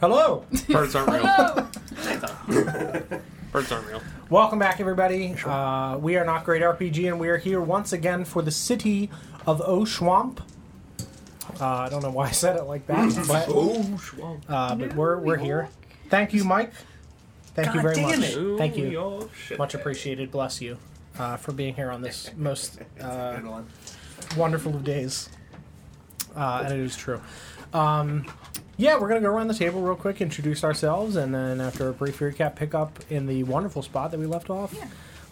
Hello. Birds aren't real. Hello. Birds aren't real. Welcome back, everybody. Uh, we are Not Great RPG, and we are here once again for the city of Oshwamp. Uh, I don't know why I said it like that, but, uh, but we're, we're here. Thank you, Mike. Thank you God very damn much. it. Thank you. Oh, shit. Much appreciated. Bless you uh, for being here on this most uh, wonderful of days. Uh, and it is true. Um, yeah, we're going to go around the table real quick, introduce ourselves, and then after a brief recap, pick up in the wonderful spot that we left off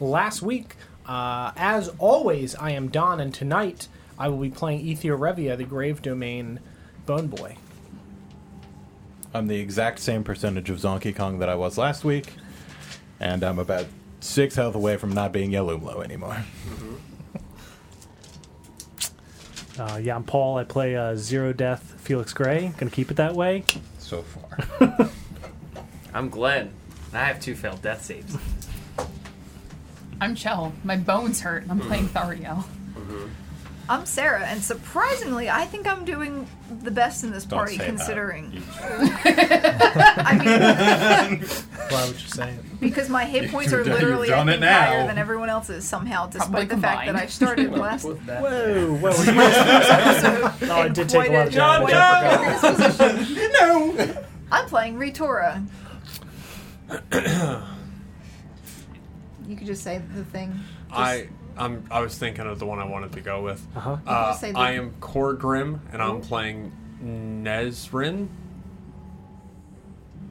last week. Uh, as always, I am Don, and tonight I will be playing Ethior Revia, the Grave Domain Bone Boy. I'm the exact same percentage of Donkey Kong that I was last week, and I'm about six health away from not being Yelumlo anymore. Uh, yeah, I'm Paul. I play uh, Zero Death Felix Gray. Gonna keep it that way. So far. I'm Glenn. and I have two failed death saves. I'm Chell. My bones hurt, and I'm playing Thariel. I'm Sarah, and surprisingly, I think I'm doing the best in this Don't party, say that. considering. You- I mean, Why would you say it? because my hit points You've are done- you've literally I done it think, now. higher than everyone else's somehow, despite Probably the fact that combined. I started last. Whoa, whoa, were you- Oh, it did take a lot of Quite a- damage. quite I forgot. I'm playing Retora. you could just say the thing. I I'm I was thinking of the one I wanted to go with. Uh-huh. Uh, Did you say the- I am Core Grim and I'm playing Nezrin.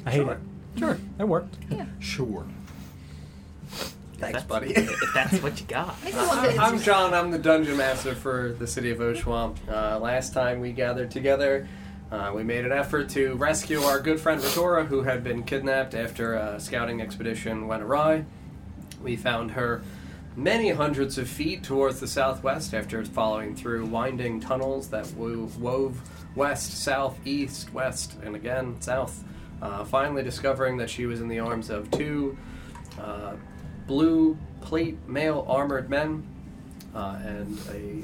I hate it. Sure, that worked. Sure. Thanks, buddy. if that's what you got. Maybe one day I'm it's- John. I'm the dungeon master for the city of Oshwamp. Uh, last time we gathered together, uh, we made an effort to rescue our good friend Retora, who had been kidnapped after a scouting expedition went awry. We found her many hundreds of feet towards the southwest after following through winding tunnels that wo- wove west, south, east, west, and again south. Uh, finally, discovering that she was in the arms of two uh, blue plate mail armored men uh, and a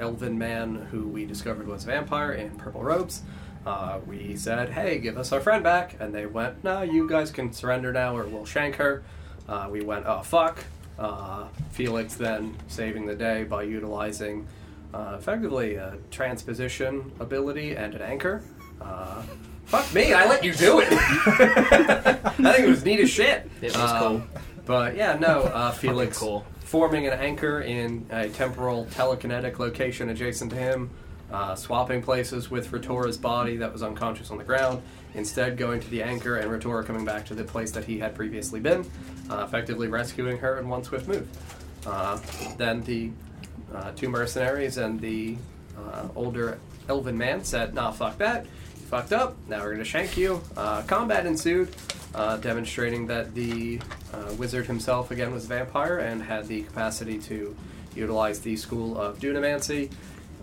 elven man who we discovered was a vampire in purple robes. Uh, we said, "Hey, give us our friend back," and they went, "No, you guys can surrender now, or we'll shank her." Uh, we went, "Oh fuck!" Uh, Felix then saving the day by utilizing uh, effectively a transposition ability and an anchor. Uh, fuck me, I let you do it. I think it was neat as shit. It was Um, cool. but yeah, no, uh, Felix cool. forming an anchor in a temporal telekinetic location adjacent to him, uh, swapping places with Ratora's body that was unconscious on the ground, instead going to the anchor and Ratora coming back to the place that he had previously been, uh, effectively rescuing her in one swift move. Uh, then the uh, two mercenaries and the uh, older elven man said, nah, fuck that. You fucked up. Now we're going to shank you. Uh, combat ensued, uh, demonstrating that the uh, wizard himself, again, was a vampire and had the capacity to utilize the school of Dunamancy,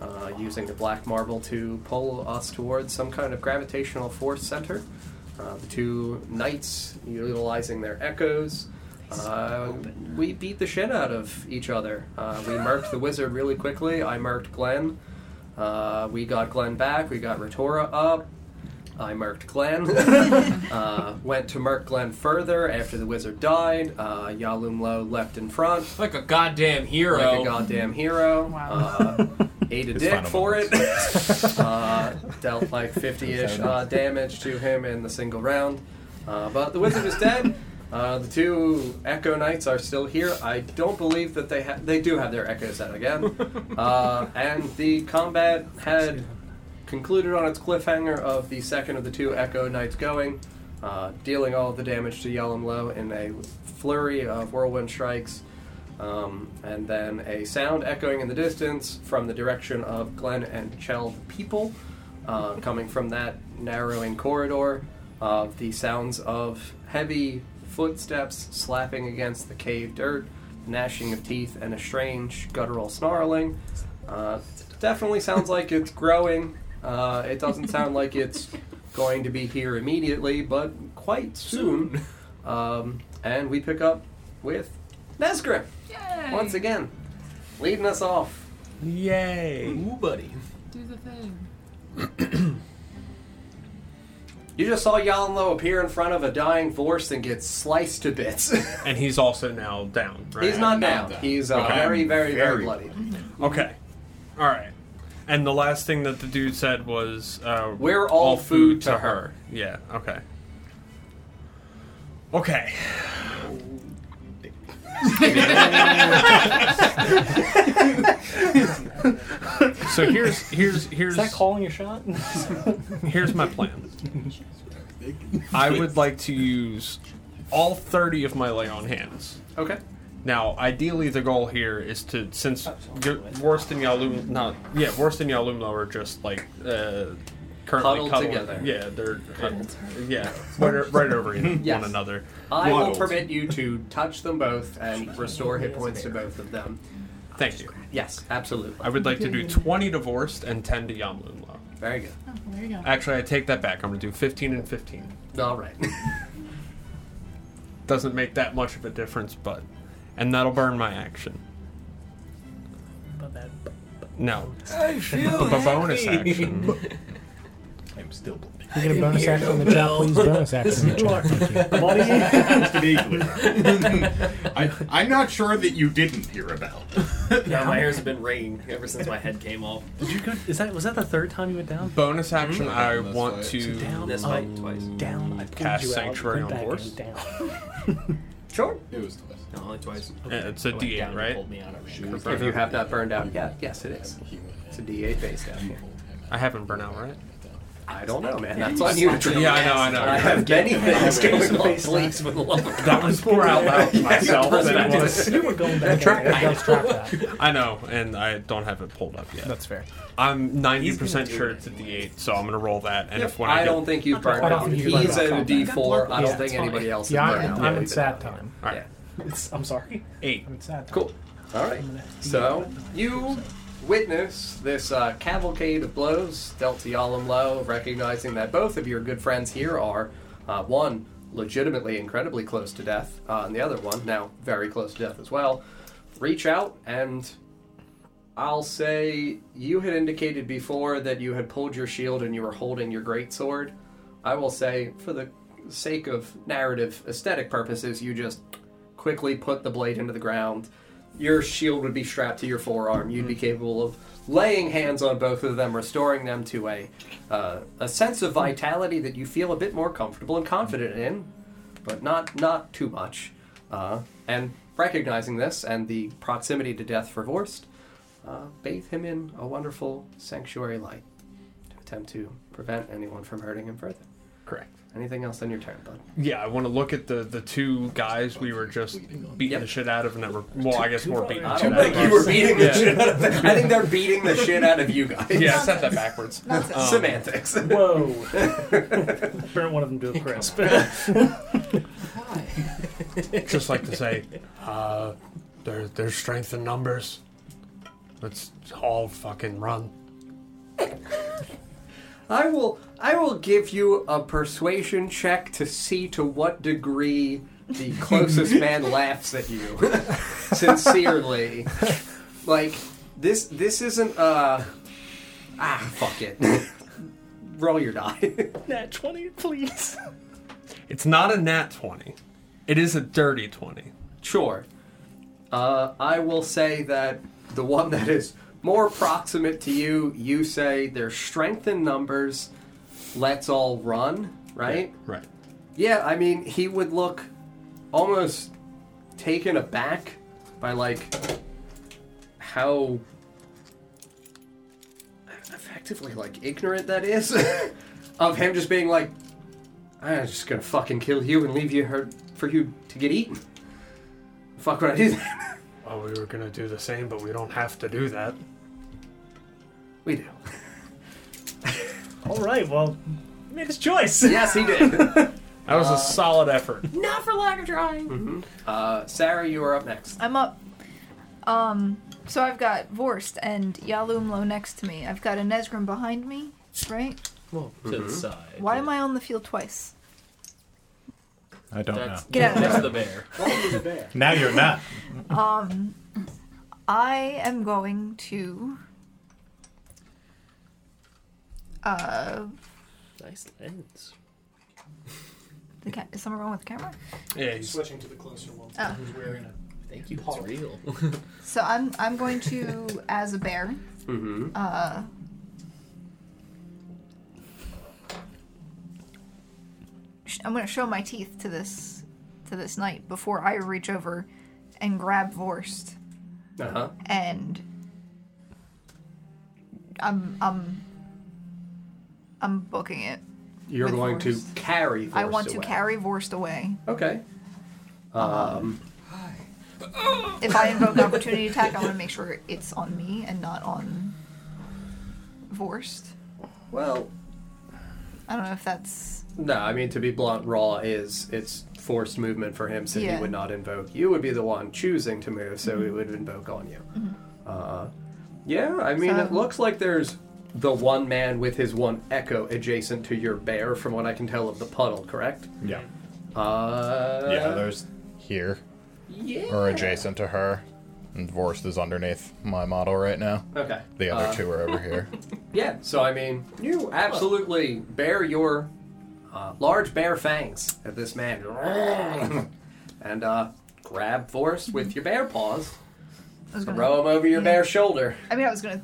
uh, using the black marble to pull us towards some kind of gravitational force center. Uh, the two knights utilizing their echoes. Uh, we beat the shit out of each other. Uh, we murked the wizard really quickly. I murked Glenn. Uh, we got Glenn back. We got Retora up. I murked Glenn. uh, went to murk Glenn further after the wizard died. Uh, Yalumlo left in front Like a goddamn hero. like a goddamn hero. Wow. Uh, ate a His dick final for it. moments. uh, dealt like 50 ish uh, damage to him in the single round. Uh, but the wizard is dead. Uh, the two Echo Knights are still here. I don't believe that they ha- they do have their echoes out again. Uh, and the combat had concluded on its cliffhanger of the second of the two Echo Knights going, uh, dealing all the damage to Yellamlow in a flurry of whirlwind strikes, um, and then a sound echoing in the distance from the direction of Glen and Chell people, uh, coming from that narrowing corridor of the sounds of heavy footsteps slapping against the cave dirt, gnashing of teeth, and a strange guttural snarling. Uh, definitely sounds like it's growing. Uh, it doesn't sound like it's going to be here immediately, but quite soon. Um, and we pick up with Nesgrim Yay! once again, leading us off. Yay. Ooh, buddy. do the thing. You just saw Yalanlo appear in front of a dying Vorst and get sliced to bits. And he's also now down, right? He's not Not down. down. He's uh, Okay. very, very, very Very bloodied. Okay. All right. And the last thing that the dude said was, uh, We're all food to her. Yeah. Okay. Okay. so here's here's here's Is that calling your shot? here's my plan. I would like to use all 30 of my lay on hands. Okay. Now, ideally, the goal here is to since y- Worst and Yalum, not yeah, Worst and Yalumlo are just like uh, currently Huddled cuddled- together. Yeah, they're yeah, right, right over Yes. one another. I will Waddles. permit you to touch them both and restore hit points to both of them. Thank you. Yes, absolutely. I would like to do 20 to Worst and 10 to Yalumlo. Very good. Oh, there you go. Actually, I take that back. I'm gonna do 15 and 15. All right. Doesn't make that much of a difference, but and that'll burn my action. But that No, a bonus action. I'm still bleeding. You get a bonus action on the chaplain's bonus action. check. I, I'm not sure that you didn't hear about. No, my hairs have been raining ever since my head came off. Did you go? Is that was that the third time you went down? Bonus Mm-hmm. action. I That's want right. to Down, This up, fight twice. down. I pulled Cast you out, Sanctuary went on back horse? and Down. sure. It was twice. No, only twice. Yeah, it's a I went D8, down and right? pulled me out of it. If you have not burned out yet, yes, it is. It's a D8 base down here. I haven't burnt out, right? I don't know, man. That's on you to try. Yeah, I know, I know. I have many things going on. Please, for the love of God. was more out loud myself than it was. You were going back. Track that. I know, and I don't have it pulled up yet. That's fair. I'm 90% sure it's a D8, so I'm gonna roll that. And if when I, I get, don't think you've burned I don't out. think you've He's burned at out. a D4. I Yeah, don't think it's anybody else is Yeah, burned out. I'm, I'm in Yeah. sad time. all right, Yeah. It's, I'm sorry. eight. I'm in sad time. Cool. All right. So you witness this uh, cavalcade of blows dealt to Yalom Low, recognizing that both of your good friends here are uh, one legitimately incredibly close to death, uh, and the other one now very close to death as well. Reach out and. I'll say you had indicated before that you had pulled your shield and you were holding your greatsword. I will say, for the sake of narrative aesthetic purposes, you just quickly put the blade into the ground. Your shield would be strapped to your forearm. You'd be capable of laying hands on both of them, restoring them to a uh, a sense of vitality that you feel a bit more comfortable and confident in, but not not too much. Uh, and recognizing this and the proximity to death for Vorst, uh, bathe him in a wonderful sanctuary light to attempt to prevent anyone from hurting him further. Correct. Anything else on your turn, bud? Yeah, I want to look at the, the two guys we were just beating Yep. the shit out of, and that were, well, I guess more beating the I shit don't out think you of. were beating the shit out of them. I think they're beating the shit out of you guys. Yeah, I said that backwards. Um, Nonsense. Semantics. Whoa! Burnt one of them to a crisp. Just like to say, uh, there, there's strength in numbers. Let's all fucking run. I will I will give you a persuasion check to see to what degree the closest man laughs at you. Sincerely. Like this this isn't uh ah fuck it. Roll your die. Nat twenty, please. It's not a nat 20, it is a dirty 20. Sure. Uh, I will say that the one that is more proximate to you, you say there's strength in numbers. Let's all run, right? Right. Yeah, I mean, he would look almost taken aback by like how effectively like ignorant that is of him just being like, I'm just gonna fucking kill you and leave you her- for you to get eaten. Fuck would I do that? Well, Oh, we were gonna do the same, but we don't have to do that. We do. All right. Well, he made his choice. Yes, he did. That Uh, was a solid effort. Not for lack of trying. Mm-hmm. uh, Sarah, you are up next. I'm up. Um, so I've got Vorst and Yalumlo next to me. I've got a Nezgrim behind me, right? Well, to Mm-hmm. the side. Why am I on the field twice? I don't That's, know. Get out of that's the bear. Now you're not. I am going to. Uh, Nice lens. The ca- is something wrong with the camera? Yeah, he's Switching to the closer one. Oh. Who's wearing it? Thank you. It's real. So I'm I'm going to, as a bear, Mm-hmm. uh, sh- I'm going to show my teeth to this to this knight before I reach over and grab Vorst Uh huh. and I'm I'm I'm booking it. You're With going Vorst. to carry. I Vorst want to away. carry Vorst away. Okay. Um, If I invoke opportunity attack, I want to make sure it's on me and not on Vorst. well, I don't know if that's no. I mean, to be blunt, raw is it's forced movement for him, so Yeah. Mm-hmm. he would not invoke. You would be the one choosing to move, so he would invoke on you. Uh, yeah. I mean, it So- looks like there's the one man with his one echo adjacent to your bear, from what I can tell of the puddle. Correct. Yeah. Uh, Yeah, there's here yeah. or adjacent to her. And Vorst is underneath my model right now. Okay. The other two are over here. Uh. Yeah, so I mean, you absolutely bear your uh, large bear fangs at this man, and uh, grab force with your bear paws, I was gonna throw him over your Yeah. bear shoulder. I mean, I was gonna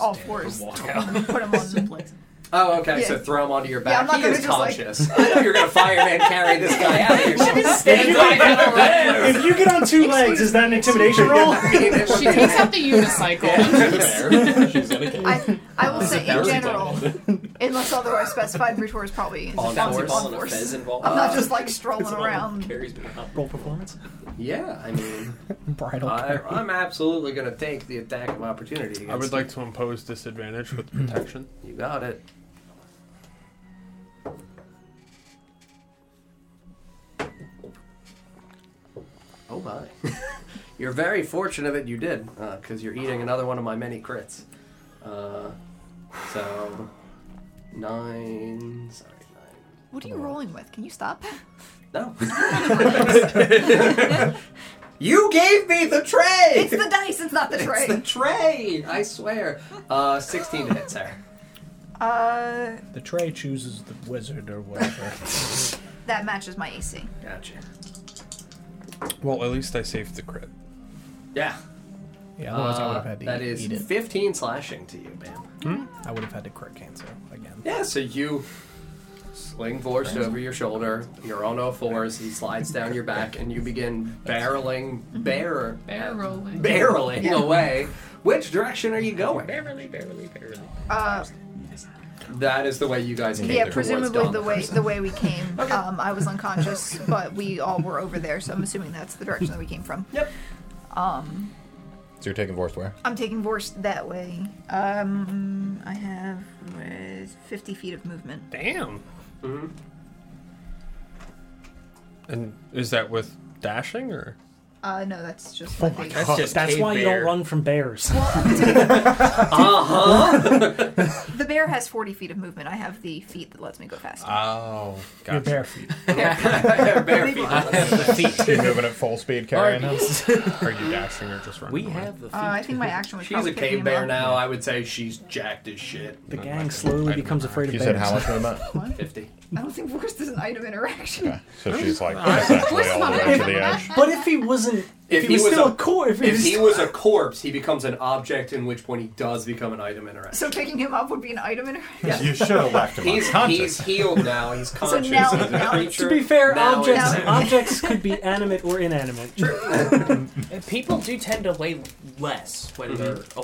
all fours put them on the Oh, okay, so Yeah. throw him onto your Yeah, I'm back. not he gonna is just, like- conscious. I know you're gonna fireman carry this guy out of here. stand If you get on two legs, is that an intimidation roll? She takes out the unicycle. She's in a cage. I, I will say in Bouncy general, unless otherwise specified, Brutor is probably a On bouncy fours? ball On a horse. fez involved? I'm not just like strolling around. Carries me out. roll performance. Yeah, I mean, Bridal I, cap. I'm absolutely gonna take the attack of opportunity. I would against like to impose disadvantage with protection. you. You got it. Oh my. You're very fortunate that you did, because you're eating another one of my many crits. Uh, so, nine. Sorry, nine. What are you rolling with? Can you stop? No. you gave me the tray! It's the dice. It's not the It's the tray. tray! I swear. Uh, 16 to hit, sir. Uh, The tray chooses the wizard or whatever. that matches my AC. Gotcha. Well, at least I saved the crit. Yeah. Yeah, otherwise Oh, I would have Uh, had to that eat, is eat it. 15 slashing to you, Bam. I would have had to crit cancel again. Yeah, so you sling Vorst over your shoulder. You're on all fours. He slides down your back, and you begin barreling, bear, Bear rolling. barreling away. Which direction are you going? Barely, barely, barely. Uh, That is the way you guys came. yeah, towards presumably the Donna. way the way we came. Um, I was unconscious, but we all were over there, so I'm assuming that's the direction that we came from. Yep. Um, So you're taking Vorst where? I'm taking Vorst that way. Um, I have uh, 50 feet of movement. Damn. And is that with dashing or? Uh, no, that's just my base. That's just That's cave why you bear. don't run from bears. Uh-huh. The bear has 40 feet of movement. I have the feet that lets me go fast. Uh, Oh, Your bare feet. Bare feet. You're moving at full speed carrying him? Are you dashing or just running? We away? have the feet. Uh, I think my action was She's probably a picking cave him bear up. now. I would say she's jacked as shit. The gang slowly becomes afraid of You bears. said how much movement? Fifty. I don't think Vorst is an item interaction. So she's like essentially all the way to the edge. But if he wasn't, if, If he was he was still a- a core, if, he If was he was a corpse, he becomes an object. In which point, he does become an item interaction. So picking him up would be an item interaction. You should have left him He's, he's healed now. He's conscious. now- he's a now- creature. to be fair, Now objects it's- objects could be animate or inanimate. People do tend to weigh less when Mm-hmm.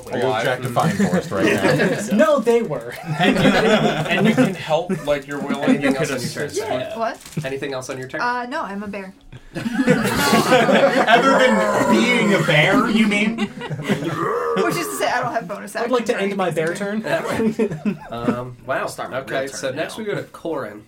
they're You're awake. objectifying Vorst right now. No, they were. and you can help like you're willing. You Anything could else on your turn? assist. sir? What? Anything else on your turn? Uh, no, I'm a bear. Other than being a bear, you mean? Which is to say, I don't have bonus I'd action. like to end my bear turn. um, wow. start my okay, real turn so next now. we go to Corin.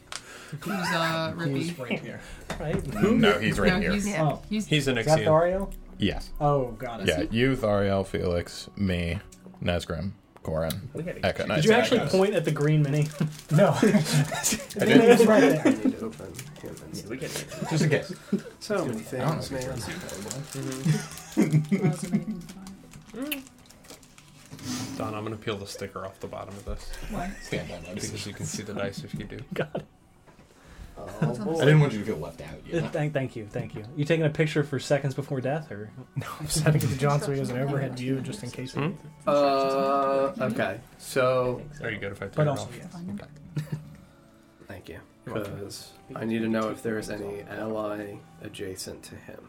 Who's uh, Rippy? right here. Right? No, he's right no, here. he's, Yeah. Oh. he's, He's an Is that Ixion. Dario? Yes. Oh, got it. Yeah, you, Thariel, Felix, me, Nesgrim, Corin, Echo. Did you actually point at the green mini? No. I did. It's right there. I need to open him and see. We get Just in case. So many things, man. Don, I'm gonna peel the sticker off the bottom of this Stand down, because you can see the dice if you do. Got it. I didn't want you to feel left out. You Uh, know? Thank, thank you, thank you. You taking a picture for seconds before death, or I'm sending it to John so he has an overhead view just in case. Hmm? Uh, okay. So, There you go. If I take But it also- off. thank you. uh, Because I need to know if there is any ally adjacent to him.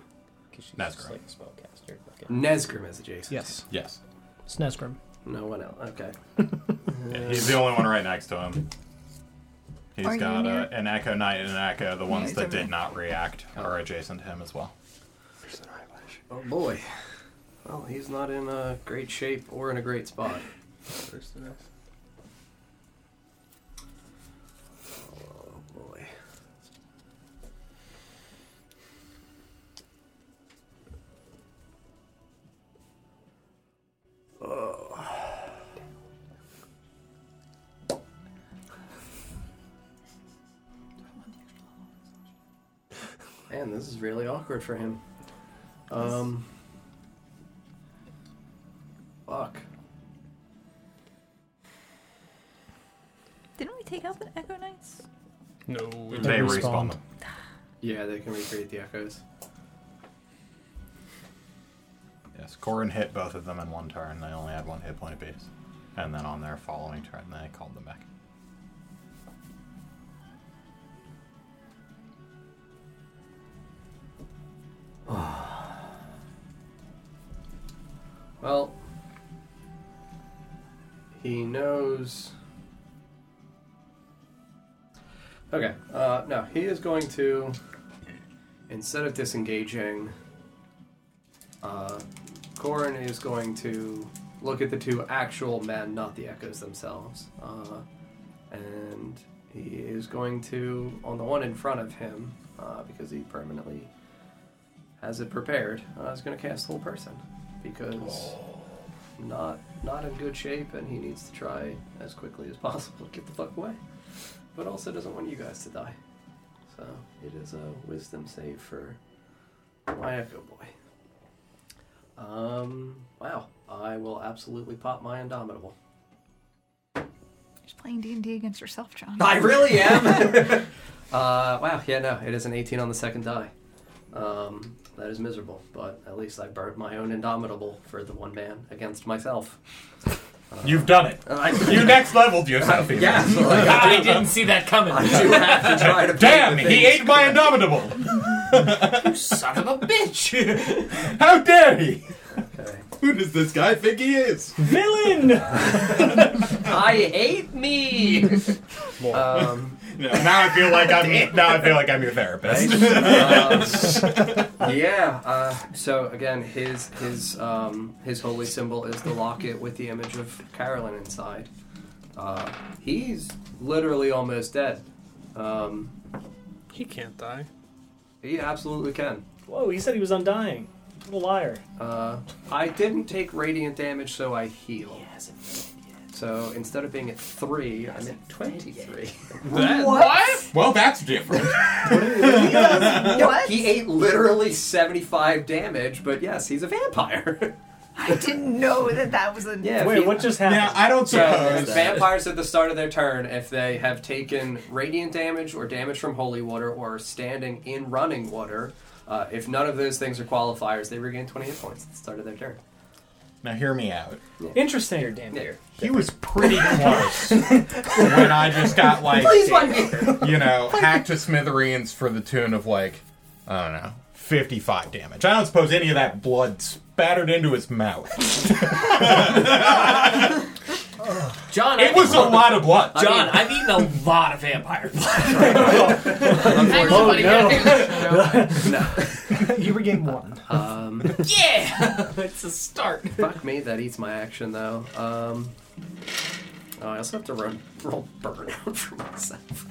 Nazgrim. Like a spellcaster. Okay. Nesgrim is adjacent. Yes, Yes. it's Nesgrim. No one else. Okay. Yeah, he's the only one right next to him. He's Are you got near- uh, an Echo Knight and an Echo. The ones he's that over did there. not react are adjacent to him as well. Oh boy. Well, he's not in a great shape or in a great spot. Oh boy. Man, this is really awkward for him. Um. Fuck. Didn't we take out the Echo Knights? No, They we- respawn. respawned. Yeah, they can recreate the echoes. Yes, Corin hit both of them in one turn. They only had one hit point apiece. And then on their following turn, they called them back. Well, he knows. Okay, uh, no, he is going to, instead of disengaging, uh, Corin is going to look at the two actual men, not the echoes themselves. Uh, and he is going to, on the one in front of him, uh, because he permanently has it prepared, uh, is going to cast whole person. Because not not in good shape, and he needs to try as quickly as possible to get the fuck away. But also doesn't want you guys to die. So it is a wisdom save for my Echo Boy. Um, wow, I will absolutely pop my Indomitable. She's playing D and D against herself, John. I really am. uh, wow, yeah, no, it is an 18 on the second die. Um, that is miserable, but at least I burnt my own Indomitable for the one man against myself. You've done it. And I, You next leveled yourself. Ethan. yeah, so like, I didn't see that coming. I do have to try to. play Damn, the he things- ate my Indomitable. you son of a bitch! How dare he? Okay. Who does this guy think he is? villain. I hate me. Um, No, now I feel like I'm. now I feel like I'm your therapist. um, yeah. Uh, so again, his his um, his holy symbol is the locket with the image of Carolyn inside. Uh, he's literally almost dead. Um, he can't die. he absolutely can. Whoa, he said he was undying. What a liar. Uh, I didn't take radiant damage, so I heal. So instead of being at three, I'm at twenty-three. What? Well, that's different. what? He ate literally seventy-five damage, but yes, he's a vampire. I didn't know that that was a. yeah. if Wait, he- what just happened? yeah, I don't So suppose. vampires at the start of their turn, if they have taken radiant damage or damage from holy water or are standing in running water, uh, if none of those things are qualifiers, they regain 20 hit points at the start of their turn. now hear me out. Interesting. You're Yeah. He was pretty close when I just got like, you know, hacked to smithereens for the tune of like, I don't know, fifty-five damage. I don't suppose any of that blood spattered into his mouth. John, It was a lot of blood. John, I've eaten a lot of vampire blood. Everybody got their- you regain Uh, one. Um, yeah, it's a start. fuck me, that eats my action though. Um, oh, I also have to run, roll burnout for myself.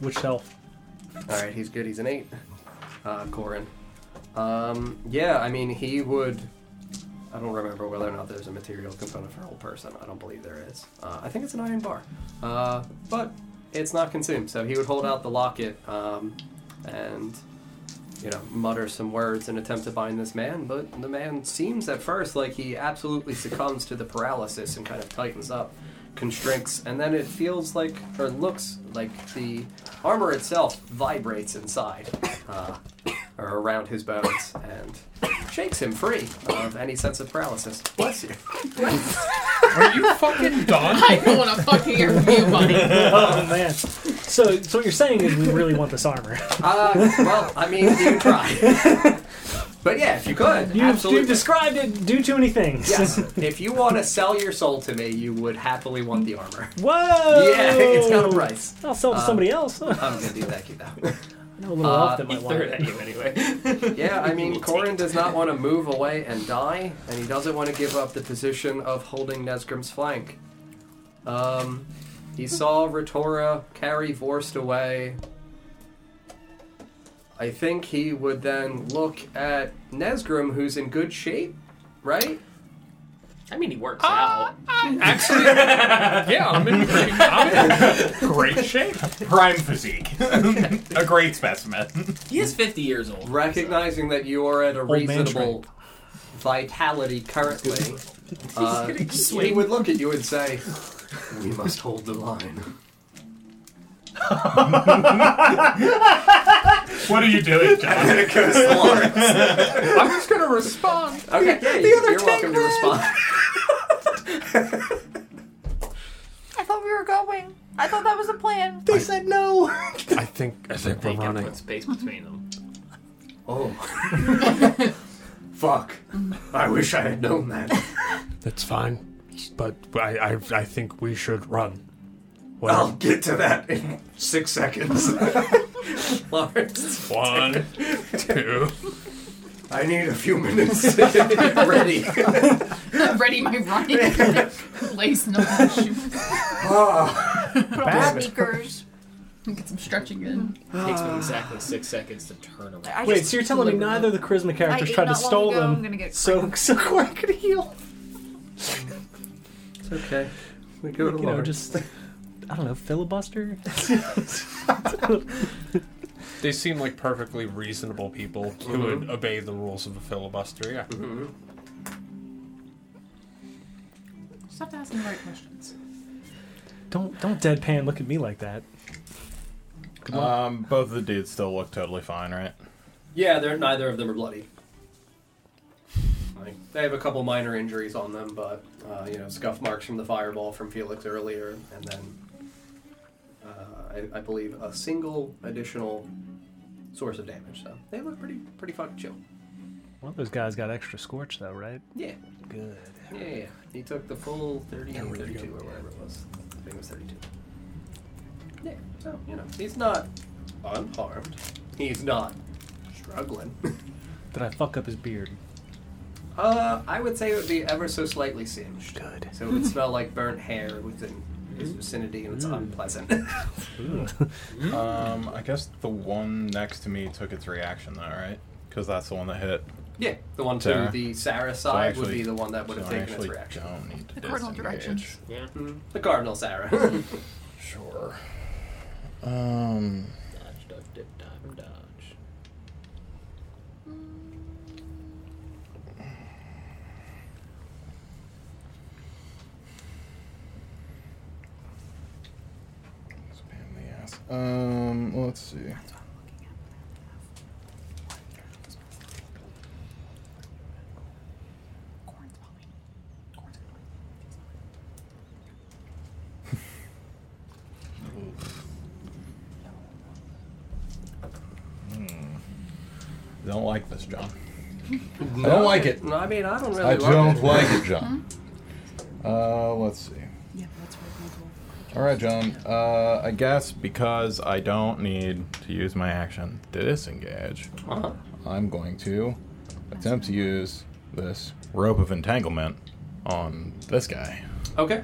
Which self? All right, he's good. He's an eight. Uh, Corin. Um, yeah, I mean, he would. I don't remember whether or not there's a material component for a whole person. I don't believe there is. Uh, I think it's an iron bar, uh, but it's not consumed. So he would hold out the locket um, and, you know, mutter some words and attempt to bind this man. But the man seems at first like he absolutely succumbs to the paralysis and kind of tightens up. constricts, and then it feels like, or looks like, the armor itself vibrates inside, uh, or around his bones, and shakes him free of any sense of paralysis. Bless you. Are you fucking done? I don't want to fucking hear from you, buddy. Oh man. So, so what you're saying is we really want this armor. Uh, well, I mean, you can try. But yeah, if you could, You, absolutely. you described it. Do too many things. yes, if you want to sell your soul to me, you would happily want the armor. Whoa. Yeah, it's got a price. I'll sell it to somebody else. I Oh. I'm gonna do that, you though. know a little off that might want Third it. at you anyway. Yeah, I mean, Corin does not want to move away and die, and he doesn't want to give up the position of holding Nesgrim's flank. Um, he saw Retora carry Vorst away. I think he would then look at Nesgrim, who's in good shape, right? I mean, he works out. Actually, yeah, I'm in great, I'm in great shape. Prime physique. a great specimen. He is 50 years old. Recognizing that you are at a man reasonable vitality currently, uh, he swing. would look at you and say, "We must hold the line." What are you doing, John? it goes Lawrence. I'm just gonna respond. Okay, yeah, you- you're welcome to respond. I thought we were going. I thought that was the plan. They said no. I think I think They we're can running. put space between them. Oh. Fuck. I wish I had known that. It's fine, but I I, I think we should run. I'll Well, get to that in six seconds. Lawrence, one, two. I need a few minutes to get ready. Ready my running. Lace no shoes. Put on sneakers. Get some stretching in. takes me exactly six seconds to turn around. I Wait, just- so you're telling me neither of the charisma characters ate tried to not long stole ago, them? I'm gonna get so, so Corin could heal. It's okay. We go to You know, Lawrence. just I don't know, filibuster. They seem like perfectly reasonable people who would obey the rules of a filibuster. Yeah. Just have to ask them the right questions. Don't don't deadpan look at me like that. Um, both of the dudes still look totally fine, right? Yeah, they're neither of them are bloody. Like, they have a couple minor injuries on them, but uh, you know, scuff marks from the fireball from Felix earlier, and then uh, I, I believe a single additional source of damage. So they look pretty pretty fucking chill. One of those guys got extra scorch though, right? Yeah, Good. yeah, yeah. yeah. He took the full 30, 32 or whatever it was. I think it was 32. Yeah, so you know, he's not unharmed. He's not struggling. Did I fuck up his beard? Uh, I would say it would be ever so slightly singed. Good. So it would smell like burnt hair within Mm. his vicinity, and it's unpleasant. Um, I guess the one next to me took its reaction though, right? Because that's the one that hit. yeah, the one to Sarah. the Sarah So I side would be actually- the one that would have so I taken its actually reaction. Don't need to The cardinal disengage. directions. Yeah. The Cardinal Sarah. Sure. Um, Dodge, duck, dip, dive, dodge. it's a pain in the ass. Um, let's see. Don't like this, John. I don't like it. no, I mean I don't really. I love don't it. like it, John. Hmm? Uh, let's see. Yeah, that's right. All right, John. Uh, I guess because I don't need to use my action to disengage, Uh-huh. I'm going to attempt to use this rope of entanglement on this guy. Okay.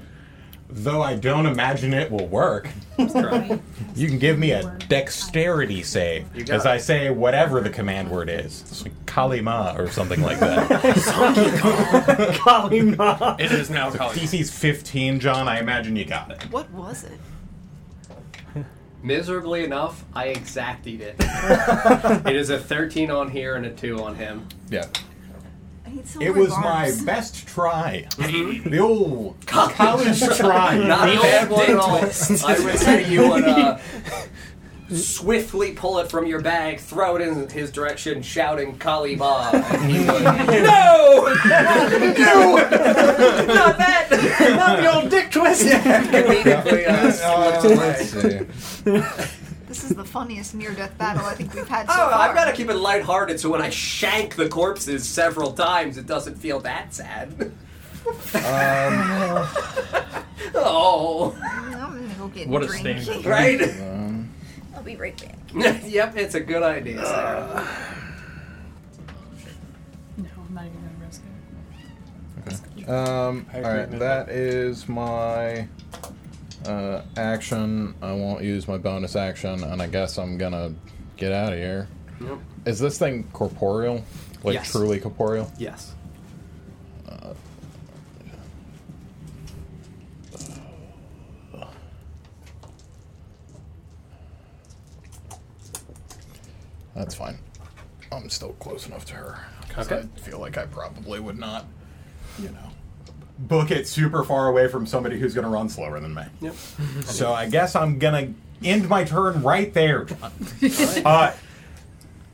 Though I don't imagine it will work. You can give me a dexterity save You got as it. I say whatever the command word is. It's like Kalima or something like that. Golly, ma. It is now college. DC's 15, John. I imagine you got it. What was it? Miserably enough, I exacted it. it is a 13 on here and a two on him. Yeah. I need silver It was my barbs. best try. Mm-hmm. the old college Not try. a bad one at all. I would say you would uh, swiftly pull it from your bag, throw it in his direction, shouting "Kali Ba!" And he would, no, no, not that. Not the old dick twist. Comedically, uh, Uh, slipped away. let's see. This is the funniest near-death battle I think we've had so Oh, far. I've got to keep it lighthearted so when I shank the corpses several times, it doesn't feel that sad. Um, oh, I'm gonna go get What a a drink. statement. right? I'll be right back. yep, it's a good idea. Sarah. No, I'm not even gonna risk it. Um, I all agree right, with that is my uh, action. I won't use my bonus action, and I guess I'm gonna get out of here. Yep. Is this thing corporeal? Like Yes. truly corporeal? Yes. That's fine. I'm still close enough to her. 'cause Okay. I feel like I probably would not, you know, book it super far away from somebody who's gonna run slower than me. Yep. So I guess I'm gonna end my turn right there, John. uh,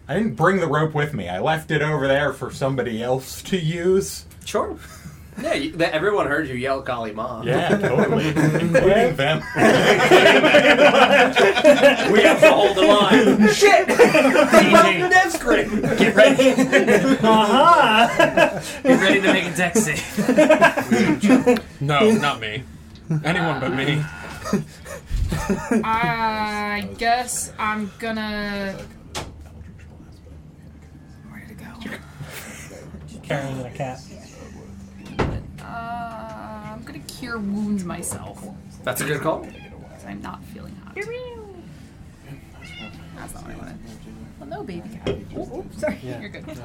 I didn't bring the rope with me. I left it over there for somebody else to use. Sure. Yeah, you, that, everyone heard you yell Kali Ma. totally, including them. We have to hold the line. Shit! They broke the dev script! Get ready. Aha! Get ready to make a deck save. No, not me. Anyone but me. I guess I'm gonna. Where did it go? Carrying a cat. Uh, I'm gonna cure wounds myself. 'cause That's a good call. I'm not feeling hot. That's not what I wanted. Well, no, baby cat. Oh, oh, sorry. You're good. Is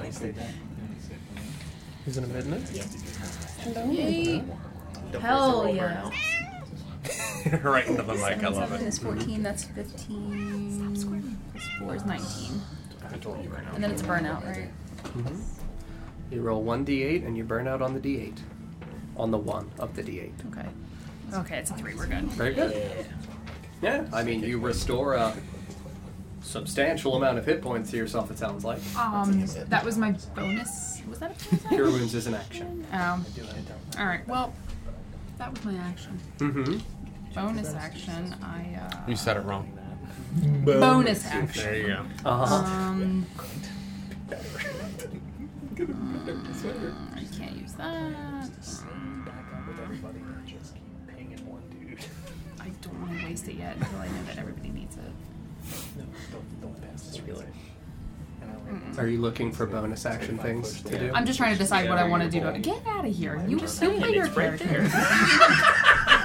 it a midnight? Yay. Hell yeah. right into the mic. I love Seven it. is 14, that's 15. Plus Four is 19. I told you right now. And then it's burnout, right? You roll 1d8 and you burn out on the d8. On the 1 of the d8. Okay. Okay, it's a three. We're good. Very good. Yeah, I mean, you restore a substantial amount of hit points to yourself, it sounds like. Um, that was my bonus. Was that a bonus? Cure wounds is an action. Um, all right. Well, that was my action. Mm-hmm. Bonus action. I You said it wrong. uh, bonus action. There you go. Uh-huh. Um. um, I can't use that. I don't want to waste it yet until I know that everybody needs it. Are you looking for bonus action things to do? I'm just trying to decide what I want to do. to- Get out of here! You just you play your It's right character.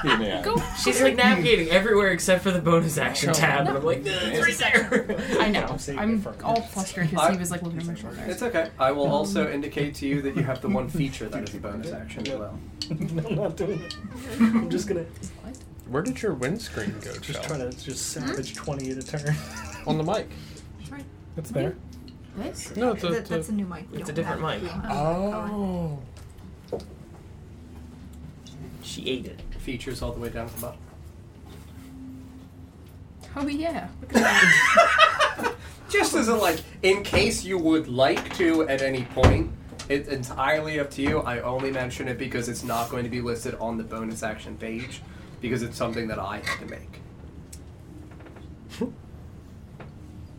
there. Go. She's like navigating everywhere except for the bonus action tab, and I'm like, "Ugh, it's right there. I know. I'm all flustered because he was like looking at my shoulder. It's okay. I will also indicate to you that you have the one feature that is a bonus action as well. I'm not doing it. I'm just gonna Where did your windscreen go, just Chell? trying to just salvage twenty at a turn. On the mic. It's there. This? No, it's a, That, it's a- that's a new mic. It's a different mic. Um, Uh, Oh. She ate it. Features all the way down to the bottom. Oh yeah. Just as a like, in case you would like to at any point, it's entirely up to you. I only mention it because it's not going to be listed on the bonus action page because it's something that I had to make.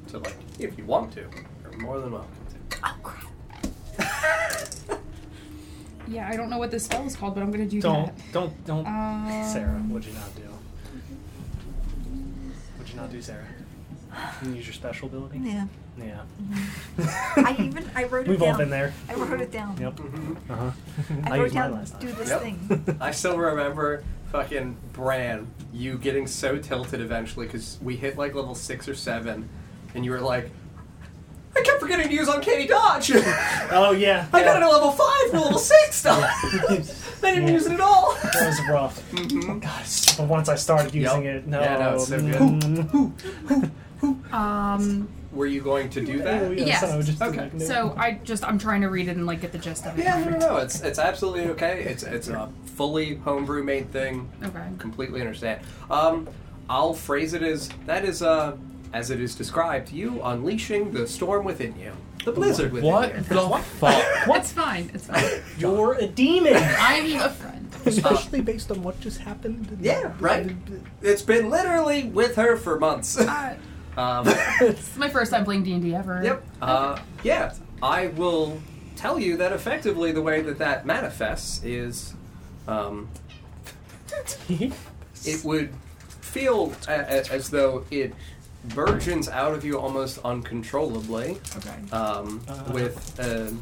so like, if you want to, you're more than welcome to. Yeah, I don't know what this spell is called, but I'm gonna do Don't, that. don't, don't, Um, Sarah. What'd you not do? What'd you not do, Sarah? Can you use your special ability? Yeah. Yeah. I even I wrote it We've down. all been there. I wrote it down. Yep. Uh huh. I, wrote down do this Yep. thing. I still remember fucking Bran, you getting so tilted eventually because we hit like level six or seven, and you were like, I kept forgetting to use uncanny dodge. Oh yeah. I got it to level five for level six stuff. I didn't use it at all. That was rough. Oh, God, it's- but once I started using it, no. Yeah, no, it's so good. Mm, Um, Were you going to do that? Yeah. okay. So I just I'm trying to read it and like get the gist of it. Yeah, no, no, no. It's it's absolutely okay. It's it's a fully homebrew made thing. Okay. Completely understand. Um, I'll phrase it as that is uh as it is described. You unleashing the storm within you, the blizzard within What you. the fuck? It's fine. It's fine. You're a demon. I'm a friend. Especially based on what just happened. Yeah, right. It's been literally with her for months. um, It's my first time playing D and D ever. Yep. Uh, yeah, I will tell you that effectively the way that that manifests is, um, it would feel a, a, as though it burgeons out of you almost uncontrollably. Okay. Um, with um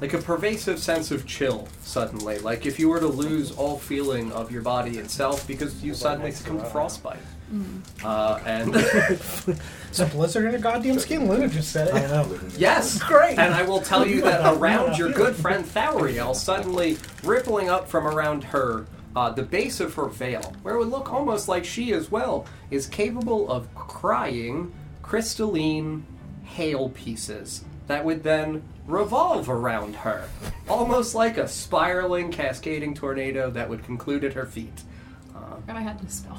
like a pervasive sense of chill suddenly, like if you were to lose all feeling of your body itself because you suddenly succumb to frostbite. Uh, and It's a blizzard in a goddamn skin. Luna just said it. I know. Yes, Great. And I will tell you that around your Yeah. good friend Thariel, suddenly rippling up from around her, uh, the base of her veil, where it would look almost like she as well is capable of crying crystalline hail pieces that would then revolve around her, almost like a spiraling, cascading tornado that would conclude at her feet. And I had this spell.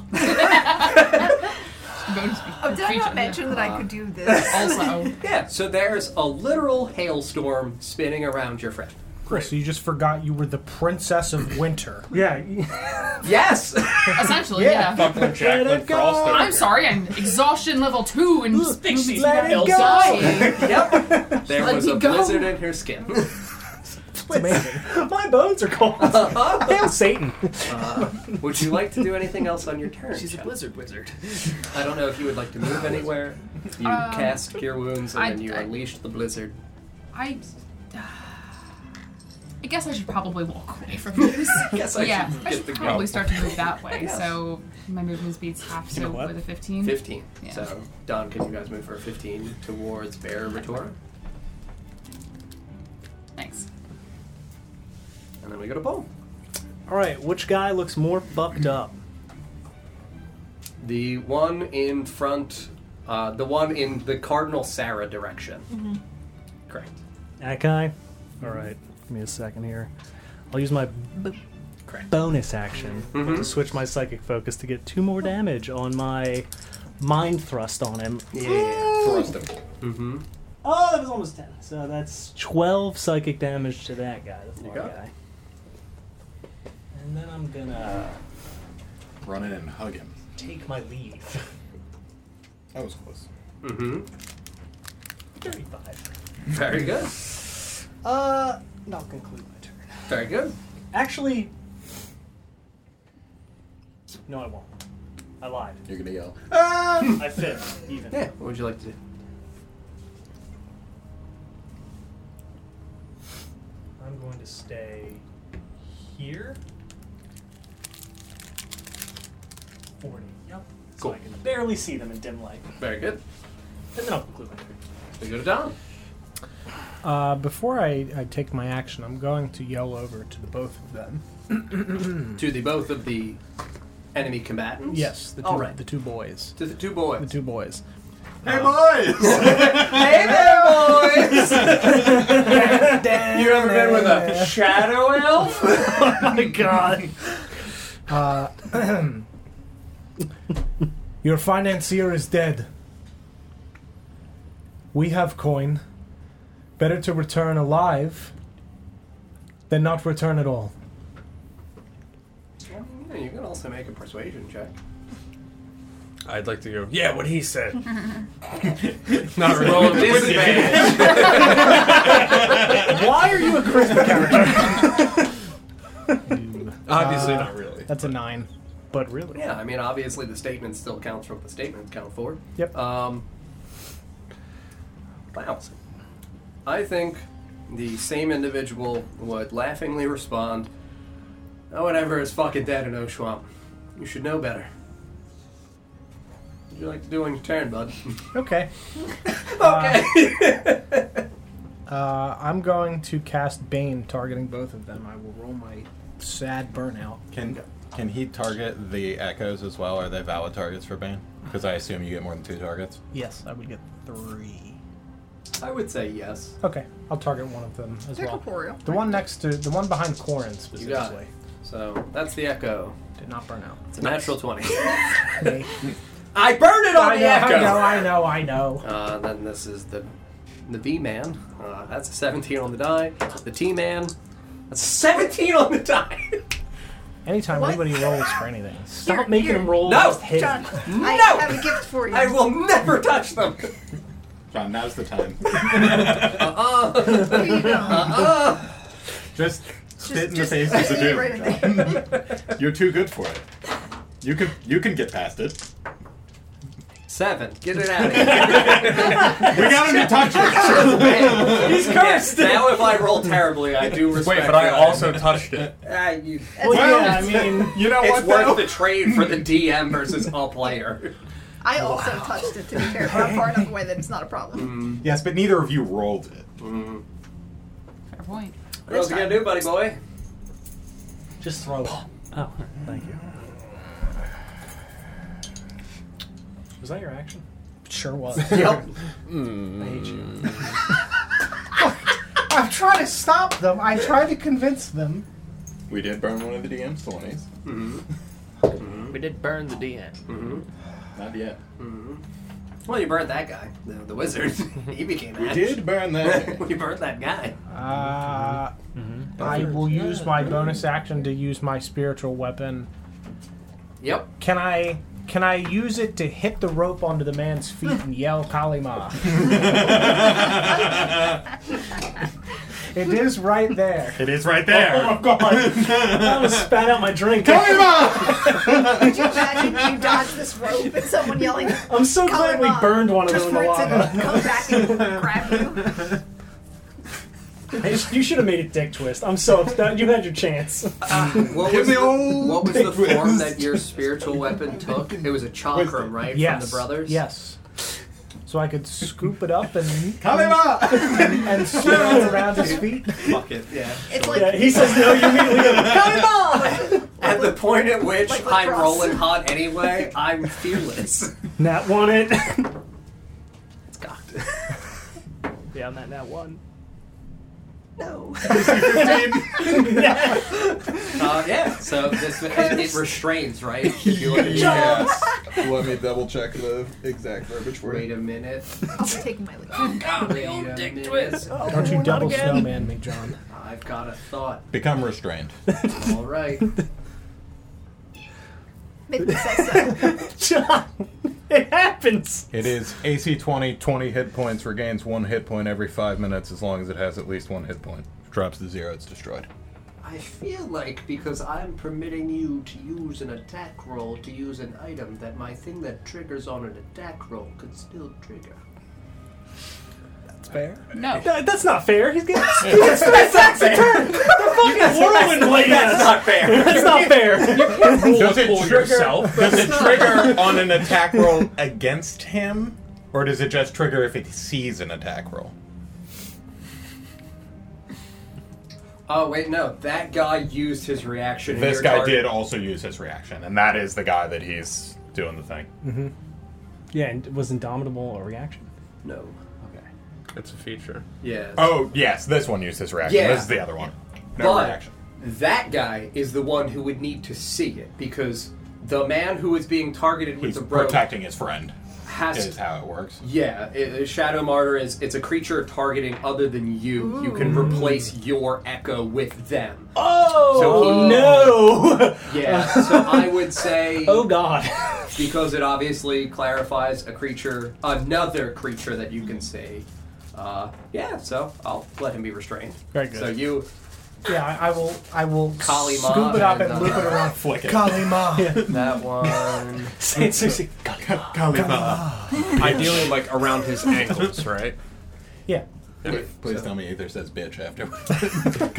Oh, did I not mention that I could do this? Also, Yeah, so there's a literal hailstorm spinning around your friend. Chris, you just forgot you were the princess of winter. Yeah. Yes! essentially, yeah. Fucking Jacqueline Frost. over I'm here. sorry. I'm exhaustion level two and species let it now. go. Dying. Yep. There Let was me a go. blizzard in her skin. It's amazing. My bones are cold. Hail Satan. Would you like to do anything else on your turn? She's a Chuck? blizzard wizard. I don't know if you would like to move anywhere. You Um, cast Cure Wounds and I- then you I- unleashed the blizzard. I. uh, I guess I should probably walk away from this. Yes, I yeah, should I get should the go. probably start to move that way. Yes. So my movement speed's half, so know what? with a 15. 15. Yeah. So, Don, can you guys move for a 15 towards Bear Retora? Thanks. And then we go to Paul. All right. Which guy looks more fucked up? The one in front, uh, the one in the Cardinal Sarah direction. Mm-hmm. Correct. That guy. All right. Give me a second here. I'll use my b- Correct. bonus action Mm-hmm. to switch my psychic focus to get two more damage on my mind thrust on him. Yeah. Thrust him. Mm-hmm. Oh, that was almost ten. So that's twelve psychic damage to that guy. That's my go. guy. And then I'm gonna Run in and hug him. take my leave. That was close. Mm-hmm. Thirty-five. Very good. Uh, and I'll conclude my turn. Very good. Actually, no, I won't. I lied. You're gonna yell. I fit even. Yeah. What would you like to do? I'm going to stay here. 40. Yep. So Cool. I can barely see them in dim light. Very good. And then I'll conclude my turn. We go to Don. Uh, before I, I take my action, I'm going to yell over to the both of them. To the both of the enemy combatants? Yes, the two, All right. the two boys. To the two boys. The two boys. Hey boys! Hey there, boys! you ever been with a shadow elf? Oh my god. Your financier is dead. We have coin. Better to return alive than not return at all. Yeah, you can also make a persuasion check. I'd like to go. Yeah, what he said. Not really. Roll a disadvantage. Why are you a Christmas character? Obviously, not really. That's a nine. But really. yeah, I mean, obviously the statement still counts for what the statements count for. Yep. Um, wow. I think the same individual would laughingly respond, oh, whatever is fucking dead in Oshwamp. You should know better. What'd you like to do on your turn, bud? Okay. okay. Uh, I'm going to cast Bane, targeting both of them. I will roll my sad burnout. Can Can he target the echoes as well? Are they valid targets for Bane? Because I assume you get more than two targets. Yes, I would get three. I would say yes. Okay, I'll target one of them as They're well. corporeal. The one next to the one behind Corin You got specifically it. So that's the echo. did not burn out. It's a natural twenty. Me. I burned it on I the know, echo. Oh, I know, I know, I know. Uh, then this is the the B man. Uh, that's a 17 on the die. The T man. That's 17 on the die. Anytime anybody rolls for anything, Stop making him roll. No, just hit. John, Uh, I No! have a gift for you. I will never touch them. John, now's the time. Here you go. Just spit in the just face of the spit it doom. right in John. You're too good for it. You can you can get past it. Seven. Get it out of here. We got a new toucher. He's cursed. now if I roll terribly, I do respect. Wait, but I that. also touched it. Ah, you- That's Well, good. yeah, I mean, You know it's what? worth Though? the trade for the DM versus a player. I also touched it to be fair, but I'm far enough away that it's not a Mm. problem. yes, but neither of you rolled it. Fair point. What else you gonna do, buddy boy? Just throw it. Oh, thank you. Was that your action? sure was. Yep. Mm. I hate you. I'm trying to stop them. I try to convince them. We did burn one of the DM's twenties. We did burn the DM. Not yet. Well, you burned that guy, the, the wizard. he became. We ash. did burn that. we burned that guy. Uh, Mm-hmm. I will use my bonus action to use my spiritual weapon. Yep. Can I? Can I use it to hit the rope onto the man's feet and yell Kalima? it is right there. it is right there. Oh my god! I almost spat out my drink. Could you imagine you dodge this rope and someone yelling, I'm so glad we Kalima, burned one of them just in for the it lava. to come back and grab you? Hey, You should have made a dick twist. I'm so upset. You had your chance. What Give was me the, old what was the big form whiz. that your spiritual weapon took? It was a chakram, right? Yes. From the brothers? Yes. So I could scoop it up and Kalima! and swirl it around his feet. Fuck it. Yeah. It's like, Yeah, he says no. You immediately go, At the point at which Like I'm lacrosse. rolling hot anyway, I'm fearless. Nat won it. It's cocked. yeah, I'm at Nat one. no. Uh, yeah, so this it, it restrains, right? If you look at the chair. yes. Let me double check the exact verbiage for Wait you. a minute. I'll be taking my leave. God, the old dick twist. Oh. Don't you double snowman me, John. I've got a thought. Become restrained. All right. Make me say so. John, it happens. It is AC 20, 20 hit points, regains one hit point every five minutes as long as it has at least one hit point. Drops to zero, it's destroyed. I feel like because I'm permitting you to use an attack roll to use an item, that my thing that triggers on an attack roll could still trigger. No. No, that's not fair. He's getting that's not fair. turn. They're fucking whirlwind ladies. That's not fair. That's not fair. Does it trigger, Does it trigger on an attack roll against him? Or does it just trigger if it sees an attack roll? Oh wait, no, that guy used his reaction. and This your guy target- did also use his reaction, and that is the guy that he's doing the thing. yeah, and was Indomitable a reaction? No. Okay. It's a feature. Yes. Oh, yes, this one used his reaction. Yeah. This is the other one. No But- reaction. That guy is the one who would need to see it because the man who is being targeted with He's the rope protecting his friend, has is how it works. Yeah, i- i- Shadow Martyr is it's a creature targeting other than you. You can replace your echo with them. Oh So he- no! Yeah, so I would say oh god! because it obviously clarifies a creature, another creature that you can see. Uh, yeah, so I'll let him be restrained. Very good. So you, Yeah, I, I will. I will Kali Ma scoop it up and, and loop uh, it around. Flick it. Kalima. that one. Say it, say it. God, Kalima. Ideally, like around his ankles, right? Yeah. Please tell me either says bitch after.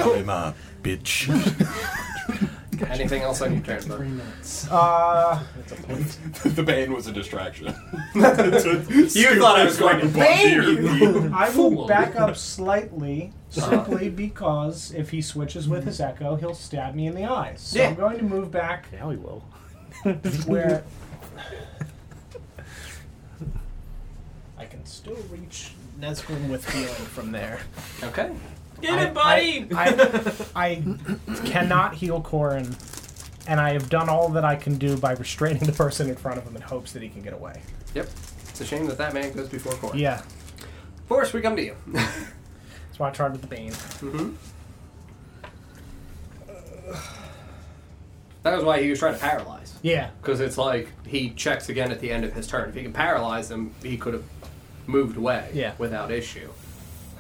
Kalima, bitch. Anything else on your turn, bud? Uh, the bane was a distraction. you thought I was going to I will back up slightly simply because if he switches with his echo, he'll stab me in the eyes. So I'm going to move back Now he will. where I can still reach Nesgrim with healing from there. Okay. Get I- it, buddy! I, I, I cannot heal Corin, and I have done all that I can do by restraining the person in front of him in hopes that he can get away. Yep. It's a shame that that man goes before court. Yeah, Forrest, we come to you. that's why I tried with the Bane. That was why he was trying to paralyze. Yeah, Because it's like he checks again at the end of his turn. If he can paralyze them, he could have moved away Yeah. without issue,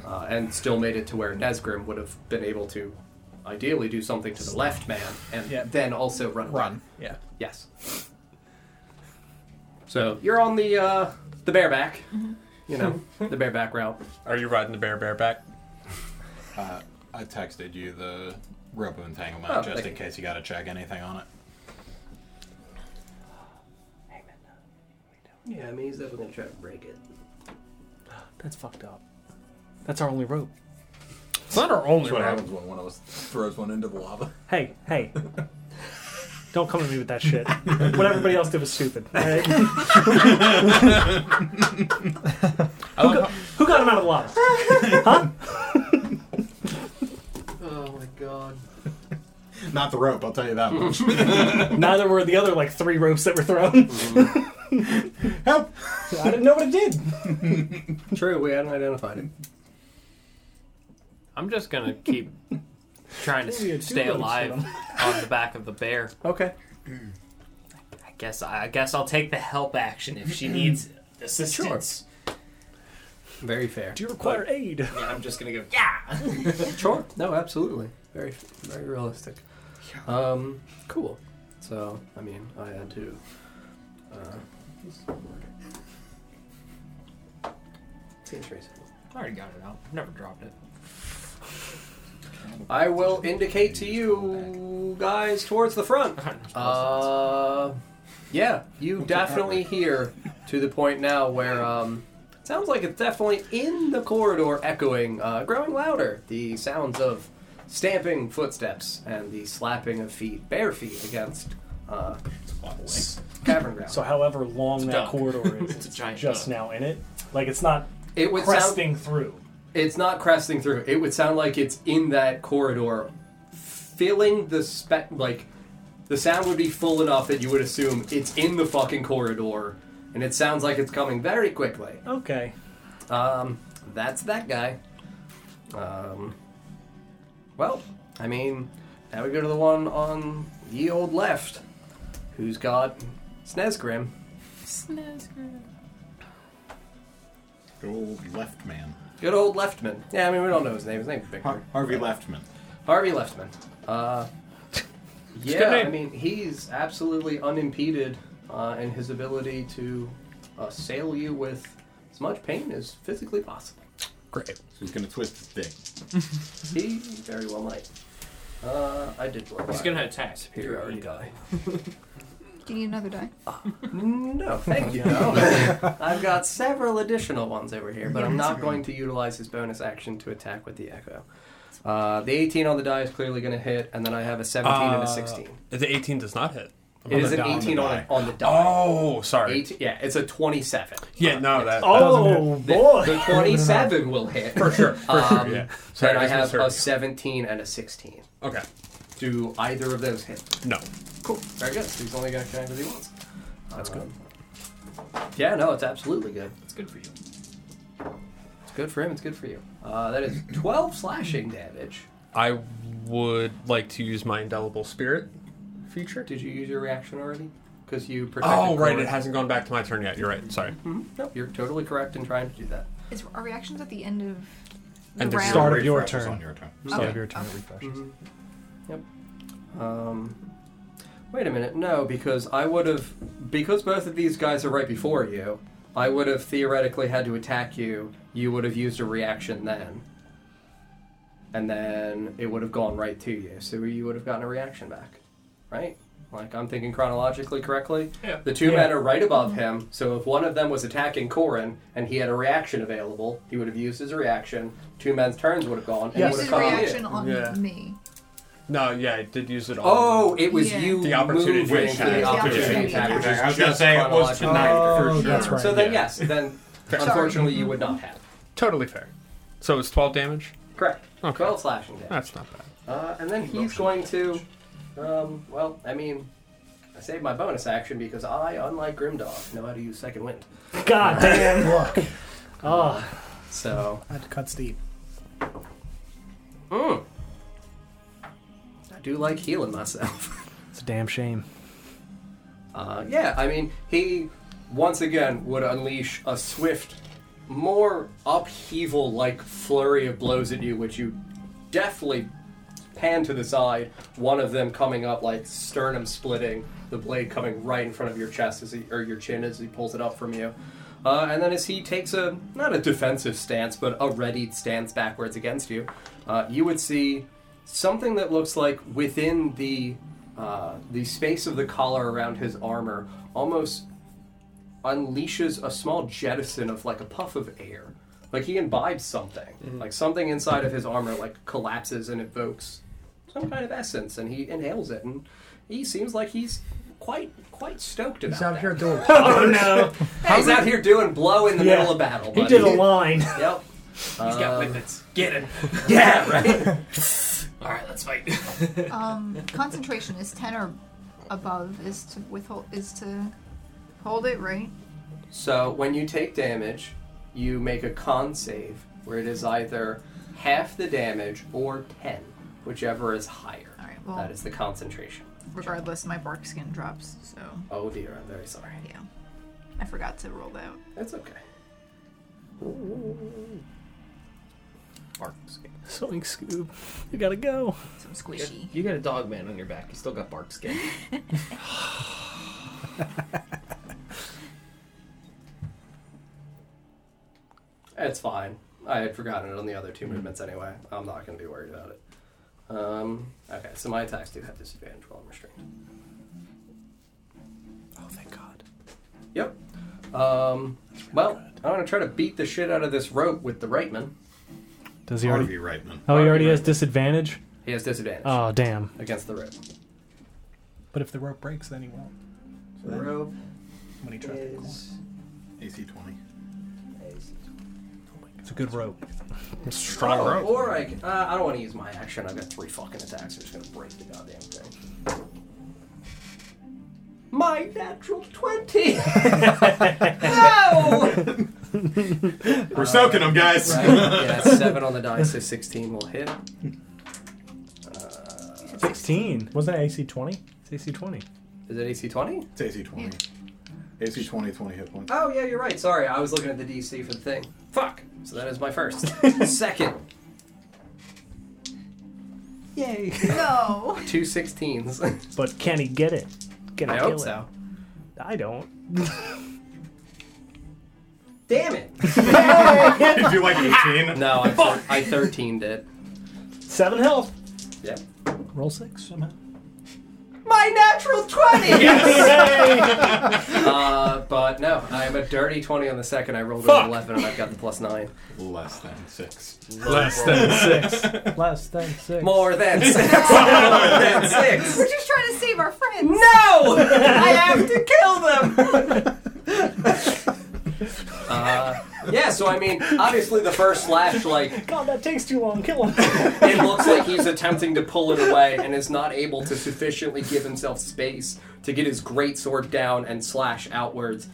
uh, and still made it to where Nesgrim would have been able to, ideally, do something to the left man, and Yeah. then also run. away. run. Yeah. Yes. So you're on the uh, the bareback, you know, the bareback route. Are you riding the bear bareback? Uh, I texted you the rope of entanglement Oh, just thank in you. case you got to check anything on it. Yeah, I mean he's definitely gonna try to break it. That's fucked up. That's our only rope. It's not our only That's what route. happens when one of us throws one into the lava. Hey, hey. Don't come at me with that shit. what everybody else did was stupid. all right? who, got, who got him out of the lava? Oh my god. Not the rope, I'll tell you that much. Neither were the other like three ropes that were thrown. Help! I didn't know what it did. True, we hadn't identified him. I'm just gonna keep trying to Yeah, two s- stay ropes alive in on the back of the bear. Okay. I guess I, I guess I'll take the help action if she needs assistance. Very fair. Do you require aid? Yeah, I'm just gonna go. Yeah. Sure. No, absolutely. Very, very realistic. Um, cool. So, I mean, I had to. Uh, seems reasonable. I already got it out. I've never dropped it. I will indicate to you guys towards the front. Uh, yeah, you definitely hear to the point now where um, it sounds like it's definitely in the corridor echoing, uh, growing louder. The sounds of stamping footsteps and the slapping of feet, bare feet against uh, s- cavern ground. So however long that duck. corridor is, It's a giant just duck. now in it. Like it's not it would sound, cresting through. it's not cresting through. It would sound like it's in that corridor, filling the spec like the sound would be full enough that you would assume it's in the fucking corridor, and it sounds like it's coming very quickly. Okay. Um, that's that guy. Um, well, I mean, now we go to the one on ye old left, who's got Snezgrim. Good old left man. Good old Leftman. Yeah, I mean, we don't know his name. His name's Victor. Har- Harvey Leftman. Harvey Leftman. Uh, yeah, good I name. mean, he's absolutely unimpeded uh, in his ability to assail you with as much pain as physically possible. Great. He's going to twist his dick. He very well might. Uh, I did roll. He's right. gonna attack. Here, I already die. Do you need another die? No, thank you. No. I've got several additional ones over here, but I'm not going to utilize his bonus action to attack with the echo. Uh, the 18 on the die is clearly going to hit, and then I have a 17 and a 16. The 18 does not hit. It is an die, on the 18 on die. the, on the die. Oh, sorry. 18, yeah, it's a 27. Yeah, no, that. Oh The, boy. the 27 will hit. for sure. For Um, sure. Yeah. Then Sorry, I just have a misheard 17 and a 16. you. Okay. Do either of those hit? No. Cool. Very good. So he's only going to connect with he wants. That's good. Yeah, no, it's absolutely good. It's good for you. It's good for him. It's good for you. Uh, that is 12 slashing damage. I would like to use my indelible spirit feature. Did you use your reaction already? Because you protected. Oh, right. Corrin. It hasn't gone back to my turn yet. You're right. Sorry. Nope, you're totally correct in trying to do that. Is are reactions at the end of the And the round? start of your Refresh is turn. on your turn. Start Yeah. of your turn to refresh. Um, wait a minute. No, because I would have because both of these guys are right before you. I would have theoretically had to attack you. You would have used a reaction then, and then it would have gone right to you. So you would have gotten a reaction back. right? Like I'm thinking chronologically correctly. Yeah. The two Yeah. men are right above him, so if one of them was attacking Corin and he had a reaction available, he would have used his reaction. Two men's turns would have gone. And Use he would his have come reaction in. on Yeah. me. No, yeah, I did use it all. Oh, it was Yeah. you The opportunity moving attack. to the Yeah, opportunity yeah, attack. yeah. which is I was gonna just say it was chronological. tonight. Oh, that's right. So then Yeah. yes, then Sorry. unfortunately you would not have. Totally fair. So it's 12 damage? Correct. Okay. Twelve slashing damage. That's not bad. Uh, and then he's going to. Um, well, I mean, I saved my bonus action because I, unlike Grimdog, know how to use Second Wind. God damn. Look, Oh, So. that cuts deep. Mm. I do like healing myself. it's a damn shame. Uh, yeah, I mean, he once again would unleash a swift, more upheaval like flurry of blows at you, which you deftly pan to the side, one of them coming up like sternum splitting, the blade coming right in front of your chest as he, or your chin as he pulls it up from you. Uh, and then as he takes a, not a defensive stance, but a readied stance backwards against you, uh, you would see something that looks like within the uh, the space of the collar around his armor almost unleashes a small jettison of like a puff of air. Like he imbibes something. Like something inside of his armor like collapses and evokes some kind of essence and he inhales it and he seems like he's quite quite stoked about He's out that. here doing. Oh no. Yeah, he's out here doing blow in the Yeah. middle of battle. He buddy. did a line. Yep. He's He's got whippets. Get him. Yeah, right. All right, let's fight. Um, concentration is ten or above is to withhold is to hold it right. So when you take damage, you make a con save where it is either half the damage or 10, whichever is higher. All right, well- that is the concentration. Regardless, my bark skin drops. So Oh dear, I'm very sorry. yeah, I forgot to roll that. That's okay. Sewing Scoob, you gotta go. Some squishy. You got a dog man on your back. You still got bark skin. It's fine. I had forgotten it on the other two movements anyway. I'm not going to be worried about it. Um, okay, so my attacks do have disadvantage while I'm restrained. Oh, thank God. Yep. Um, well, I'm going to try to beat the shit out of this rope with the right man. Does he Harvey already? Reitman. Oh, he already has disadvantage. He has disadvantage Oh, damn. against the rope. But if the rope breaks, then he won't. The rope When he tries to pull it. is. AC 20. It's a good rope. Strong Oh, rope. Or I, can- uh, I don't want to use my action. I've got three fucking attacks. I'm just gonna break the goddamn thing. My natural twenty. no. We're soaking them, guys. Right? Yeah, seven on the dice, so sixteen will hit. Sixteen. Wasn't it AC 20? It's AC twenty. Is it AC twenty? It's AC 20. AC 20, 20 hit points. Oh yeah, you're right. Sorry, I was looking at the DC for the thing. Fuck. So that is my first. Second. Yay. No. Two 16s. But can he get it? Can he I kill hope it? so. I don't. Damn it. Did you like 18? No, I, thir- I 13'd it. Seven health. Yep. Roll six somehow. My natural 20! Yay! uh, but no, I am a dirty 20 on the second. I rolled Fuck. an 11 and I've got the plus 9. Less than 6. Less than six. Less than six. More than 6! More than 6! We're just trying to save our friends. No! I have to kill them! Uh, yeah, so I mean, obviously the first slash, like, God, that takes too long. Kill him. it looks like he's attempting to pull it away and is not able to sufficiently give himself space to get his great sword down and slash outwards.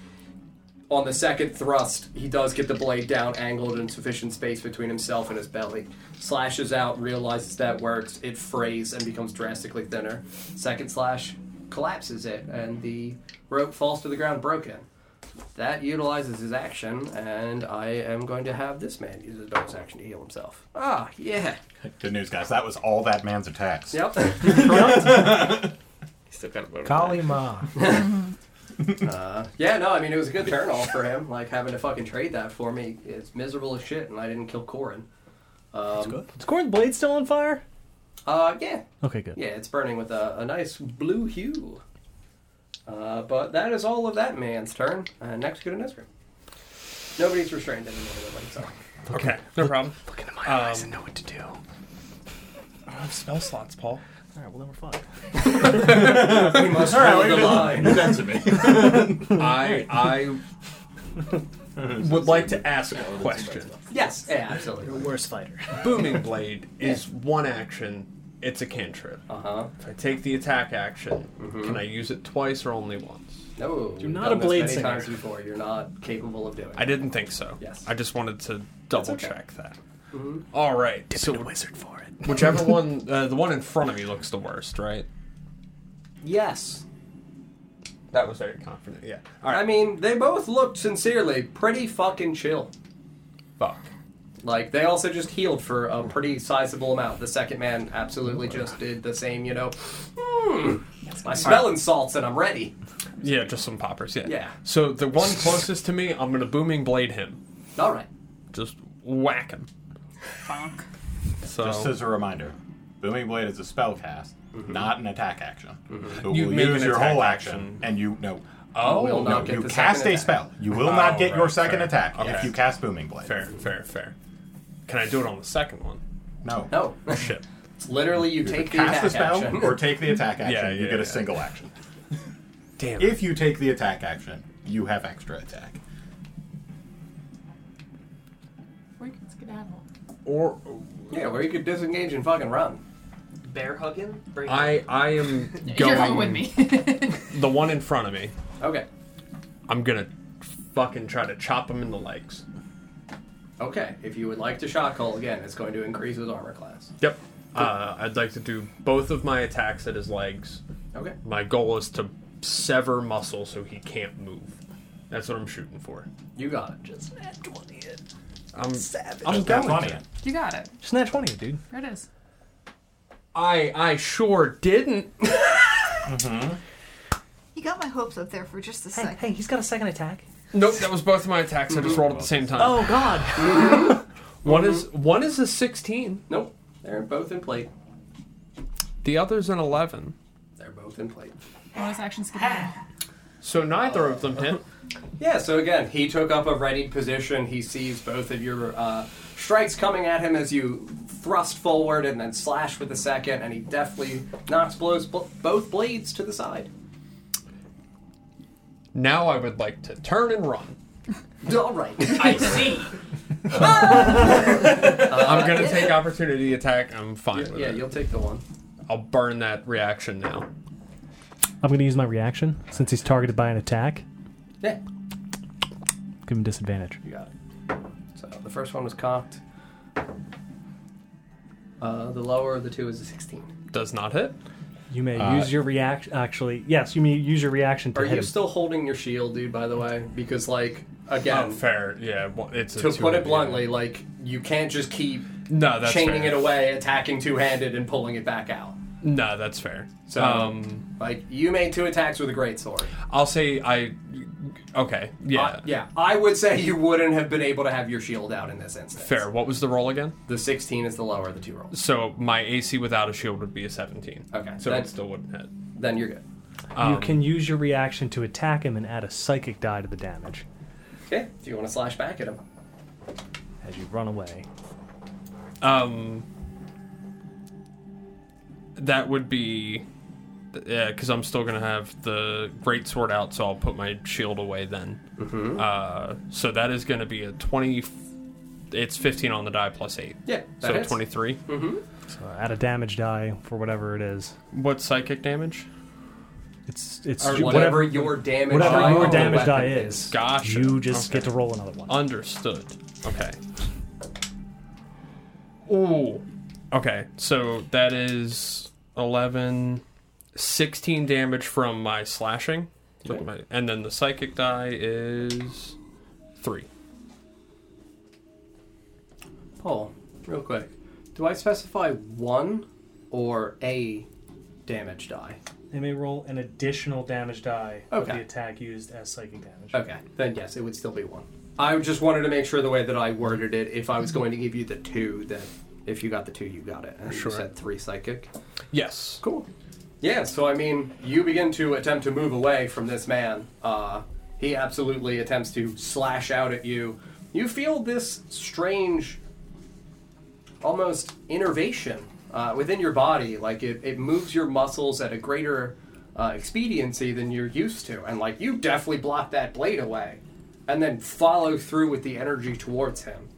On the second thrust, he does get the blade down, angled in sufficient space between himself and his belly. Slashes out, realizes that works, it frays and becomes drastically thinner. Second slash collapses it, and the rope falls to the ground broken. That utilizes his action, and I am going to have this man use his bonus action to heal himself. Ah, yeah. Good news, guys. That was all that man's attacks. Yep. still got a bonus. Kalima. Uh, yeah, no, I mean, it was a good turn off for him. Like, having to fucking trade that for me, it's miserable as shit, and I didn't kill Corin. Um, Is Corn's blade still on fire? Uh, yeah. Okay, good. Yeah, it's burning with a, a nice blue hue. Uh, but that is all of that man's turn. Uh, next, go to Nesgrim. Nobody's restrained anymore, nobody, so. Okay, no problem. Um, Look into my eyes and know what to do. I don't have spell slots, Paul. All right, well then we're fine. We must hold the line. That's me. I I would like to ask a question. Yes, yeah, absolutely. You're a worse fighter. Booming blade is one action. It's a cantrip. Uh huh. If I take the attack action, can I use it twice or only once? No, You're we've not done a this blade many singer. times before. You're not capable of doing. I didn't think so. Yes. I just wanted to double check that. Mhm. All right. so wizard for it. Whichever one, uh, the one in front of me looks the worst, right? Yes. That was very confident. Yeah. I mean, they both looked sincerely pretty fucking chill. Fuck. Like they also just healed for a pretty sizable amount. The second man absolutely just did the same. You know, hmm, my smelling salts and I'm ready. Yeah, just some poppers. Yeah. Yeah. So the one closest to me, I'm gonna booming blade him. All right. Just whack him. Bonk. So Just as a reminder, Booming Blade is a spell cast, Mm-hmm. not an attack action. So You will make use an your attack whole action. action, and you no. Mm-hmm. Oh. you will Will no, not get you the cast second a spell. attack. You will Oh, not get your right, second fair. attack Okay. if you cast Booming Blade. Fair, fair, fair. Can I do it on the second one? No. No. Shit. It's literally you You take the cast attack the spell action. or take the attack action. Yeah, you yeah, get yeah. a single action. Damn. If you take the attack action, you have extra attack. Where can skedaddle? Or yeah, where you could disengage and fucking run. Bear hugging? Break I I am going. You're going with me. The one in front of me. Okay. I'm gonna fucking try to chop him in the legs. Okay. If you would like to shot call again, it's going to increase his armor class. Yep. Uh, I'd like to do both of my attacks at his legs. Okay. My goal is to sever muscle so he can't move. That's what I'm shooting for. You got it. Just nat twenty it. I'm Savage. I'm Just nat going to. 20. You got it. Just nat twenty it, dude. There it is. I I sure didn't. You got my hopes up there for just a Hey, second. hey, he's got a second attack. Nope, that was both of my attacks. I just rolled at the same time. Oh God. One is one is a 16. Nope. They're both in plate. The other's an 11. They're both in plate. Bonus action Ah. skedaddle. So neither of them hit. Yeah, so again, he took up a ready position. He sees both of your uh, strikes coming at him as you thrust forward and then slash with the second, and he deftly knocks blows bl- both blades to the side. Now I would like to turn and run. All right. I see. I'm gonna take opportunity attack. I'm fine with Uh, yeah, it. you'll take the one. I'll burn that reaction now. I'm gonna use my reaction since he's targeted by an attack. Yeah, Give him disadvantage. you got it. So the first one was cocked. Uh, the lower of the two is a 16. Does not hit. You may use your reaction. Actually, yes, you may use your reaction to Are hit you him. still holding your shield, dude, by the way? Because, like, again, Oh, fair. Yeah. well, It's a to two put it hit, yeah. bluntly, like, you can't just keep No, that's chaining fair. it away, attacking two handed, and pulling it back out. No, that's fair. So, um, like, you made two attacks with a great sword. I'll say I. Okay. Yeah. I, Uh, yeah, I would say you wouldn't have been able to have your shield out in this instance. Fair. What was the roll again? The 16 is the lower of the two rolls. So my AC without a shield would be a 17. Okay, So that- it still wouldn't hit. Then you're good. Um, you can use your reaction to attack him and add a psychic die to the damage Okay. Do you want to slash back at him? as you run away. Um, that would be. Yeah, because I'm still gonna have the great sword out, so I'll put my shield away then. Mm-hmm. Uh, so that is gonna be a 20. It's 15 on the die plus eight. Yeah. That So hits. 23. So add uh, a damage die for whatever it is. What's psychic damage? It's it's Or ju- whatever your damage whatever die your on the damage weapon die is. Gotcha. You just Okay. get to roll another one. Understood. Okay. Ooh. Okay, so that is 11, 16 damage from my slashing. Look at my- And then the psychic die is 3. Paul, real quick. Do I specify one or a damage die? They may roll an additional damage die Okay. of the attack used as psychic damage. Okay. Then yes, it would still be one. I just wanted to make sure the way that I worded it, if I was going to give you the two, that If you got the two, you got it. And Sure. You said three psychic. Yes. Cool. Yeah, so I mean, you begin to attempt to move away from this man. Uh, he absolutely attempts to slash out at you. You feel this strange, almost innervation uh, within your body. Like it, it moves your muscles at a greater uh, expediency than you're used to. And like you definitely block that blade away and then follow through with the energy towards him.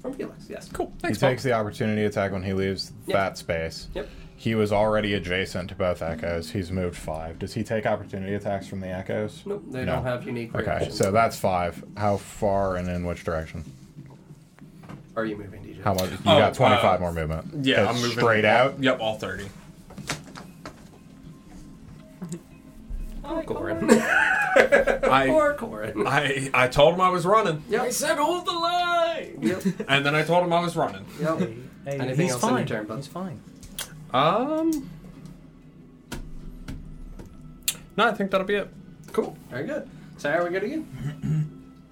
From Felix, yes. Cool. he takes the opportunity attack when he leaves Yep. that space. Yep. He was already adjacent to both echoes. He's moved five. Does he take opportunity attacks from the echoes? Nope, they don't have unique Okay, reactions. so that's five. How far and in which direction? Are you moving, DJ? How much? You Oh, got 25 uh, more movement. Yeah, That's I'm moving Straight out? Yep, all thirty. Oh, Corin. I, Poor Corin. I I told him I was running, I said hold the line. Yep. and then I told him I was running. Yep. Hey, Anything he's else fine. in your turn, bud? He's fine. Um. No, I think that'll be it. Cool. Very good. So how are we good again?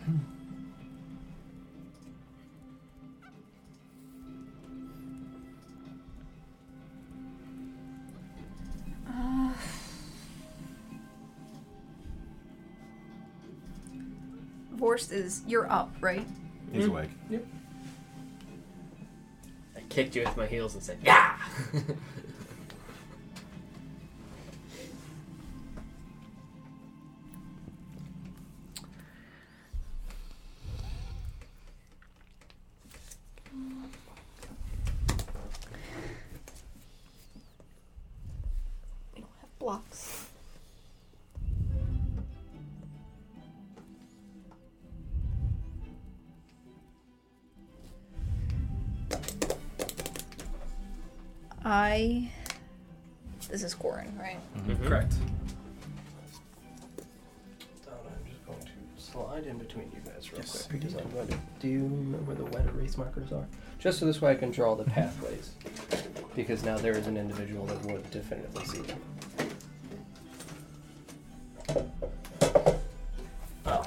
Uh, Vorst is you're up, right? He's Hmm? awake. I kicked you with my heels and said, "Yeah." We don't have blocks. I. This is Corin, right? Correct. I'm just going to slide in between you guys real quick because I'm going to. Do you remember the wet erase markers are? Just so this way I can draw the pathways, because now there is an individual that would definitively see them.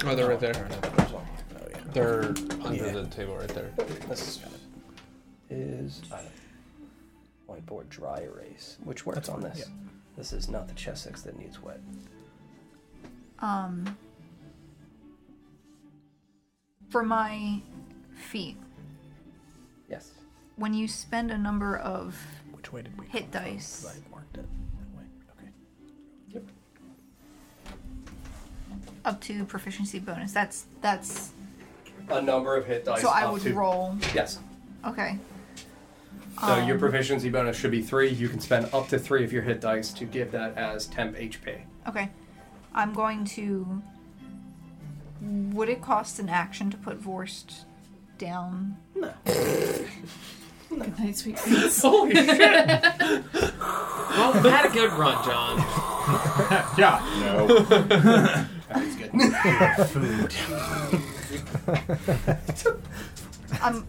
Oh, they're right there. They're under the table right there. This is fine. Is item. whiteboard dry erase, which works on this. This is not the chess six that needs wet. Hmm. Um. For my feet, Yes. when you spend a number of Which way did we hit dice, marked it? That way. Okay. up to proficiency bonus, that's that's. A number of hit dice. so I up would to- roll. Yes. Okay. So Um, your proficiency bonus should be three. You can spend up to three of your hit dice to give that as temp HP. Okay. I'm going to. Would it cost an action to put Vorst down? Good night, sweet dreams. Holy shit! well, had a good run, John. Yeah. No. That's good. All I'm. Um,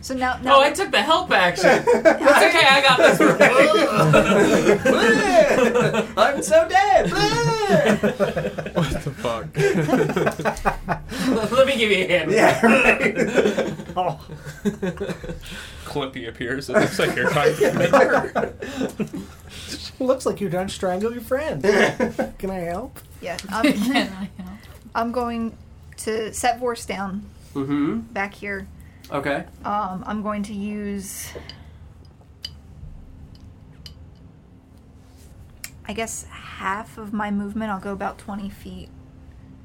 So now, now No, Oh, I took the help action. It's okay. I got this. one. I'm so dead. What the fuck? Let me give you a hand. Yeah. Clippy appears. It looks like you're trying to Looks like you're trying to strangle your friend. Can I help? yeah, I'm, I know. I'm going to set Vorst down Mm-hmm. back here. Okay. Um, I'm going to use. I guess half of my movement. I'll go about 20 feet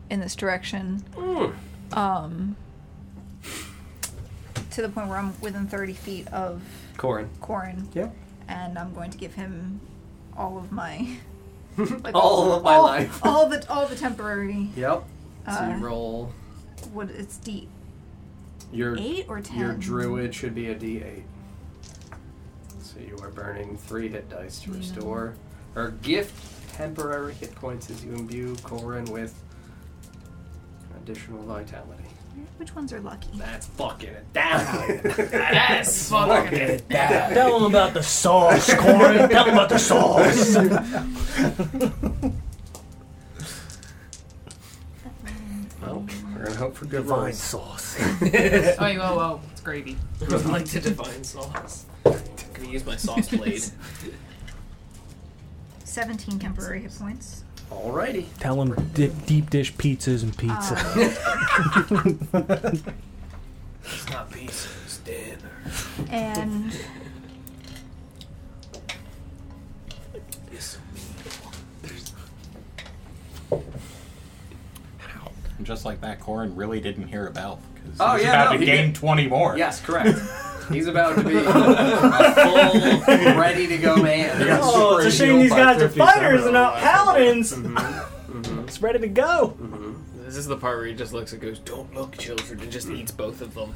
in this direction. Hmm. Um, to the point where I'm within 30 feet of Corin. Corin. Yeah. And I'm going to give him all of my. like, All of my all- life. All the, all the temporary. Yep. so Oh. Uh, you roll What, it's D8 your or 10? your druid should be a D8. So you are burning three hit dice to restore or gift temporary hit points as you imbue Corin with additional vitality. Which ones are lucky? That's fucking it down. Yes. Fucking Tell him about the sauce, Corin. Tell him about the sauce. That means Well, we're gonna hope for good Divine rolls. sauce. oh, you- oh, oh, it's gravy. I would like to divine sauce. Can we use my sauce blade? 17 temporary hit points. Alrighty. Tell them dip, deep dish pizzas and pizza. It's not pizza, it's dinner. And Yes. Just like that, Corin really didn't hear about because Oh, he's yeah, about no, to he gain did. twenty more. Yes, correct. He's about to be a full, ready to go man. He got oh, super it's a shame healed these by guys are 50 somewhere fighters and not along. paladins. Mm-hmm. It's ready to go. This is the part where he just looks and goes, "Don't look, children," and just eats both of them.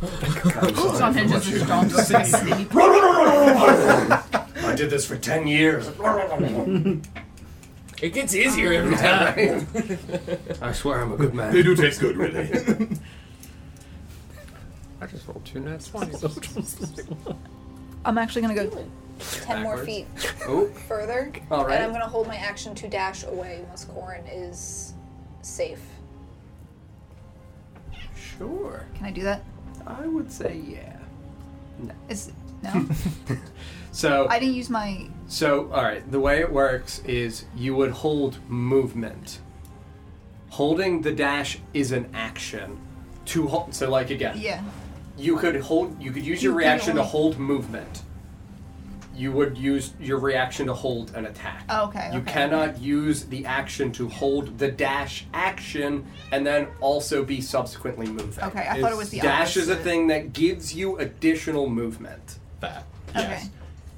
It's on hinges and strong. I did this for ten years. It gets easier every time. I swear I'm a good man. They do taste good, really. I just rolled two nats. I'm actually going to go. 10 more feet Oh, further. All right. And I'm going to hold my action to dash away once Corin is safe. sure. Can I do that? I would say yeah. Is no. So I didn't use my. So, all right, the way it works is you would hold movement. Holding the dash is an action. To hold, so like again, Yeah. you could hold. You could use your You can reaction to only- hold movement. You would use your reaction to hold an attack. Oh, okay, You okay, cannot use the action to hold the dash action and then also be subsequently moving. Okay, I thought it was the dash is a opposite. thing that gives you additional movement. That Okay. yes,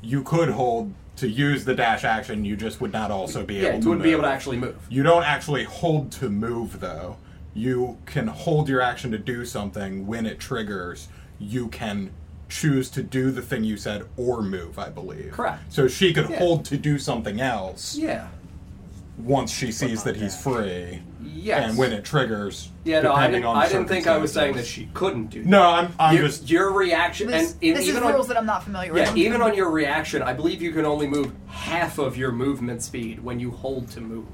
you could hold to use the dash action. You just would not also be Yeah, able. you to wouldn't be move. able to actually move. You don't actually hold to move though. You can hold your action to do something when it triggers. You can choose to do the thing you said or move, I believe. Correct. So she could Yeah. hold to do something else Yeah. once she sees that he's free. Yes. And when it triggers, Yeah, no, I depending didn't, on I didn't think I was saying that circumstances. she couldn't do that. No, I'm, I'm your, just. your reaction, This, and, and this is even rules on, that I'm not familiar with. yeah, even on your reaction, I believe you can only move half of your movement speed when you hold to move.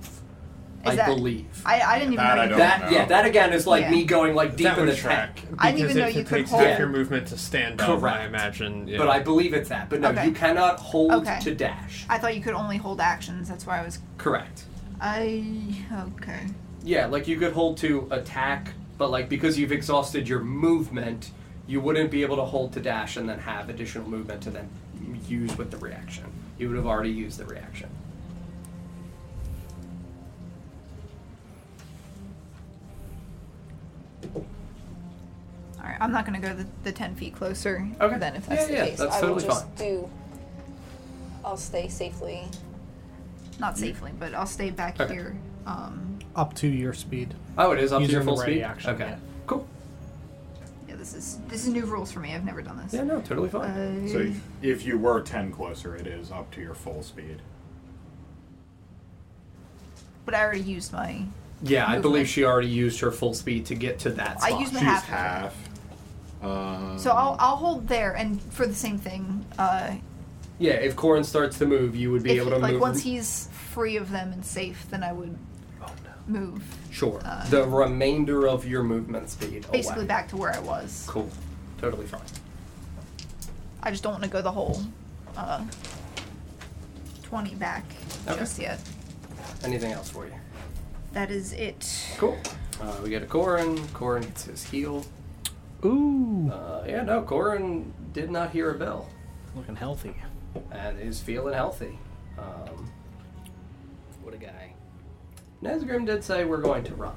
Is I that- believe I, I didn't even. That know I you don't could- that. know. Yeah, that again is like Yeah. me going like deep that in would the track. tank. I didn't even Because know if you it could takes hold- half your movement to stand up, I Correct. imagine. Yeah. But I believe it's that. But no, Okay. you cannot hold Okay. to dash. I thought you could only hold actions. That's why I was. Correct. I okay. Yeah, like you could hold to attack, but like because you've exhausted your movement, you wouldn't be able to hold to dash and then have additional movement to then use with the reaction. You would have already used the reaction. All right. I'm not gonna go the, the ten feet closer. Okay. Then if that's Yeah, the yeah, case, that's I will totally just fine. do. I'll stay safely. not safely, but I'll stay back Mm-hmm. Okay. here. Um. Up to your speed. Oh, it is up to Using your the full ready speed. action, okay, yeah. cool. Yeah. This is this is new rules for me. I've never done this. Yeah, no, totally fine. I- So if- if you were 10 closer, it is up to your full speed. but I already used my. yeah, I movement. believe she already used her full speed to get to that I spot. used my She's half. half. Um, So I'll I'll hold there and for the same thing. Uh. yeah, if Corin starts to move, you would be if able he- to like move. once he's free of them and safe, then I would Oh, move sure, the remainder of your movement speed. uh, basically away. back to where I was. Cool, totally fine. I just don't want to go the whole uh, 20 back just yet. Anything else for you? That is it. Cool. Uh, we get a Corin. Corin gets his heal. Ooh, Uh, yeah, no, Corin did not hear a bell looking healthy. and is feeling healthy. Um, what a guy. Nesgrim did say we're going to run.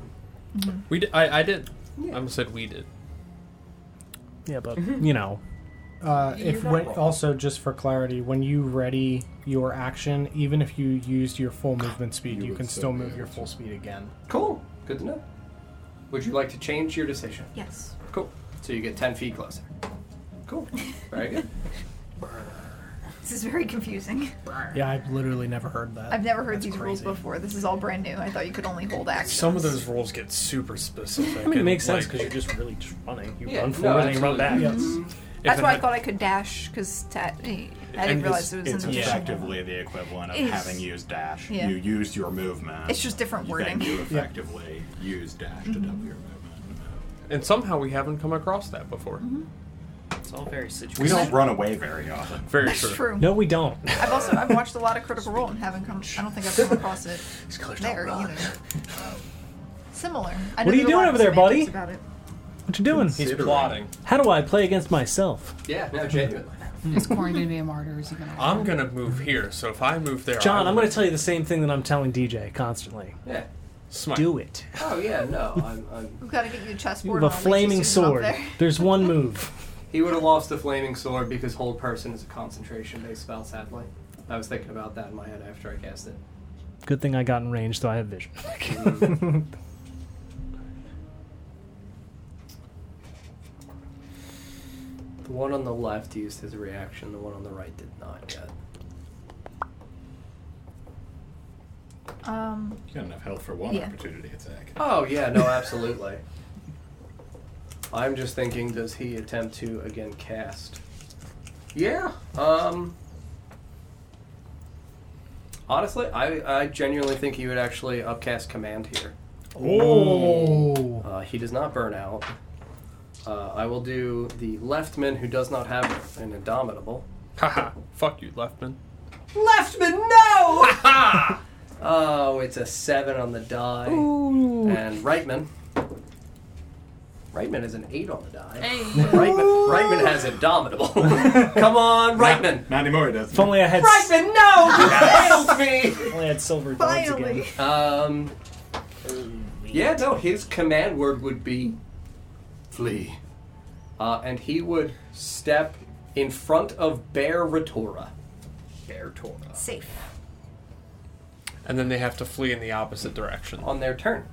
we did, I, I did. Yeah. I almost said we did. Yeah, but you know, Uh, if not when, wrong. also just for clarity, when you ready your action, even if you used your full movement speed, you, would can still still be move able your to. full speed again. Cool. Good to know. Would you like to change your decision? Yes. Cool. So you get 10 feet closer. Cool. Very good. This is very confusing. Yeah, I've literally never heard that. I've never heard That's these rules crazy. before. This is all brand new. I thought you could only hold action. Some of those rules get super specific. I mean, it and, makes sense like, because you're just really just running. You Yeah, run no, forward and you run back. Yes. If That's it why I had- thought I could dash because I didn't And realize it's- it was in It's the Yeah. effectively the equivalent of It's- having used dash. yeah. You used your movement. It's just different you- wording. Then you effectively use dash to double your movement. And somehow we haven't come across that before. Mm-hmm. It's all very situational. We don't run away very often. Very That's true. true. No, we don't. I've also I've watched a lot of Critical Role and haven't come. I don't think I've come across it there either. Similar. I What know are you there doing a lot over of there, buddy? semantics About it. What you doing? He's plotting. How do I play against myself? Yeah, no, genuinely. Is Corin gonna be a martyr? or Is he gonna? Ah. I'm gonna move here, so if I move there, John, I I'm going to tell you the same thing that I'm telling DJ constantly. Yeah. smite. Do it. Oh yeah, no. I'm, I'm, We've got to get you a You chessboard. have a and I'll let flaming you suit him up sword. there. There's one move. he would have lost the flaming sword because hold person is a concentration-based spell. Sadly, I was thinking about that in my head after I cast it. Good thing I got in range, so I have vision. The one on the left used his reaction. The one on the right did not yet. Um, You got enough health for one Yeah. opportunity attack. Oh yeah, no, absolutely. I'm just thinking, does he attempt to again cast? Yeah. Um. Honestly, I, I genuinely think he would actually upcast command here. Oh. Uh, he does not burn out. Uh, I will do the leftman who does not have an indomitable. Haha. Fuck you, Leftman. Leftman, no! oh, it's a seven on the die. And Reitman. Reitman is an eight on the die. Hey. Reitman, Reitman has Indomitable. Come on, Reitman. Not anymore, it doesn't. If only I had, s- Reitman, no! You failed if only I had silver dogs finally. again. me! Um, yeah, no, his command word would be flee. Uh, and he would step in front of Bear Retora. Bear Tora. Safe. And then they have to flee in the opposite direction. On their turn.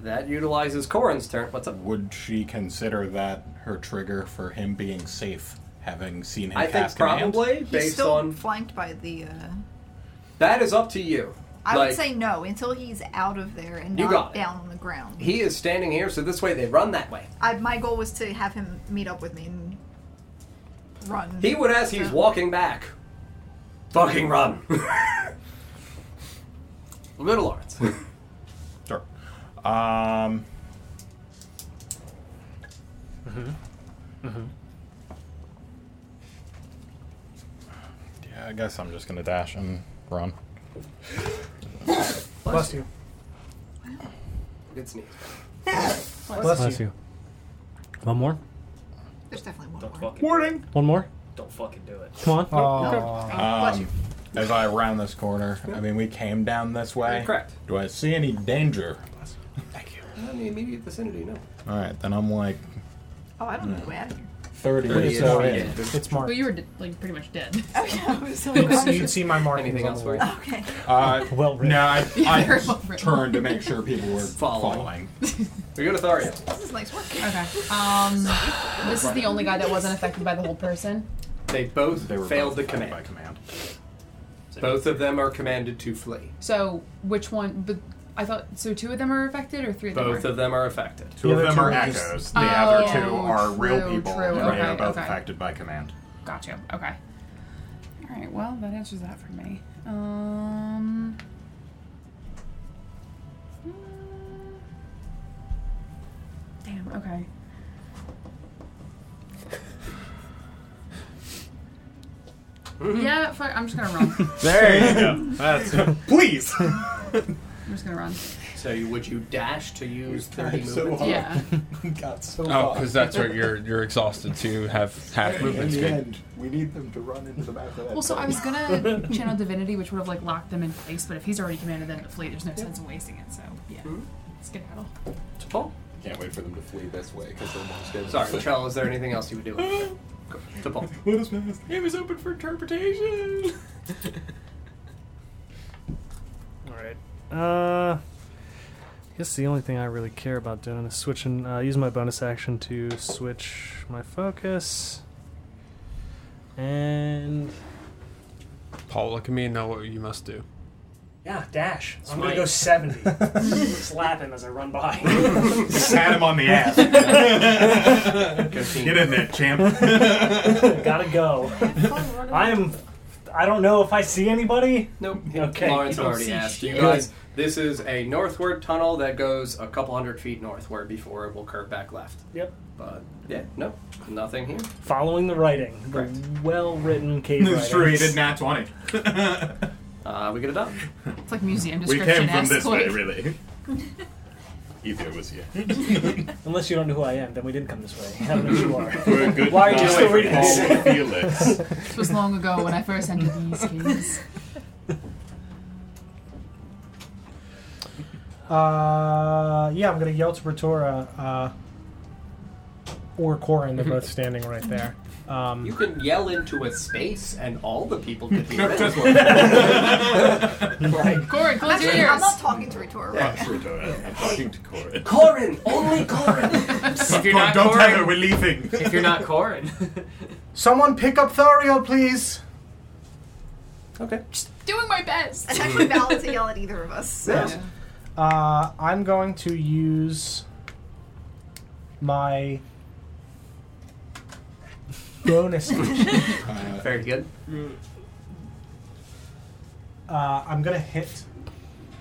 That utilizes Corin's turn. What's up? Would she consider that her trigger for him being safe, having seen him I think cast command? probably He's based still on flanked by the. Uh, that is up to you. I Like, would say no until he's out of there and You got not it. down on the ground. he is standing here, so this way they run that way. I, my goal was to have him meet up with me and run. He would as he's So- walking back. Fucking run. We'll go to Lawrence. Sure. Um. Mm-hmm. Yeah, I guess I'm just gonna dash and run. Bless you. Good sneeze. Bless, Bless you. you. One more. There's definitely one Don't more. fucking. Warning. One more. Don't fucking do it. Come on. Aw. Bless you. Um, as I round this corner, I mean, we came down this way. Correct. Do I see any danger? In the immediate vicinity, no. All right, then I'm like uh, Oh, I don't know the way out of here. 30, or Thirty so is- in. It's Mark. Well, you were d- like pretty much dead. Oh, yeah, I was so You'd see, confused. you'd see my markings. Anything on else the for you? wall. Okay. Uh, Well written. no, I, I Very just well written. turned to make sure people were Following. following. We go to Tharia. This is nice work. Okay. Um, this is the only guy that wasn't affected by the whole person. They both They were failed both the affected By command. command. Both of them are commanded to flee. So which one? But I thought so. Two of them are affected, or three of them? Both are? of them are affected. Two The of other them two are are just- echoes. The Oh, other two are real true, people, true. and they Okay, are both okay. affected by command. Gotcha. Okay. All right. Well, that answers that for me. Um. mm. Damn. Okay. yeah. Fuck. I'm just gonna run. I'm There you go. That's please. just gonna run. So you, would you dash to use 30 Drive so movement? hard. Yeah. Got so Oh, because that's right. You're you're exhausted to have half movement speed. end, we need them to run into the back of that. Well, so I was gonna channel divinity, which would have like locked them in place. But if he's already commanded them to flee, there's no sense in wasting it. So yeah. Skedaddle. Paul? Can't wait for them to flee this way because they're more scared. Sorry, Trell, is there anything else you would do? Go to Paul. What is this? It was open for interpretation. All right. Uh, I guess the only thing I really care about doing is switching, uh, using my bonus action to switch my focus. And Paul, look at me and know what you must do. Yeah, dash. I'm gonna go 70. Slap him as I run by. Sat him on the ass. Get Go team. in there, champ. gotta go. I am. I don't know if I see anybody. Nope. Okay, Lawrence you don't already see asked. You shit. guys This is a northward tunnel that goes a couple hundred feet northward before it will curve back left. Yep. But yeah, no, nothing here. Following the writing, the well-written cave writing. nat 20. uh, we get it done. It's like museum We came description. from esque, this way, like- really. Ether was here. Unless you don't know who I am, then we didn't come this way. I don't know who you are. We're good Why are you guy still for reading this? Paul Felix. This was long ago when I first entered these games. Uh, yeah, I'm gonna yell to Bertora, uh, or Corin. They're Mm-hmm. both standing right there. Um, You can yell into a space and all the people could hear it. just Like, Corin, close Actually, your ears. I'm not talking to Retora Yeah, right it's Rotora. I'm talking to Corin. Corin! Only Corin! If you're not Don't tell her we're leaving. If you're not Corin. Someone pick up Thoriel, please. Okay. Doing my best. It's actually valid to yell at either of us. Yeah. Uh, I'm going to use my bonus action. Very good. Uh, I'm gonna hit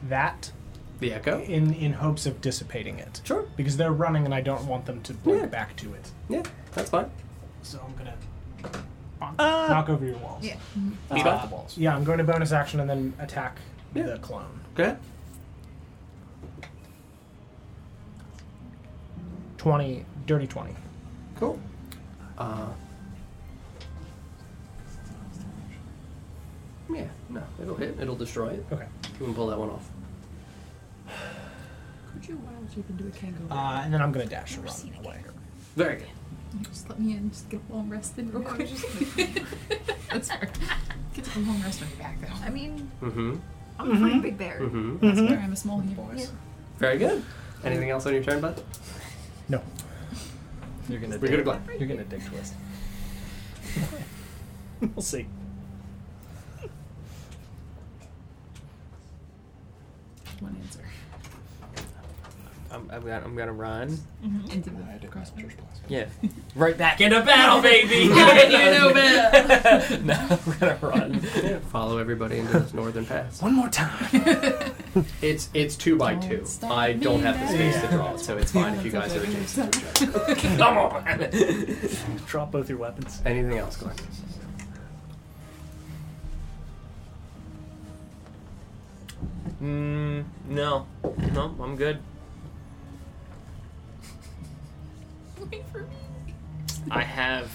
that The echo. in in hopes of dissipating it. Sure. Because they're running, and I don't want them to blink back to it. Yeah, that's fine. So I'm gonna bonk, knock over your walls. Yeah. Uh, Yeah, I'm going to bonus action and then attack the clone. Okay. Twenty, dirty twenty. Cool. Uh, yeah, no, it'll hit. It'll destroy it. Okay. You can pull that one off. Could you wild shape into a kangaroo? Uh, and then I'm gonna dash and run away. Very good. Just let me in. Just get a long rest in real quick. That's fair. Get a long rest when you're back, though. I mean, Mm-hmm. I'm a pretty big bear. Mhm. Hmm. That's fair. I'm a small human. Very good. Anything else on your turn, bud? No. You're gonna. dick- We're gonna go. you're gonna dick twist. we'll see. One answer. I'm, I'm, gonna, I'm gonna run. Mm-hmm. Into the crossbow. Yeah. Right back into battle, baby! How did you know better? no, I'm gonna run. Follow everybody into this northern pass. One more time. It's it's two by two. stop I don't have the me space to draw, it, so it's fine if you guys are adjacent to each other. Come on. Drop both your weapons. Anything else, Glenn? Mm, no. No, I'm good. Wait for me. I have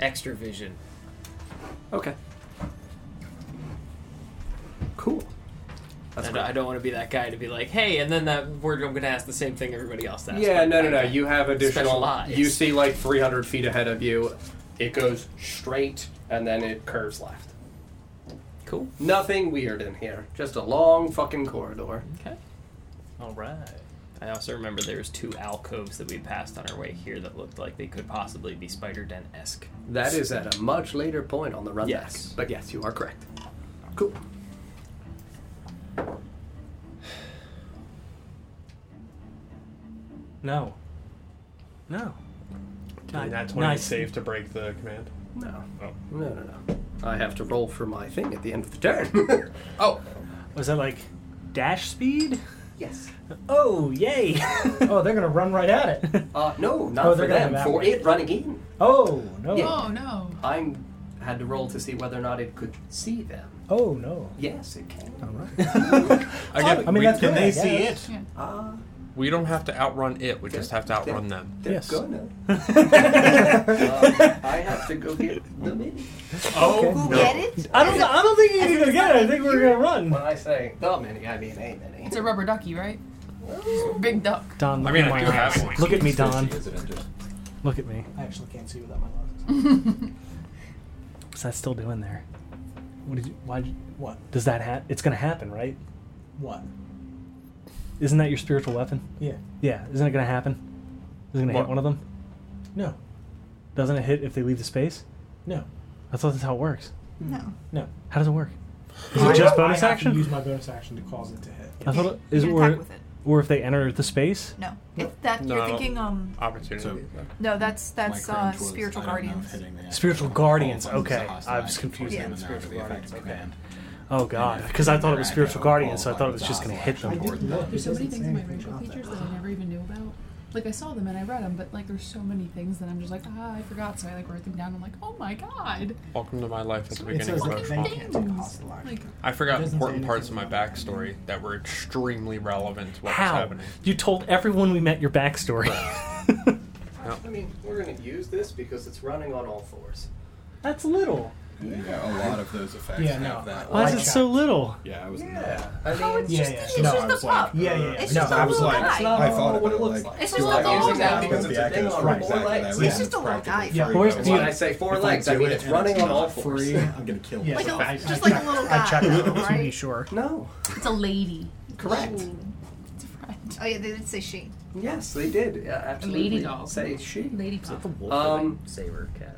extra vision. Okay. Cool. I, don't, I don't want to be that guy to be like, hey, and then that word I'm going to ask the same thing everybody else asks. yeah, Like, no, no, I no. got You have additional. specialized. You see like 300 feet ahead of you. It goes straight and then it curves left. Cool. Nothing weird in here. Just a long fucking corridor. Okay. All right. I also remember there was two alcoves that we passed on our way here that looked like they could possibly be Spider Den esque. That is at a much later point on the run Yes. back. But yes, you are correct. Cool. No. No. Doing that 20 nice. save to break the command. No. Oh. No, no, no. I have to roll for my thing at the end of the turn. oh. Was that like dash speed? Yes. Oh, yay! oh, they're gonna run right at it. Uh, no, not Oh, for they're gonna them. have For that it running in. Oh no. Yeah. Oh no. I had to roll to see whether or not it could see them. Oh no. Yes, it can. All right. I get it. I mean, we, that's can good, they I see guess. it? Yeah. Uh, We don't have to outrun it. We just have to outrun them. they're Yes. gonna. Uh, I have to go get them in. Who no. get it? I don't. I don't think you're gonna get it. I think we're gonna run. When I say the many, I mean a many. It's a rubber ducky, right? Big duck. Don, I look mean, I at my do eyes. have one. Look at me, Don. Is it under? Look at me. I actually can't see without my glasses. What's that still doing there? What did you? Why? did you- What? Does that happen? It's gonna happen, right? What? Isn't that your spiritual weapon? Yeah. Yeah. Isn't it gonna happen? Is it gonna What? hit one of them? No. Doesn't it hit if they leave the space? No. I thought that's how it works. No. No. How does it work? Is I- it just I bonus have to action? use my bonus action to cause it to hit. I thought it, You is can or attack with it. or if they enter the space. No. If that No, I you're don't- thinking um Opportunity. So- no, that's that's My uh, cringe was, spiritual I don't know if guardians. hitting the Spiritual actual guardians, call buttons okay. is a hostile I was action confused towards then them with and not spiritual the effect guardians, command. Oh god, because I thought it was Oh, spiritual guardian, so I thought it was just going to hit them. There's so many things in my racial features that I never even knew about. Like I saw them and I read them, but like there's so many things that I'm just like, ah, I forgot. So I like wrote them down. I'm like, oh my god. Welcome to my life at the It beginning says of that Roche they Mall. can't Things. Like, I forgot important parts of my backstory that were extremely relevant to what was How? happening. You told everyone we met your backstory. I mean, we're going to use this because it's running on all fours. That's little. Yeah, a lot of those effects. Yeah, have no, That, Why is like- it so little? Yeah, I was. Yeah. I mean, it's just- it's no, just I the was like, pup. yeah, yeah, yeah. It's no, just I a was little like, guy. It's not I all thought what it about it, looks like, like. It's just a long guy because it's a thing on right, four exactly, legs. that It's reason. just a long guy. Yeah, Free, where's though. the- When I say four if legs, I do mean it it's and running on not all fours. free, I'm gonna kill Like you. a- I- just I- like a little I checked guy, out to right? be sure. No. It's a lady. Correct. Oh yeah, they did say she. Yes, they did. Yeah, absolutely. Lady doll. Say she. Lady pop. Um, Um, saber cat.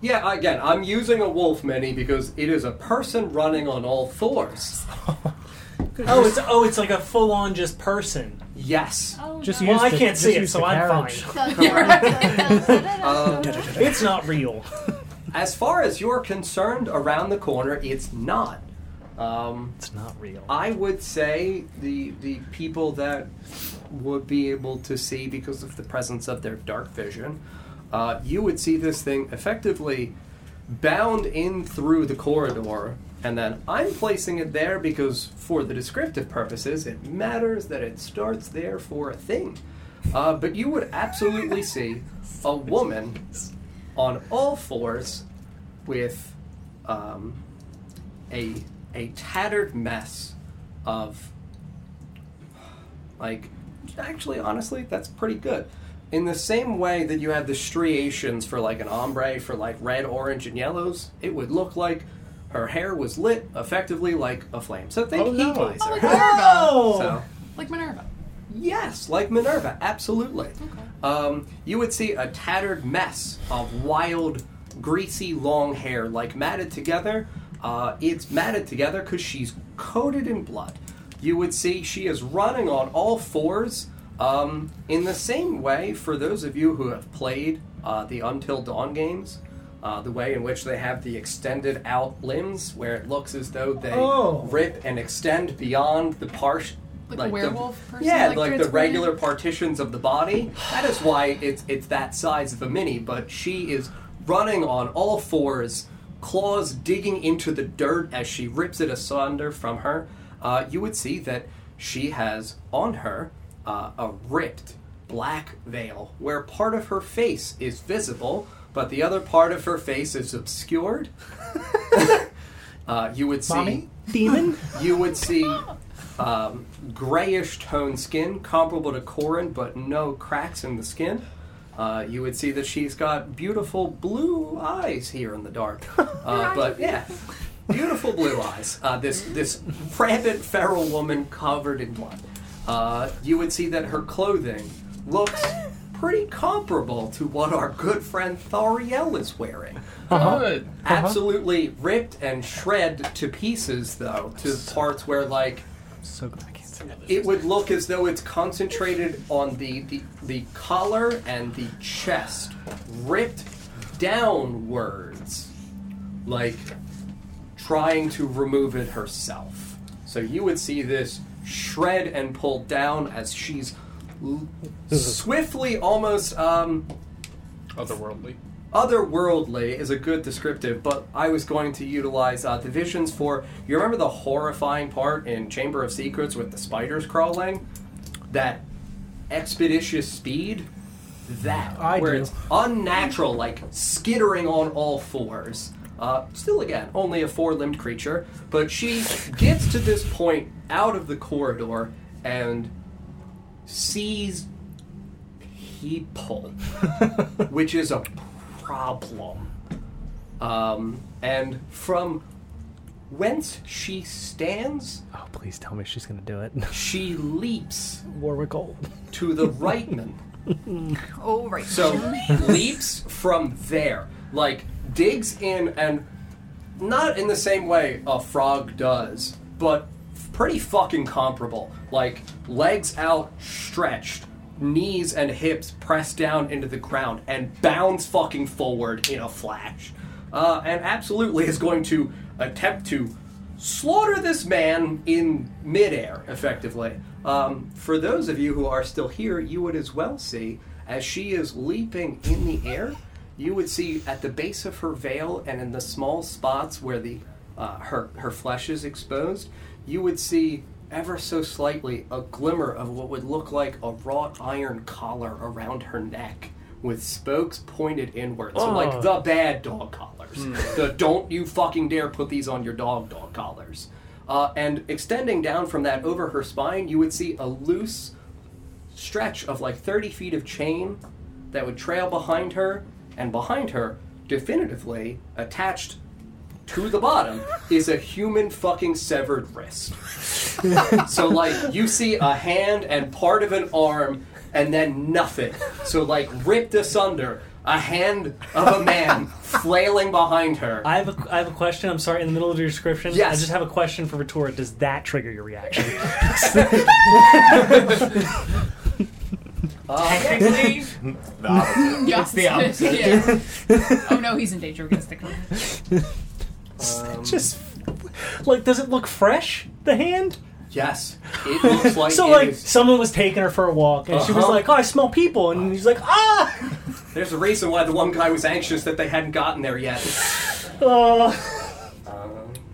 yeah, again, I'm using a wolf mini because it is a person running on all fours. Oh, it's oh, it's like a full-on just person. Yes. Oh, Just well, use I the- can't just see it, use so the I'm carriage. fine. Um, it's not real. as far as you're concerned, around the corner, it's not. Um, it's not real. I would say the the people that would be able to see because of the presence of their dark vision, uh, you would see this thing effectively bound in through the corridor, and then I'm placing it there because for the descriptive purposes, it matters that it starts there for a thing. Uh, but you would absolutely see a woman on all fours with um, a a tattered mess of like actually honestly that's pretty good in the same way that you have the striations for like an ombre for like red orange and yellows it would look like her hair was lit effectively like a flame so think Oh, heat no. visor Oh, like Minerva. so like Minerva. Yes, like Minerva, absolutely. Um, you would see a tattered mess of wild, greasy, long hair, like matted together. Uh, it's matted together because she's coated in blood. You would see she is running on all fours. Um, in the same way, for those of you who have played uh, the Until Dawn games, uh, the way in which they have the extended out limbs, where it looks as though they Oh. rip and extend beyond the partial. Like a werewolf the, person, like Yeah, like, the transforming? regular partitions of the body. That is why it's it's that size of a mini, but she is running on all fours, claws digging into the dirt as she rips it asunder from her. Uh, you would see that she has on her uh, a ripped black veil where part of her face is visible, but the other part of her face is obscured. Uh, you would see demon. You would see um, grayish toned skin, comparable to Corin, but no cracks in the skin. Uh, you would see that she's got beautiful blue eyes here in the dark. Uh, but yeah, beautiful blue eyes. Uh, this this rampant feral woman covered in blood. Uh, you would see that her clothing looks pretty comparable to what our good friend Thariel is wearing. Good. Absolutely ripped and shred to pieces, though, to parts where like so glad I can't see it would look as though it's concentrated on the, the, the collar and the chest, ripped downwards, like trying to remove it herself. So you would see this shred and pulled down as she's l- swiftly, almost um, Otherworldly. otherworldly is a good descriptive, but I was going to utilize uh, divisions for. You remember the horrifying part in Chamber of Secrets with the spiders crawling? That expeditious speed? That. where do. it's unnatural, like skittering on all fours. Uh, still, again, only a four limbed creature, but she gets to this point out of the corridor and sees people, which is a problem. Um, and from whence she stands, Oh, please tell me she's gonna do it. she leaps Warwick Old. to the rightman. Oh right. So leaps from there, like digs in, and not in the same way a frog does, but pretty fucking comparable. Like legs out, stretched, knees and hips pressed down into the ground, and bounds fucking forward in a flash. Uh, and absolutely is going to attempt to slaughter this man in midair, effectively. Um, for those of you who are still here, you would as well see, as she is leaping in the air, you would see at the base of her veil and in the small spots where the uh, her her flesh is exposed, you would see ever so slightly a glimmer of what would look like a wrought iron collar around her neck with spokes pointed inward. So like Oh. the bad dog collars. Mm. The don't you fucking dare put these on your dog dog collars. Uh, and extending down from that over her spine, you would see a loose stretch of like 30 feet of chain that would trail behind her, and behind her, definitively attached to the bottom, is a human fucking severed wrist. so, like, you see a hand and part of an arm, and then nothing. So, like, ripped asunder, a hand of a man flailing behind her. I have a, I have a question. I'm sorry, in the middle of your description. Yes. I just have a question for Retora. Does that trigger your reaction? Um, Technically, The opposite. Yeah. It's the opposite. Yeah. Oh no, he's in danger against the current. just like, does it look fresh? The hand? Yes. It looks like so. it like is- someone was taking her for a walk, and she was Uh-huh. like, "Oh, I smell people," and he's like, "Ah, There's a reason why the one guy was anxious that they hadn't gotten there yet. oh,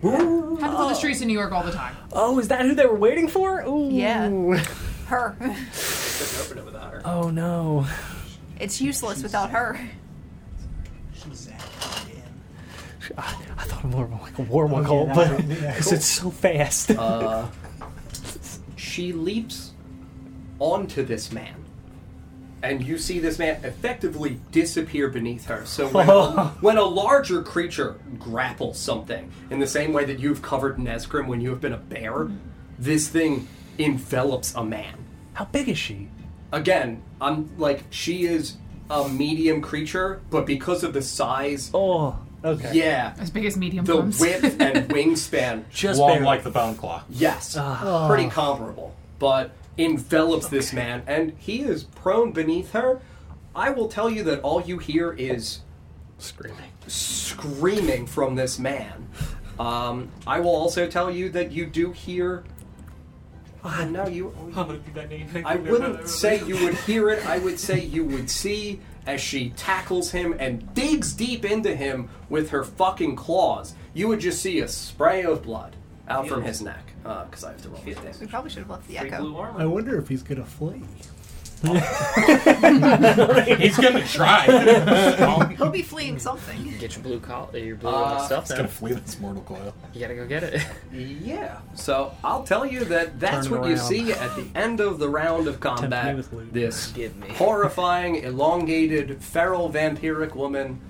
Happens on the streets of New York all the time. oh, is that who they were waiting for?" Ooh. Yeah. Her. Oh no. It's useless without her. I thought more of like a warm Oh, one yeah, call, that but would- yeah. because it's so fast. Uh, she leaps onto this man. And you see this man effectively disappear beneath her. So when, Oh. a, when a larger creature grapples something, in the same way that you've covered Nesgrim when you have been a bear, this thing envelops a man. How big is she? Again, I'm like she is a medium creature, but because of the size, oh, okay, yeah, As big as medium the thumbs. width and wingspan Just Long barely. like the bone claw yes Ah. pretty comparable but envelops this man and he is prone beneath her i will tell you that all you hear is screaming screaming from this man um, i will also tell you that you do hear I know you. I'm gonna do that name. I wouldn't say you would hear it. I would say you would see as she tackles him and digs deep into him with her fucking claws. You would just see a spray of blood out from his neck. Because I have to roll for this. We probably should have left the Free blue echo. I wonder if he's gonna flee. He's gonna try. He'll be fleeing something. Get your blue collar, your blue Uh, stuff. it's gonna flee this mortal coil. You gotta go get it. Yeah. So I'll tell you that that's Turn it what you around. see at the end of the round of combat. This Give me. horrifying, elongated, feral, vampiric woman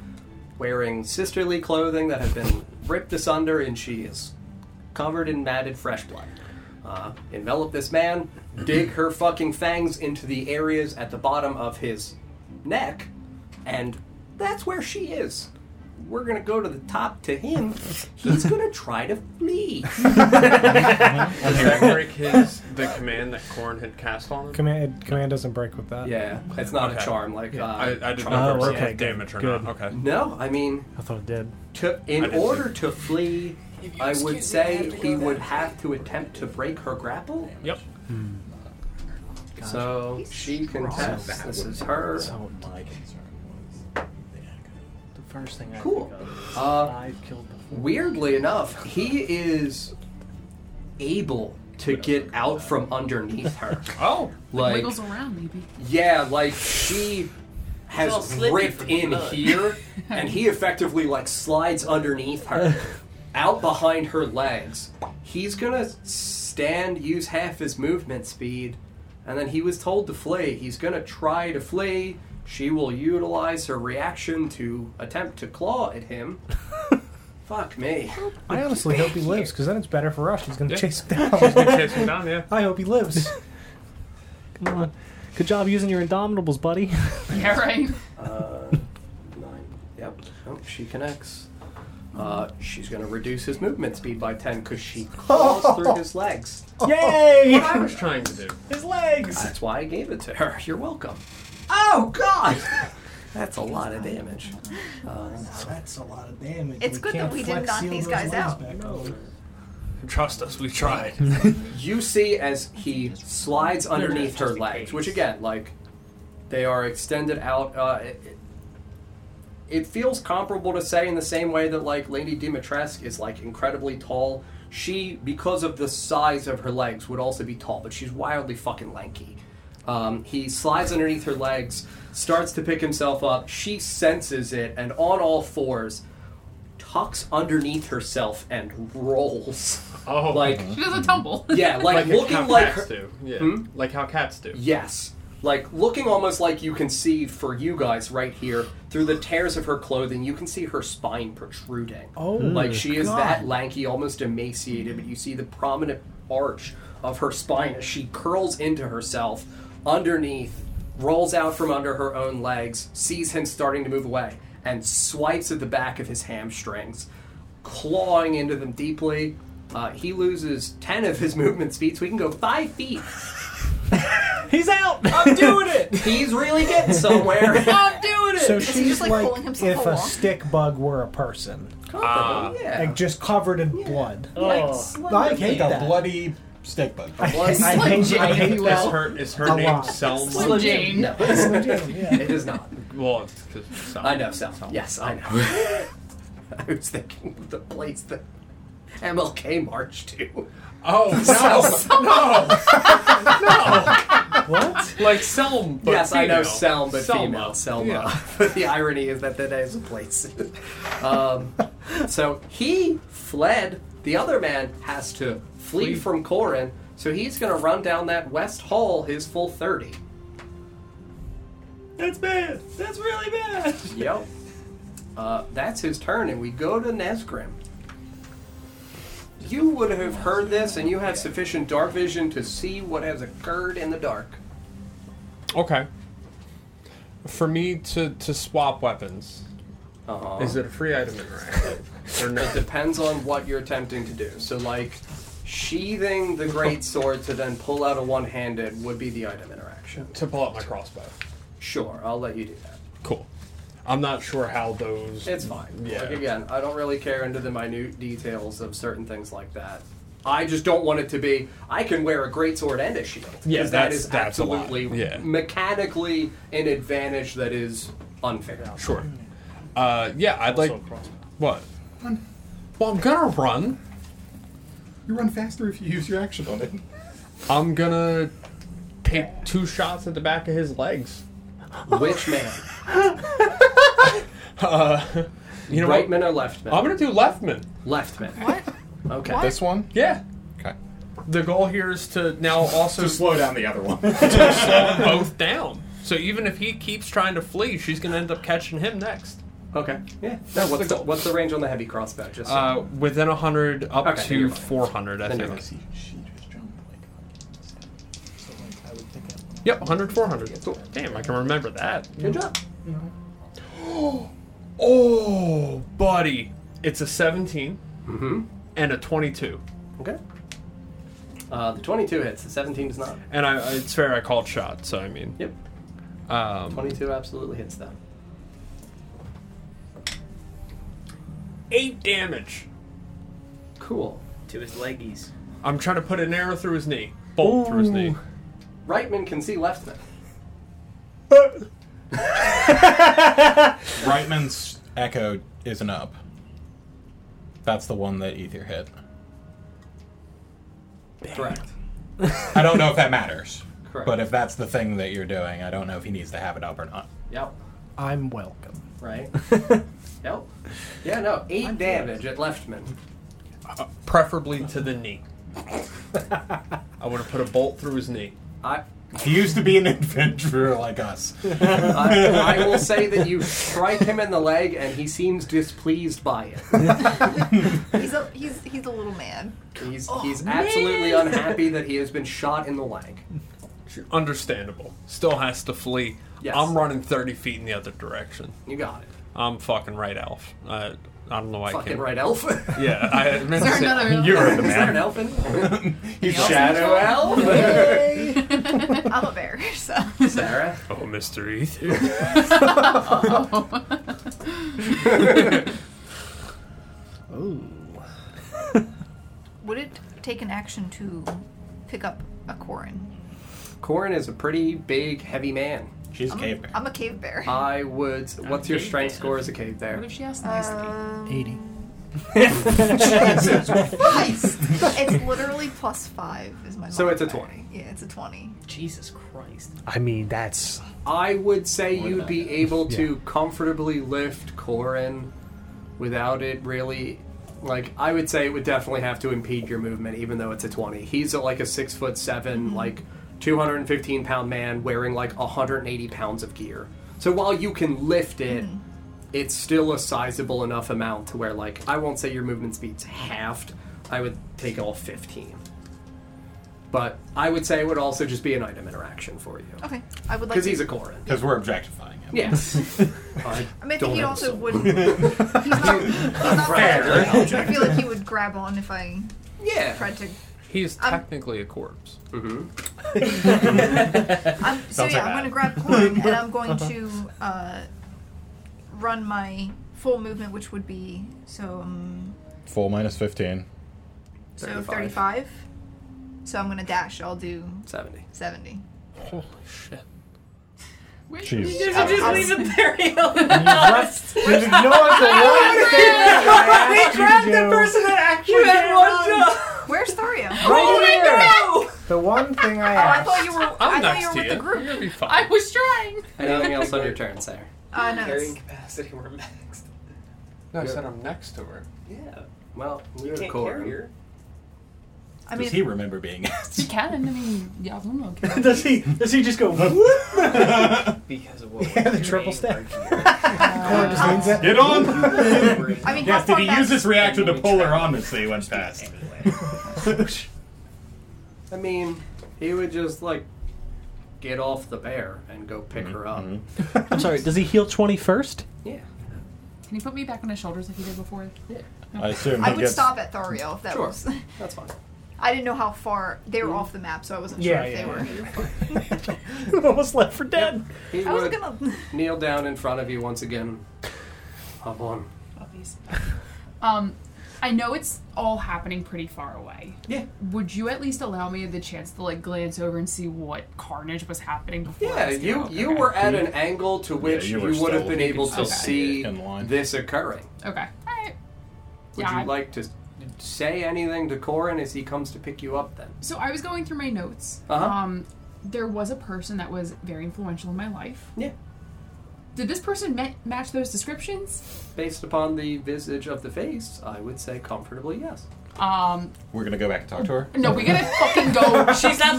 wearing sisterly clothing that have been ripped asunder, and she is covered in matted fresh blood. Uh, envelop this man, dig her fucking fangs into the areas at the bottom of his neck, and that's where she is. We're gonna go to the top to him. He's gonna try to flee. Does that break his the command that Corn had cast on him? Command command doesn't break with that. Yeah, it's not a charm like. Uh, I, I didn't charm know if person. it was damage or Good. not. Okay. No, I mean. I thought it did. To, I in didn't order to flee, I excuse me, I would say have to go he that would have to attempt to break her grapple. Hmm. Yep. So she contests. This is her. The first thing I Cool. Uh, Weirdly enough, he is able to get out from underneath her. oh, Like, like wiggles around, maybe. yeah, like she all has slippery ripped from in blood. here, and he effectively like slides underneath her, out behind her legs. He's gonna stand, use half his movement speed, and then he was told to flee. He's gonna try to flee. She will utilize her reaction to attempt to claw at him. Fuck me. I honestly hope he lives, because then it's better for us. He's gonna Yeah. chase him down. He's gonna chase him down, yeah. I hope he lives. Come on. Good job using your indomitables, buddy. Yeah, right. Uh, nine. Yep. Nope, she connects. Uh, she's going to reduce his movement speed by 10 because she claws through his legs. Yay! What I was trying to do. His legs! That's why I gave it to her. You're welcome. Oh, God! That's a lot of damage. Uh, That's a lot of damage. It's good that we didn't knock these guys out. Trust us, we've tried. you see as he slides underneath her legs, which again, like, they are extended out. Uh, it, it- it feels comparable to say in the same way that like Lady Dimitrescu is like incredibly tall. She, because of the size of her legs, would also be tall, but she's wildly fucking lanky. Um, he slides underneath her legs, starts to pick himself up. She senses it, and on all fours, tucks underneath herself and rolls. Oh, like She doesn't tumble. yeah, like, looking how like cats her- do. Yeah. like how cats do. Yes, like looking almost like you can see for you guys right here through the tears of her clothing. You can see her spine protruding. Oh, like she is God. that lanky, almost emaciated, but you see the prominent arch of her spine as she curls into herself underneath, rolls out from under her own legs, sees him starting to move away, and swipes at the back of his hamstrings clawing into them deeply. Uh, he loses 10 of his movement speed, so he can go 5 feet. He's out! I'm doing it! He's really getting somewhere. I'm doing it! So she's like, if a stick bug were a person. Ah. yeah. Like just covered in blood. Like I slightly- hate Like a that. bloody stick bug. I hate- I hate- I hate that. Is her, is her A name lot. Selma? Slim Jim. No. Slim Jim, yeah. It is not. Well, it's because I know, Sal. Yes, I know. I was thinking of the place that MLK marched to. Oh, no. no! What? Like Selm, but yes, I know female. Selm, but Selma. female Selma. Yeah. But the irony is that that is a place. um, so he fled. The other man has to flee, Flee. from Corin, so he's going to run down that west hall his full 30. That's bad. That's really bad. Yep. Uh, that's his turn, and we go to Nesgrim. You would have heard this, and you have sufficient dark vision to see what has occurred in the dark. Okay. For me to, to swap weapons, uh is it a free item in rank? or no? It depends on what you're attempting to do. So, like, sheathing the great sword to then pull out a one-handed would be the item interaction. To pull out my crossbow. Sure, I'll let you do that. Cool. I'm not sure how those. It's fine. Yeah. Like, again, I don't really care into the minute details of certain things like that. I just don't want it to be. I can wear a great sword and a shield. 'cause Yeah, that that's- is that's a lot. absolutely Yeah. mechanically an advantage that is unfair. Sure. Uh, yeah, I'd like. What? Well, I'm gonna run. You run faster if you use your action on it. I'm gonna take two shots at the back of his legs. Which man? Uh, you know right what? man or left man? I'm gonna do leftman. Leftman. What? Okay. This one? Yeah. Okay. The goal here is to now also To slow down the other one. to slow both down. So even if he keeps trying to flee, she's gonna end up catching him next. Okay. Yeah. No, That's what's, the the, what's the range on the heavy crossbow? Just so- Uh, within hundred up Okay, to you're fine. four hundred, I Then think. you're Yep, 100, 400. Damn, I can remember that. Good job. Oh, buddy. It's a 17 mm-hmm. and a 22. Okay. Uh, the 22 hits. The 17 does not. And I, it's fair, I called shot, so I mean. Yep. Um, 22 absolutely hits that. Eight damage. Cool. To his leggies. I'm trying to put an arrow through his knee. Bolt through his knee. Rightman can see leftman. Reitman's echo isn't up. That's the one that Ether hit. Correct. I don't know if that matters. Correct. But if that's the thing that you're doing, I don't know if he needs to have it up or not. Yep. I'm welcome. Right. yep. Yeah. No. 8 damage at leftman. Uh, preferably to the knee. I want to put a bolt through his knee. I, He used to be an adventurer like us. I, I will say that you strike him in the leg, and he seems displeased by it. He's a he's he's a little man. He's Oh, he's man. absolutely unhappy that he has been shot in the leg. Understandable. Still has to flee. Yes. I'm running 30 feet in the other direction. You got it. I'm fucking right elf. I, I don't know why I Fucking can't. right elf. Yeah, I meant Is to there say, another elf? you're the Is there an man. elfin? He's Elfin shadow elf. I'm a bear, so. Sarah. Oh, Mr. Heath. Oh. Would it take an action to pick up a Corin? Corin is a pretty big, heavy man. She's I'm a, I'm a cave bear. I would. What's your strength score as a cave bear? What if she asks nicely? 80. Jesus Christ! it's literally plus five is my. So it's a modifier. Yeah, it's a twenty. Jesus Christ! I mean, that's I would say More you'd than be that. able to comfortably lift Corin without it really. Like, I would say it would definitely have to impede your movement, even though it's a 20. He's a, like a 6 foot 7, like 215 pound man wearing like 180 pounds of gear. So while you can lift it, it's still a sizable enough amount to where, like, I won't say your movement speed's halved. I would take all 15. But I would say it would also just be an item interaction for you. Okay, I would like. Because to- he's a Corin. Because we're objectifying him. Yes. I, I mean, I don't think he have a also soul. would. He's not. He's not Fair. fragile. I feel like he would grab on if I. Yeah. Tried to. He is I'm- technically a corpse. Mm-hmm. I'm, so Sounds yeah, like I'm going to that. grab Corin and I'm going to uh, run my full movement, which would be so um, Full minus 15. so 35. So I'm going to dash. I'll do 70. 70. Holy shit. Jeez. You should just leave it there, There's no other one thing We that I asked you to grabbed do. the person that actually You had did it one wrong. job. Where's Thario? Oh Right Where there. did you go? The one thing I Oh, I asked. thought you were. i I'm thought next you were to with you. the group. You're gonna be fine. I was trying. Anything else on your turn, Sarah? Uh, no, Carrying it's- capacity, we're maxed. No, I Yeah. said I'm next to her. Yeah. Well, we You have can't Corin. carry I Does mean, he remember being asked? She can. I mean, yeah, I'm okay. does he? Does he just go? whoop? because of what? yeah, the triple step. Corin just leans in. Get on! I mean, yes, how did far he back? use his reaction to pull her on as they went past? I mean, he would just like get off the bear and go Mm-hmm. pick her up. I'm sorry. Does he heal twenty first? Yeah. Can you put me back on his shoulders like he did before? Yeah. I assume I he would gets- stop at Thario if that Sure. was. That's fine. I didn't know how far they were off the map, so I wasn't Yeah, sure if yeah, they yeah. were. Almost left for dead. He I was would gonna- kneel down in front of you once again. Hop on. Puppies. Um, I know it's all happening pretty far away. Yeah. Would you at least allow me the chance to like glance over and see what carnage was happening before? I Yeah, was you down? you Okay. were at an angle to which you you, were would have still- been you could able to still see see it in line. this occurring. Okay. All right. Would Yeah, you I- like to say anything to Corin as he comes to pick you up then? So I was going through my notes. Uh-huh. Um, there was a person that was very influential in my life. Yeah. Did this person ma- match those descriptions? Based upon the visage of the face, I would say comfortably yes. Um, We're gonna go back and talk to her. no, we gotta fucking go. She's not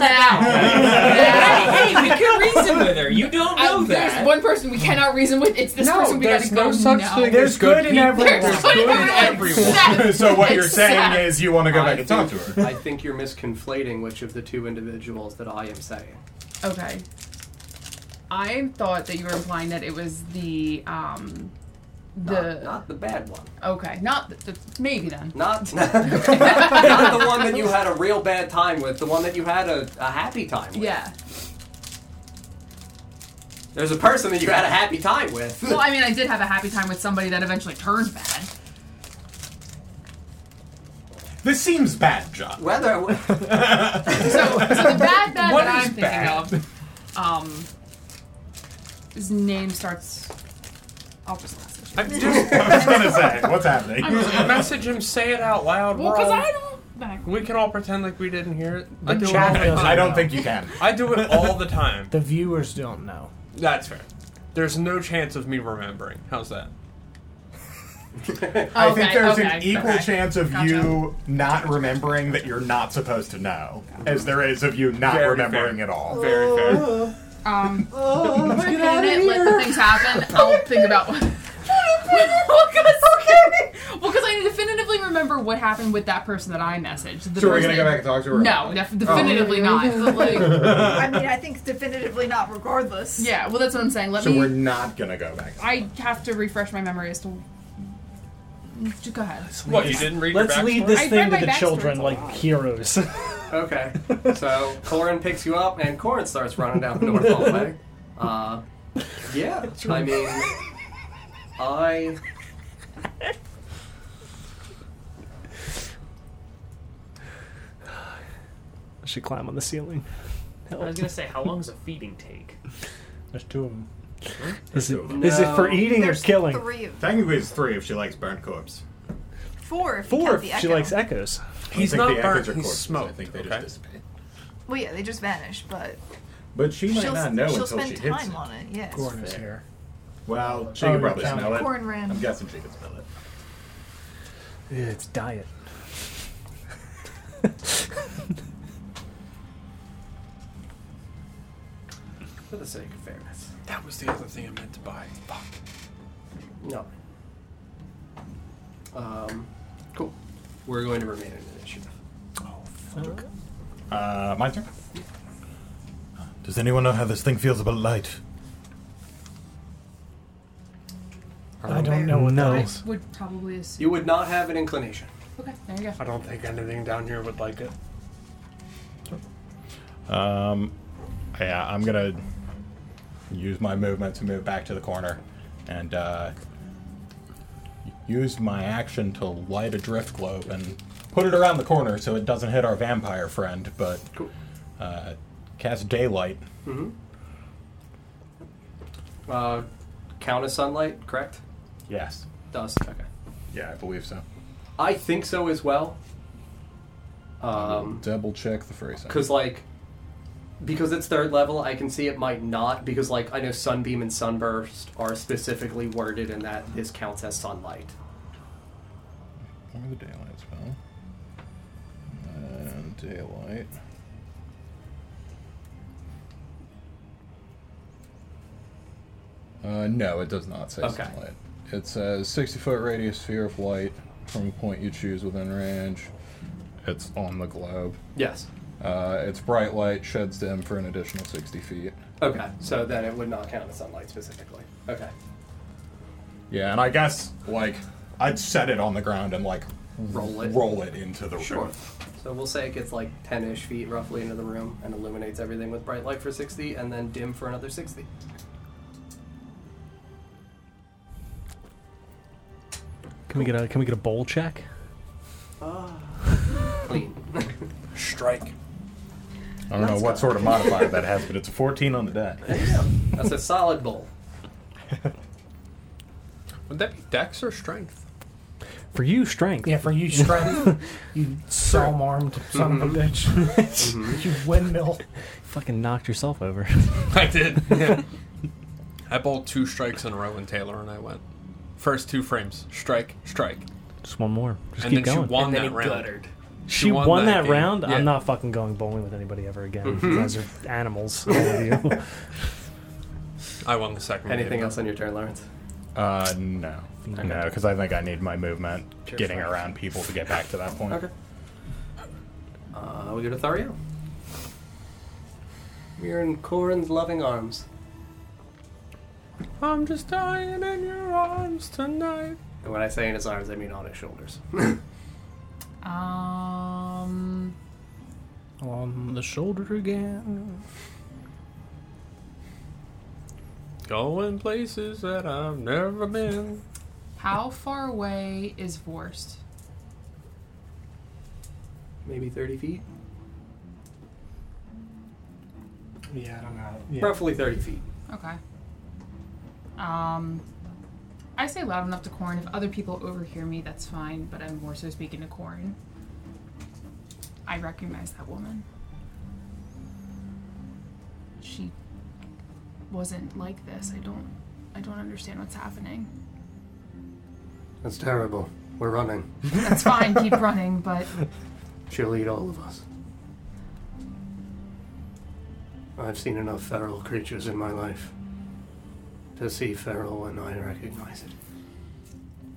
that hey, hey, we can reason with her. You don't know that. There's one person we cannot reason with. It's this No, person we there's gotta no go such now. thing as There's good good in people. everyone. There's good in everyone. Exactly. so what you're saying Exactly. is you want to go I back and talk to think- her. I think you're misconflating which of the two individuals that I am saying. Okay. I thought that you were implying that it was the um the Not, not the bad one. okay, not the, the maybe then. Not, not, not the one that you had a real bad time with, the one that you had a, a happy time with. Yeah. There's a person that you had a happy time with. Well, I mean, I did have a happy time with somebody that eventually turned bad. This seems bad, John. Whether So the bad bad What that is I'm thinking bad? of, um, his name starts. I'll just last it. I'm just. I was gonna say, what's happening? message him, say it out loud. Well, we're because all- I don't. back- We can all pretend like we didn't hear it. The I do it chat all the doesn't time. I don't think you can. I do it all the time. The viewers don't know. That's fair. There's no chance of me remembering. How's that? I think Okay, there's an okay, equal okay. chance of you not remembering that you're not supposed to know, as there is of you not Very remembering fair. at all. Oh, Very fair. Um, Oh, we're let's get in out of it. Let here. the things happen. I'll think about. well, because I definitively remember what happened with that person that I messaged. The So we're gonna person- go back and talk to Oh. her? No, def- definitively not. But like, I mean, I think definitively not, regardless. yeah, well, that's what I'm saying. Let So me. we're not gonna go back. I have to refresh my memory as to. Just Go ahead. What, you didn't read your Let's leave backstory? this I read thing to my the backstory, children it's a like lot. heroes. Okay. So Corin picks you up, and Corin starts running down the north hallway. Uh, yeah. I mean, I. She climb on the ceiling. I was gonna say, how long does a feeding take? There's two of them. Is it, is it for No. eating There's or killing? three of them. Technically, it's three if she likes burnt corpse. Four. If you Four. count If the she echo. likes echoes. I don't think the echoes are corpses, I think they just dissipate. Well, yeah, they just vanish, but But she might she'll, not know she'll until she spend hits time it. on it. Yes. Corn is here. Well, she Oh, can you're probably counting. smell it. Corn ran. I'm guessing she can smell it. Yeah, it's diet. For the sake of fairness. That was the other thing I meant to buy. Fuck. No. Um, cool. We're going to remain in initiative. Uh, my turn. Does anyone know how this thing feels about light? I don't know what that is. I would probably assume. You would not have an inclination. Okay, there you go. I don't think anything down here would like it. Um, yeah, I'm gonna use my movement to move back to the corner, and uh, use my action to light a drift globe and put it around the corner so it doesn't hit our vampire friend. But uh, cast daylight. Mm-hmm. Uh, count as sunlight, correct? Yes. Does. Okay. Yeah, I believe so. I think so as well. Um, Double check the phrase. because like, because it's third level, I can see it might not. Because like, I know sunbeam and sunburst are specifically worded in that this counts as sunlight. Or the daylight spell. And daylight. Uh, no, it does not say Okay. sunlight. It says 60 foot radius sphere of light from a point you choose within range. It's on the globe. Yes. Uh, its bright light sheds dim for an additional 60 feet. Okay, so then it would not count as sunlight specifically. Okay. Yeah, and I guess, like, I'd set it on the ground and, like, roll it, roll it into the Sure. room. So we'll say it gets like 10 ish feet roughly into the room and illuminates everything with bright light for 60 and then dim for another 60. Can we get a Can we get a bowl check? Clean. Strike. I don't Let's know what go. sort of modifier that has, but it's a 14 on the deck. That's a solid bowl. Would that be dex or strength? For you, strength. Yeah, for you, strength. you psalm armed Mm-hmm. son of a bitch. you windmill. Fucking knocked yourself over. I did. Yeah. I bowled two strikes in a row in Taylor, and I went first two frames, strike, strike, Just one more. Just and keep then going. she won And then that he round. guttered. She won, that, game. round. Yeah. I'm not fucking going bowling with anybody ever again. Mhm. You guys are animals. all of you. I won the second. Anything game. else on your turn, Lawrence? Uh, no. No, because I think I need my movement Sure, getting fine. around people to get back to that point. Okay. Uh, we go to Thariel. We're in Corin's loving arms. I'm just dying in your arms tonight. And when I say in his arms, I mean on his shoulders. Um, On the shoulder again. Going places that I've never been. how far away is Vorst? Maybe 30 feet? Yeah, I don't know. Yeah. Roughly 30 feet. Okay. Um, I say loud enough to Corn. If other people overhear me, that's fine. But I'm more so speaking to Corn. I recognize that woman. She wasn't like this. I don't. I don't understand what's happening. That's terrible. We're running. That's fine. keep running, but She'll eat all of us. I've seen enough feral creatures in my life to see feral when I recognize it.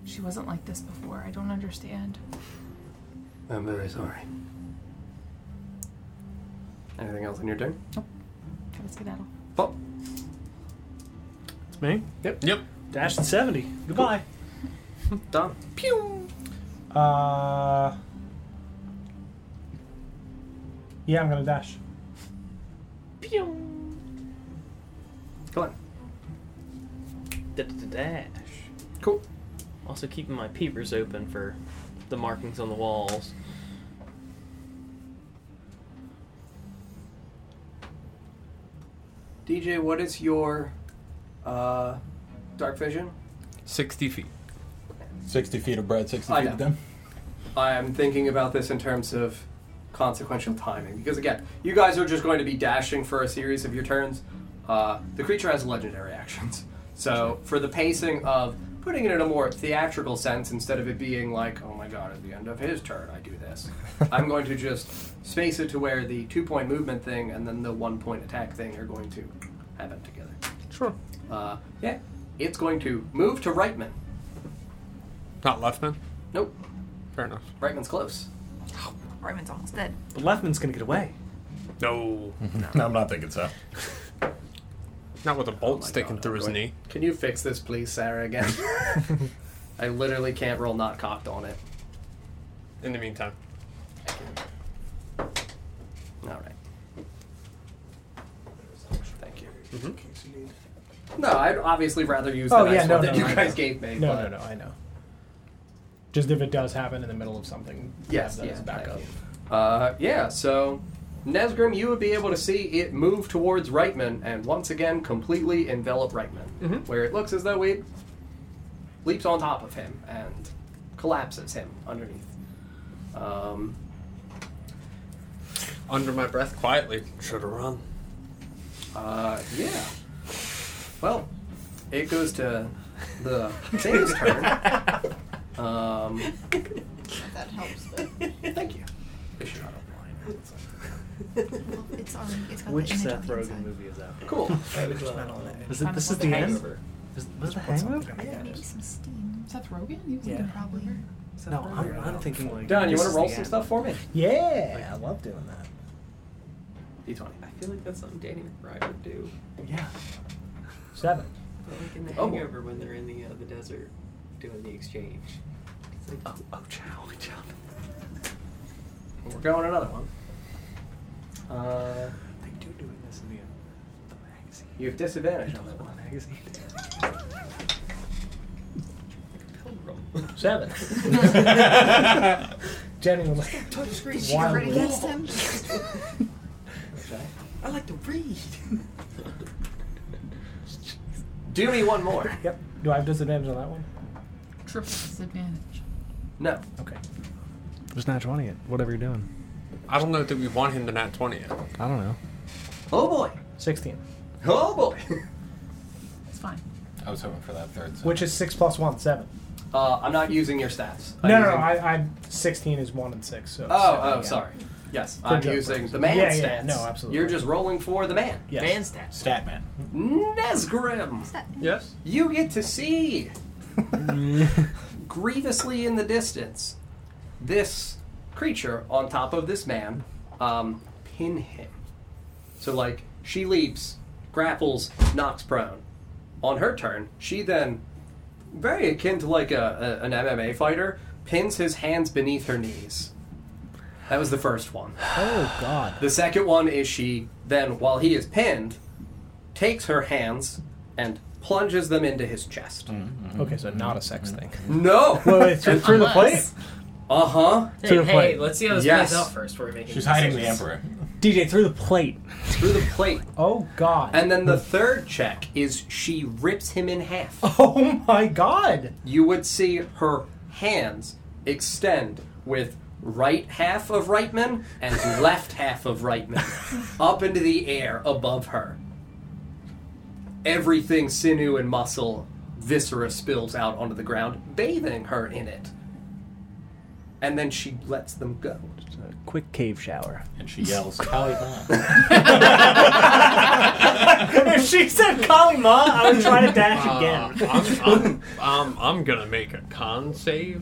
she wasn't like this before. I don't understand. I'm very sorry. Anything else on your turn? Try to skedaddle. Bob. It's me. Yep. Yep. Dash and 70. Goodbye. Done. Pew. Uh. Yeah, I'm gonna dash. Pew. Go on. Da- da- da- Dash. Cool. Also keeping my peepers open for the markings on the walls. DJ, what is your uh, dark vision? 60 feet. 60 feet of bread, 60 I feet know. of them. I'm thinking about this in terms of consequential timing because again, you guys are just going to be dashing for a series of your turns. Uh, the creature has legendary actions, so for the pacing of putting it in a more theatrical sense instead of it being like, oh my god, at the end of his turn I do this, I'm going to just space it to where the two point movement thing and then the one point attack thing are going to have it together. Sure. Uh, yeah, it's going to move to Reitman. Not Leftman? Nope. Fair enough. Reitman's close. Raymond's almost dead. But Leftman's gonna get away. No. No, I'm not thinking so. Not with a bolt sticking through his knee. Can you fix this, please, Sarah, again? I literally can't roll not cocked on it. In the meantime. All right. Thank you. Mm-hmm. No, I'd obviously rather use Oh, the yeah, nice no, one no, that you I guys know. gave me. No, but- no, no, I know. Just if it does happen in the middle of something, Yes, have that yeah, as a backup. Uh, yeah, so Nesgrim, you would be able to see it move towards Reitman and once again completely envelop Reitman, Mhm. where it looks as though it leaps on top of him and collapses him underneath. Um, Under my breath, quietly. Should have run. Uh, yeah. Well, it goes to the thing's turn. Um, That helps. But... Thank you. Well, it's on. It's got Which the image Seth on the Rogen inside. movie is that? Cool. Is it, this is the end? Is, was it the hangover? Maybe some steam. Seth Rogen? He was in Yeah. the probably. No, I'm, I'm thinking like. Don, you this want is to roll the some end. stuff for me? Yeah, I love doing that. D20. I feel like that's something Danny McBride would do. Yeah. Seven. But like in the Oh. Hangover when they're in the uh, the desert doing the exchange. It's like, oh, oh, chow, chow. We're going another one. Uh, They do doing this in the, the magazine. you have disadvantage on that one. magazine. Pilgrim. Seven. Jenny was like, Did she already against him? Okay. I like to read. Do me one more. Yep. Do I have disadvantage on that one? Triple disadvantage. No. Okay. Just not 20 it. Whatever you're doing. I don't know that we want him to not 20 yet. I don't know. Oh boy. 16. Oh boy. It's fine. I was hoping for that third set. Which is 6 plus 1, 7. Uh, I'm not using your stats. I'm no, no, no. using- I, I, 16 is 1 and 6. So Oh, seven, oh, yeah. sorry. Yes, For I'm joke using purposes. the man Yeah, stats. yeah, no, absolutely. You're just rolling for the man. Yes. Man stats. Stat man. Nesgrim, Yes? you get to see grievously in the distance this creature on top of this man um, pin him. So, like, she leaps, grapples, knocks prone. On her turn, she then, very akin to like a, a, an MMA fighter, pins his hands beneath her knees. That was the first one. Oh God. The second one is she then, while he is pinned, takes her hands and plunges them into his chest. Okay, so not a Mm-hmm. sex thing. No! Wait, wait, through, through the plate? Unless- Uh huh. To Hey, the hey plate. let's see how this Yes. plays out first. We're making She's hiding the decisions. emperor. DJ through the plate. Through the plate. Oh, God. And then the third check is she rips him in half. Oh, my God. You would see her hands extend with right half of Reitman and left half of Reitman up into the air above her. Everything sinew and muscle, viscera spills out onto the ground, bathing her in it. And then she lets them go. It's a quick cave shower. And she yells, Kali if she said Kali Ma, I would try to dash again. I'm, I'm, I'm, I'm gonna make a con save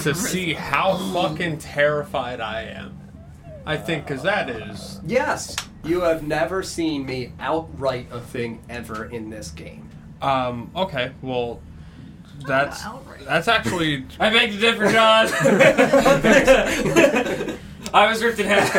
to see how fucking terrified I am. I think, because that is. Yes, you have never seen me outright a thing ever in this game. Um, okay, well, that's. Outright. That's actually. I beg to differ, John. I was ripped in half.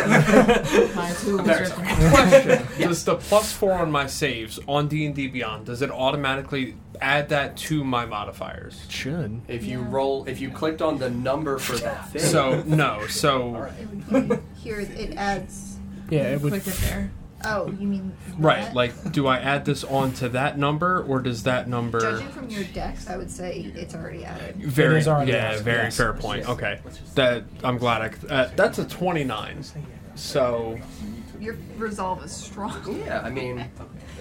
My two was Very ripped. Question: Does the plus four on my saves on D and D Beyond does it automatically add that to my modifiers? Should. If you Yeah. roll, if you clicked on the number for that thing, So no, so It would give you- Here, it adds. Yeah, it would. Click it there. Oh, you mean Right. Like, do I add this on to that number, or does that number? judging from your decks? I would say it's already added. Very, is already yeah, asked, very yes. fair point. Okay, that I'm glad. I, c- uh, that's a 29. So Your resolve is strong. Yeah, I mean,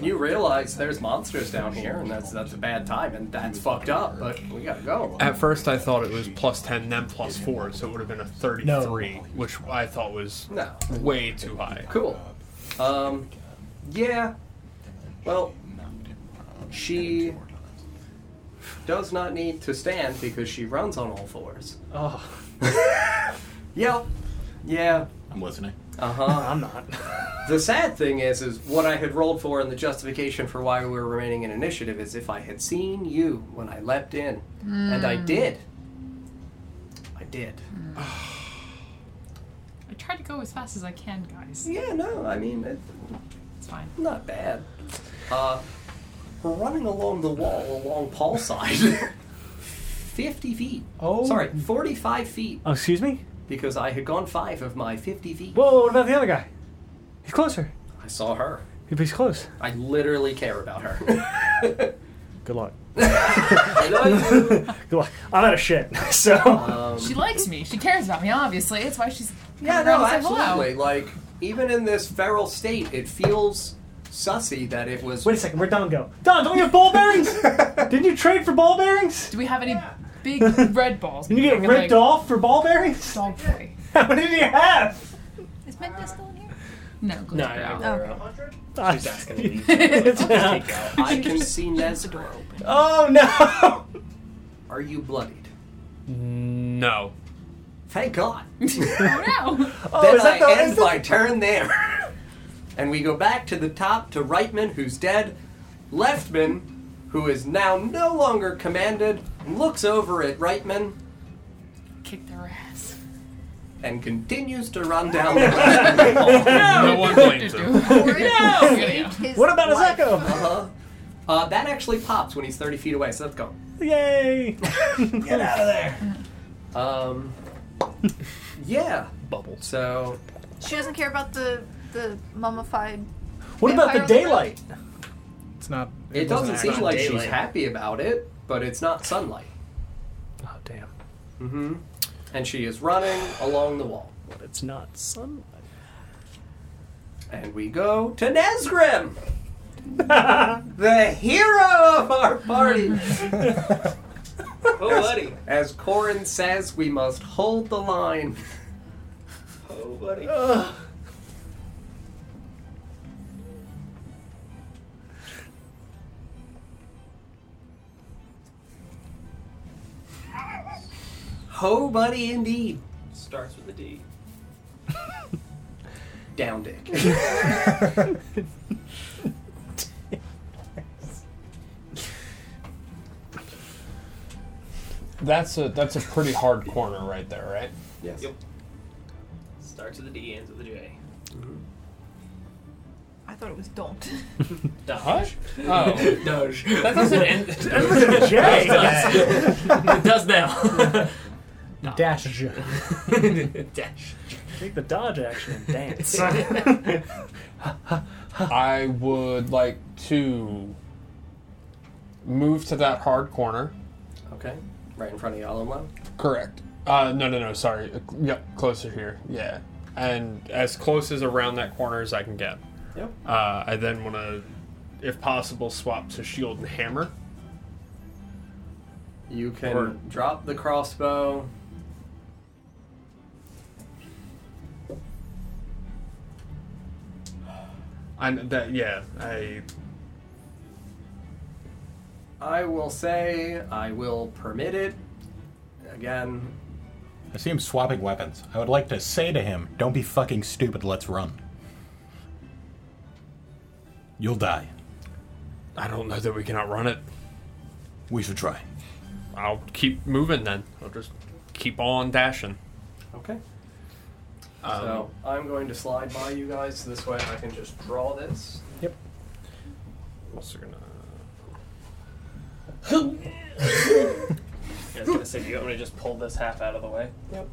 you realize there's monsters down here, and that's that's a bad time, and that's fucked up. But we gotta go. at first I thought it was plus 10, then plus four, so it would have been a 33, which I thought was No. way too high. Cool. Um, yeah. Well, she does not need to stand because she runs on all fours. Oh. Yep. Yeah. I'm listening. Uh huh. I'm not. the sad thing is, is what I had rolled for and the justification for why we were remaining in initiative is if I had seen you when I leapt in, and I Mm. did. I did. I tried to go as fast as I can, guys. Yeah, no, I mean, it, it's fine. Not bad. Uh, we're running along the wall along Paul's side. 50 feet. Oh. Sorry, 45 feet. Oh, excuse me? Because I had gone five of my 50 feet. Whoa, whoa, what about the other guy? He's closer. I saw her. He's close. I literally care about her. Good luck. I know I do. Good luck. I'm out of shit. So. she likes me. She cares about me, obviously. It's why she's Yeah, coming around no, to say hello. absolutely. Like, even in this feral state, it feels sussy that it was. Wait a second, where'd Don go? Don, don't we have ball bearings? Didn't you trade for ball bearings? Do we have any big red balls? Didn't you get Like, ripped off for ball bearings? Dog boy. How many do you have? Is Medna still in here? No, No, no, no, no. She's asking to leave. It's not- I can see Nez's door open. Oh no! Are you bloodied? No. Thank God. oh no! then is that I the- end is that- my turn there. and we go back to the top to Reitman, who's dead. Leftman, who is now no longer commanded, looks over at Reitman Kick their ass. and continues to run down the No one blames him. What about his echo? Uh-huh. Uh, that actually pops when he's 30 feet away, so that's gone. Yay! Get out of there! Um, yeah. Bubble. So, She doesn't care about the the mummified. What about the vampire lady? daylight? It's not. it, doesn't wasn't seem actually like she's daylight. happy about it, but it's not sunlight. Oh damn. Mm-hmm. And she is running along the wall. But it's not sunlight. And we go to Nesgrim! the hero of our party! Oh, buddy. As Corin says, we must hold the line. Oh, buddy. Ho buddy indeed. Starts with a D. Down dick. That's a that's a pretty hard corner right there, right? Yes. Yep. Starts with a D, ends with a J. I thought it was don't. Doge. Oh. Doge. That doesn't end. That was a J. It does now. Dash J. Dash. Take the dodge action and dance. I would like to move to that hard corner. Okay. Right in front of Yalomlo. Correct. Uh, no, no, no. Sorry. Uh, Yep, closer here. Yeah, and as close as around that corner as I can get. Yep. Uh, I then want to, if possible, swap to shield and hammer. You can Or- drop the crossbow. I kn- that yeah. I I will say I will permit it. Again, I see him swapping weapons. I would like to say to him, don't be fucking stupid, let's run. You'll die. I don't know that we can outrun it. We should try. I'll keep moving then. I'll just keep on dashing. Okay. Um, so I'm going to slide by you guys this way. I can just draw this. Also gonna. I was gonna say, do you want me to just pull this half out of the way? Yep.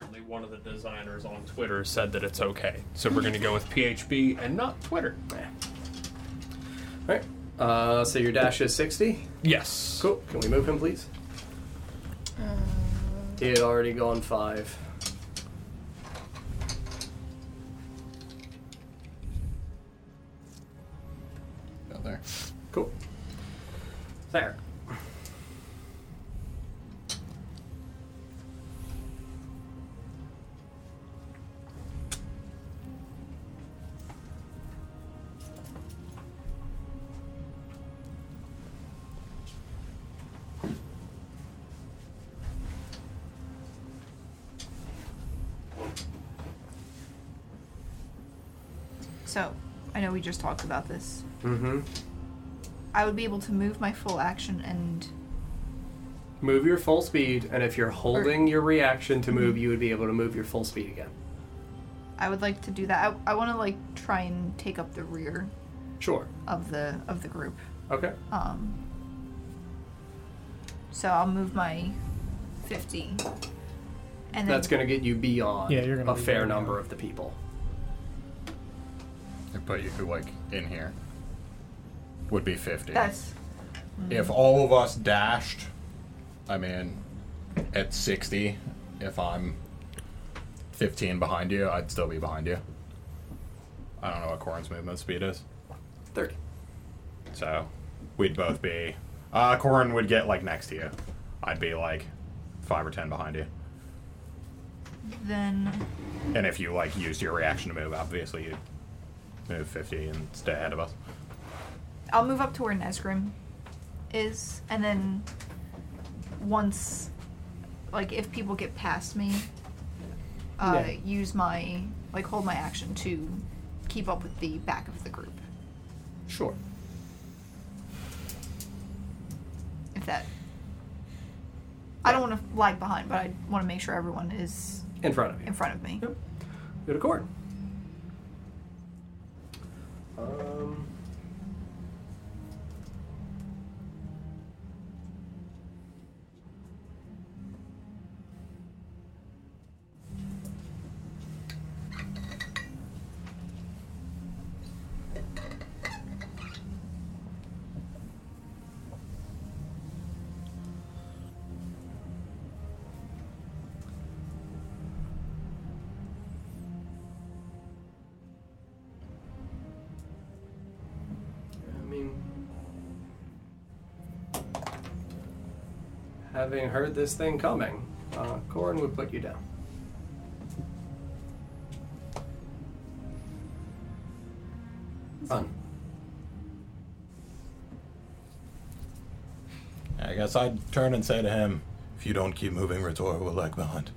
apparently one of the designers on Twitter said that it's okay. So we're going to go with PHB and not Twitter. Alright. Uh, so your dash is 60? Yes. Cool. Can we move him, please? Uh, He had already gone five. Down there. Cool. There. So, I know we just talked about this. Mm-hmm. I would be able to move my full action and Move your full speed, and if you're holding your reaction to move, you would be able to move your full speed again. I would like to do that. I, I want to like try and take up the rear Sure. of the of the group. Okay. Um. So I'll move my fifty, and then That's going to get you beyond Yeah, you're gonna a be fair beyond. number of the people. But you could like in here would be fifty. that's If all of us dashed, I mean, at sixty, if I'm fifteen behind you, I'd still be behind you. I don't know what Corin's movement speed is. Thirty. So we'd both be. Uh, Corin would get like next to you. I'd be like five or ten behind you. then And if you like used your reaction to move, obviously you'd move fifty and stay ahead of us. I'll move up to where Nesgrim is, and then once, like, if people get past me, uh, Yeah. use my like hold my action to keep up with the back of the group. Sure. If that, I don't want to lag behind, but I want to make sure everyone is In front of you. in front of me. Go to court. Um, I mean, having heard this thing coming, uh, Corin would put you down. Fun. I guess I'd turn and say to him, "If you don't keep moving, Retora will lag behind.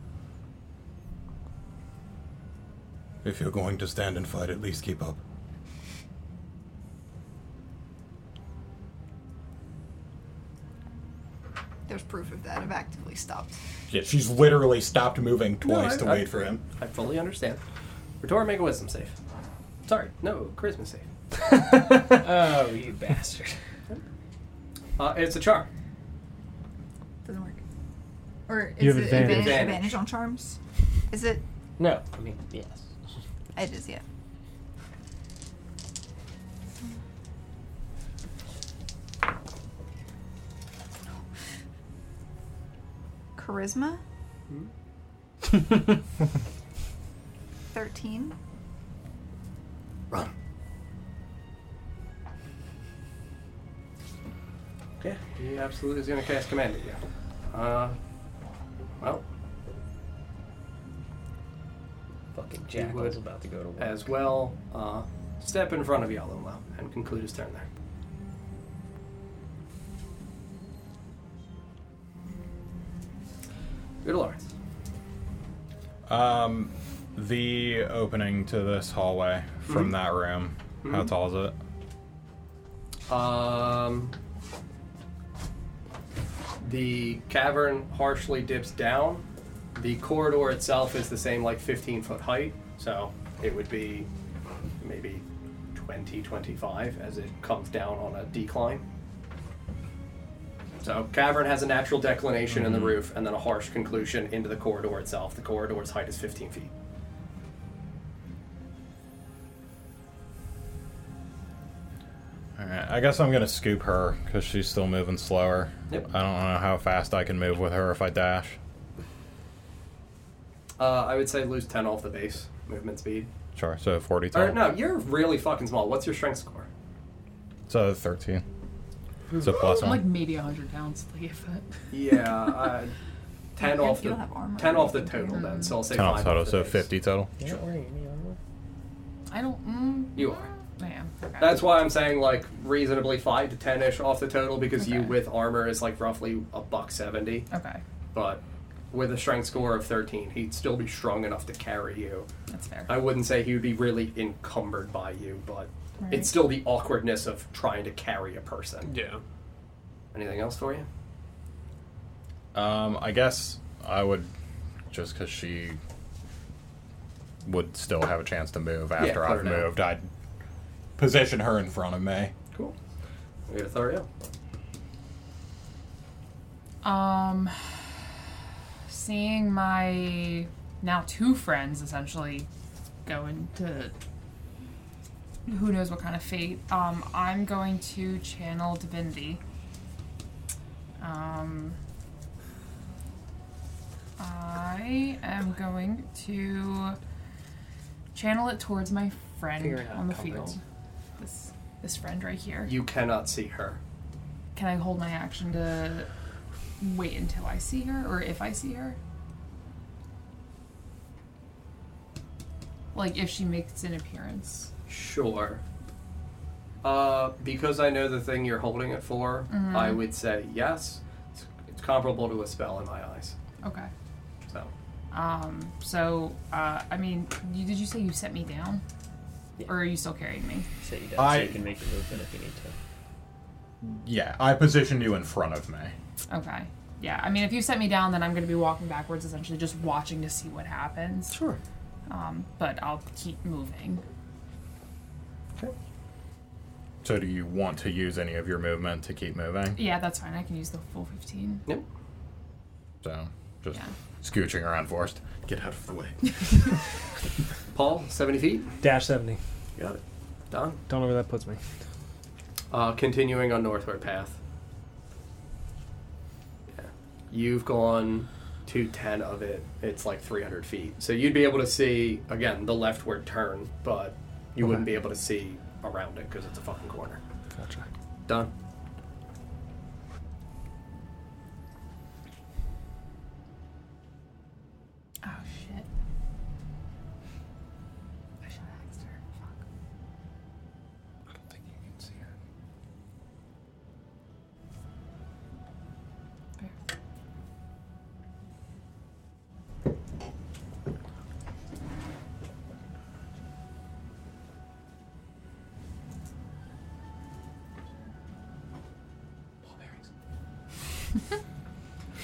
If you're going to stand and fight, at least keep up." There's proof of that. I've actively stopped. Yeah, she's literally stopped moving twice I- to I- wait for him. I fully understand. Retora, make a wisdom save. Sorry, no, charisma save. Oh, you bastard. Uh, it's a charm. Doesn't work. Or is You have it advantage. advantage. advantage Advantage. on charms? Is it? No, I mean, yes. It is. Yeah. Charisma. Hmm? Thirteen. Yeah, he absolutely is going to cast command at you. Uh, well, Fucking he Jackal's would about to go to war. as well uh, step in front of Yalumlo and conclude his turn there. Good Lawrence. Um, the opening to this hallway from Mhm. that room. How Mhm. tall is it? Um, the cavern harshly dips down. The corridor itself is the same, like 15 foot height, so it would be maybe 20, 25 as it comes down on a decline. So, cavern has a natural declination in the roof and then a harsh conclusion into the corridor itself. The corridor's height is 15 feet. All right. I guess I'm gonna scoop her because she's still moving slower. Yep. I don't know how fast I can move with her if I dash. Uh, I would say lose 10 off the base movement speed. Sure. So 40 Or, total. no, you're really fucking small. What's your strength score? So 13. So plus I'm one. like maybe 100 pounds, like if that. Yeah, uh, ten You'll off the have armor. ten off the total then. So I'll say 10 off five total. the So base. 50 total. I don't. Mm, You are. I am. Okay. That's why I'm saying like reasonably five to ten ish off the total because you with armor is like roughly a buck seventy. Okay. But with a strength score of thirteen, he'd still be strong enough to carry you. That's fair. I wouldn't say he would be really encumbered by you, but Right. it's still the awkwardness of trying to carry a person. Yeah. Anything else for you? Um, I guess I would just because she would still have a chance to move Yeah, after put I've her down. moved. I'd position her in front of me. Cool. We got Thariel. Um, seeing my now two friends essentially go into who knows what kind of fate, um, I'm going to channel divinity. Um, I am going to channel it towards my friend Figuring out on the comebacks. field. This this friend right here. You cannot see her. Can I hold my action to wait until I see her, or if I see her? Like if she makes an appearance. Sure. Uh, because I know the thing you're holding it for, Mhm. I would say yes. It's, it's comparable to a spell in my eyes. Okay. So, Um. So, uh, I mean, you, did you say you set me down, or are you still carrying me? So you, I- so you can make your movement if you need to. Yeah, I positioned you in front of me. Okay. Yeah. I mean, if you set me down, then I'm going to be walking backwards, essentially just watching to see what happens. Sure. Um. But I'll keep moving. So, do you want to use any of your movement to keep moving? Yeah, that's fine. I can use the full fifteen. Yep. So, just Yeah. scooching around forced. Get out of the way. Paul, 70 feet? Dash 70. Got it. Done. Don't know where that puts me. Uh, continuing on Northward Path. Yeah. You've gone to 10 of it. It's like 300 feet. So you'd be able to see, again, the leftward turn, but you wouldn't be able to see around it because it's a fucking corner. Gotcha. Done. Oh shit. I should have asked her. Fuck.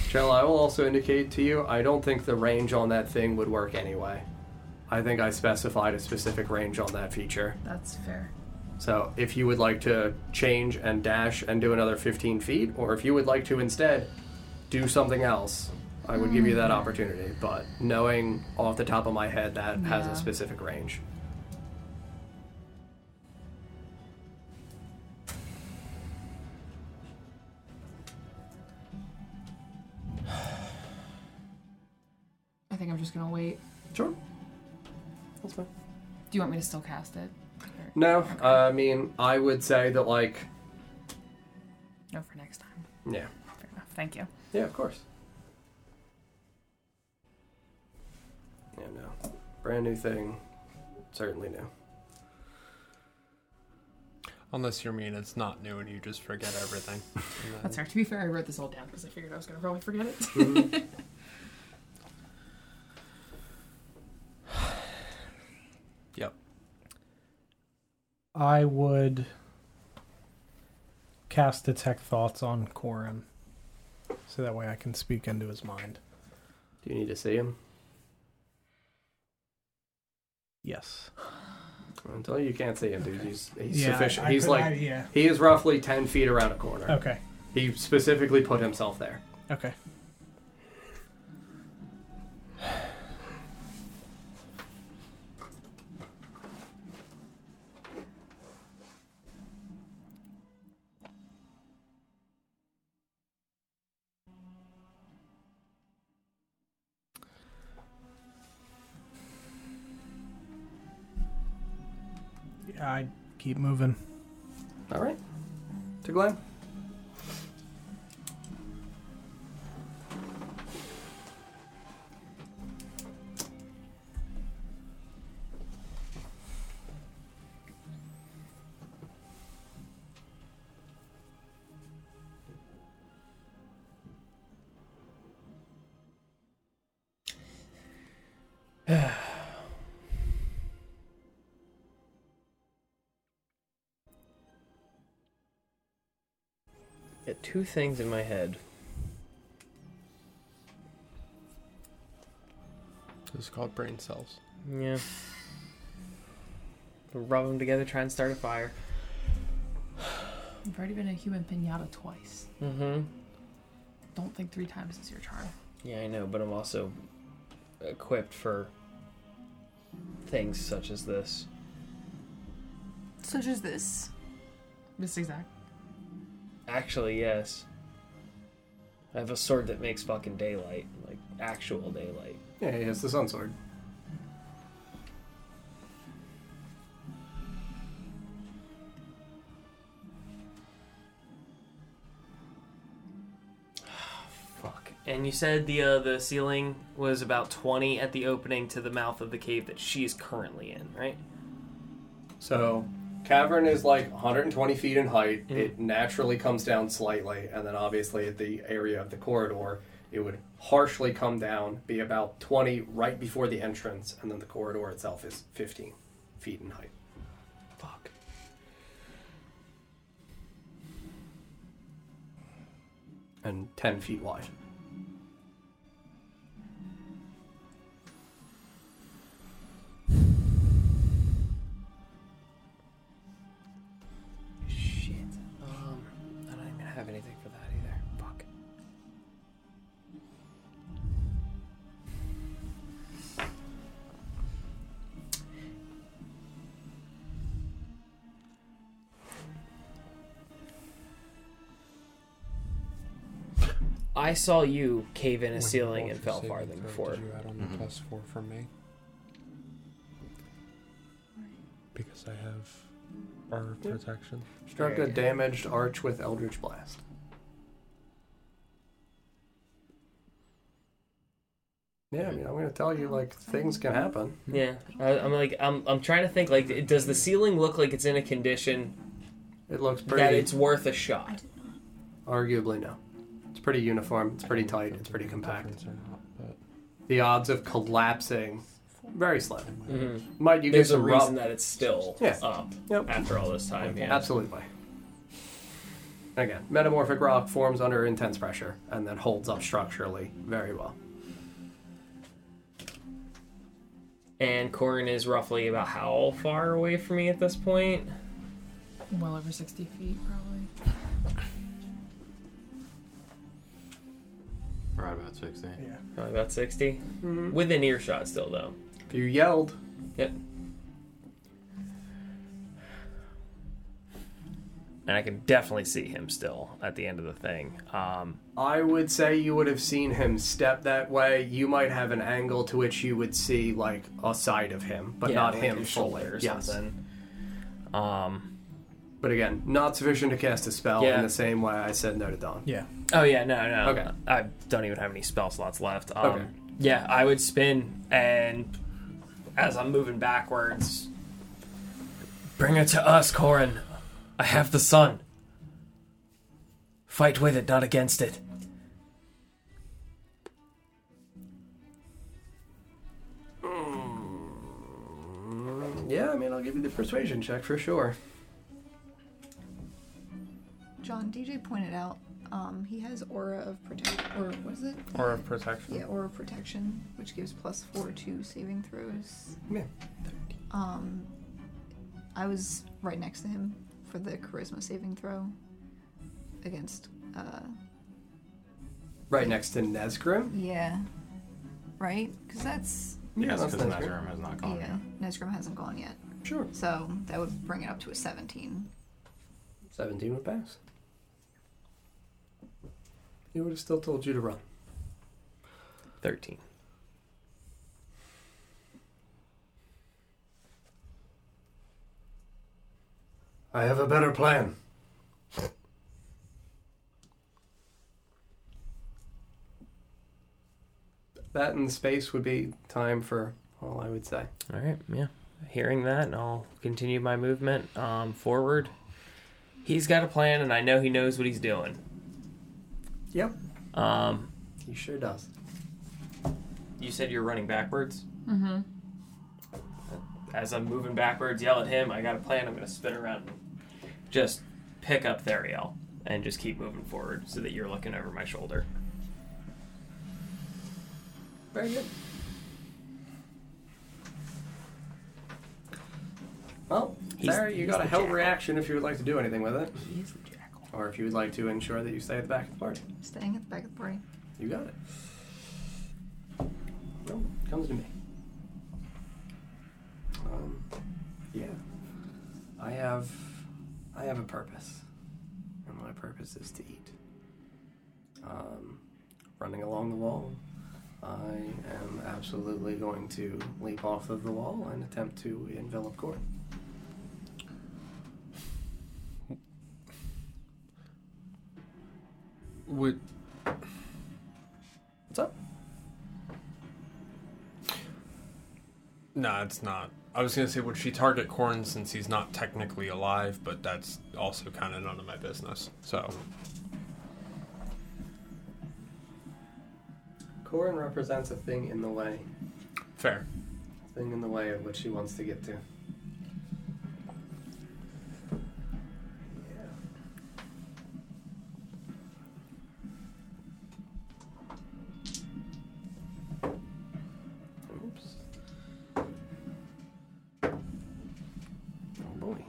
Chell, I will also indicate to you, I don't think the range on that thing would work anyway. I think I specified a specific range on that feature. That's fair. So if you would like to change and dash and do another 15 feet, or if you would like to instead do something else, I would give you that Hmm. opportunity. But knowing off the top of my head that has Yeah. a specific range. I think I'm just gonna wait. Sure. That's fine. Do you want me to still cast it? Or- No, I mean, I would say that, like, No, for next time. yeah. Fair enough. Thank you. Yeah, of course. Yeah, no. Brand new thing. Certainly new. Unless you mean it's not new and you just forget everything. And then- That's fair. To be fair, I wrote this all down because I figured I was gonna probably forget it. Mm-hmm. Yep. I would cast detect thoughts on Corin, so that way I can speak into his mind. Do you need to see him? Yes. Until you can't see him, dude. He's, he's Yeah, I- sufficient. I he's could- like I- yeah. he is roughly ten feet around a corner. Okay. He specifically put himself there. Okay. Yeah, I keep moving. All right. To Glenn. Got two things in my head. This is called brain cells. Yeah. Rub them together, try and start a fire. You've already been a human pinata twice. Mm-hmm. Don't think three times is your charm. Yeah, I know, but I'm also equipped for things such as this. Such as this. This exact. Actually, yes. I have a sword that makes fucking daylight, like actual daylight. Yeah, he has the sun sword. Fuck. And you said the uh, the ceiling was about 20 at the opening to the mouth of the cave that she is currently in, right? So, cavern is like 120 feet in height. It naturally comes down slightly, and then obviously at the area of the corridor, it would harshly come down, be about 20 right before the entrance, and then the corridor itself is 15 feet in height. Fuck. And 10 feet wide. Shit. Um, I don't even have anything for that either. Fuck. I saw you cave in a ceiling and fell farther than before. Did you add on the plus four from me? Because I have our protection. Construct a damaged arch with Eldritch Blast. Yeah, I mean, I'm gonna tell you, like, things can happen. Yeah, I, I'm like, I'm, I'm trying to think. Like, it- does the ceiling look like it's in a condition It looks that pretty. it's worth a shot? Arguably, no. It's pretty uniform. It's pretty tight. It's pretty compact. The odds of collapsing very slim. Might you Mm-hmm. There's get a some rough- reason that it's still Yeah. up Yep. after all this time. Yeah, Absolutely. Again, metamorphic rock forms under intense pressure and then holds up structurally very well. And Corin is roughly about how far away from me at this point? Well over 60 feet, probably. Right about 60. Yeah. Probably about 60 within earshot still, though. If you yelled, Yep. And I can definitely see him still at the end of the thing. Um, I would say you would have seen him step that way. You might have an angle to which you would see like a side of him, but yeah, not like him his fully. shoulder or yes. something. Um, but again, not sufficient to cast a spell Yeah. in the same way I said no to Dawn. Yeah. Oh yeah, no, no. Okay. I don't even have any spell slots left. Um, Okay. Yeah, I would spin, and as I'm moving backwards, bring it to us, Corin. I have the sun. Fight with it, not against it. Yeah, I mean, I'll give you the persuasion check for sure. John, DJ pointed out um, he has aura of protect, or what is it? Aura of protection. Yeah, aura of protection, which gives plus four to saving throws. Yeah. Um, I was right next to him for the charisma saving throw against Uh, Right next to Nesgrim? yeah. Right? Because that's. Yeah, Yes, that's because Nesgrim. Nazareth has not gone yeah, Nesgrim hasn't gone yet. Sure. So that would bring it up to a 17. 17 would pass. He would have still told you to run. 13. I have a better plan. That and space would be time for all I would say. All right, yeah. Hearing that, I'll continue my movement um, forward. He's got a plan, and I know he knows what he's doing. Yep. Um, he sure does. You said you're running backwards. Mm-hmm. As I'm moving backwards, yell at him. I got a plan. I'm going to spin around, and just pick up Theriel, and just keep moving forward so that you're looking over my shoulder. Very good. Well, He's- Sarah, you he's got a the hell jackal. reaction if you would like to do anything with it. He's the jackal. Or if you would like to ensure that you stay at the back of the party. Staying at the back of the party. You got it. Well, comes to me. Um, yeah. I have I have a purpose. And my purpose is to eat. Um, running along the wall, I am absolutely going to leap off of the wall and attempt to envelop Gordon. Would What's up? Nah, it's not. I was gonna say, would she target Corn since he's not technically alive? But that's also kind of none of my business. So Corin represents a thing in the way. fair. A thing in the way of what she wants to get to. Oops. Oh boy.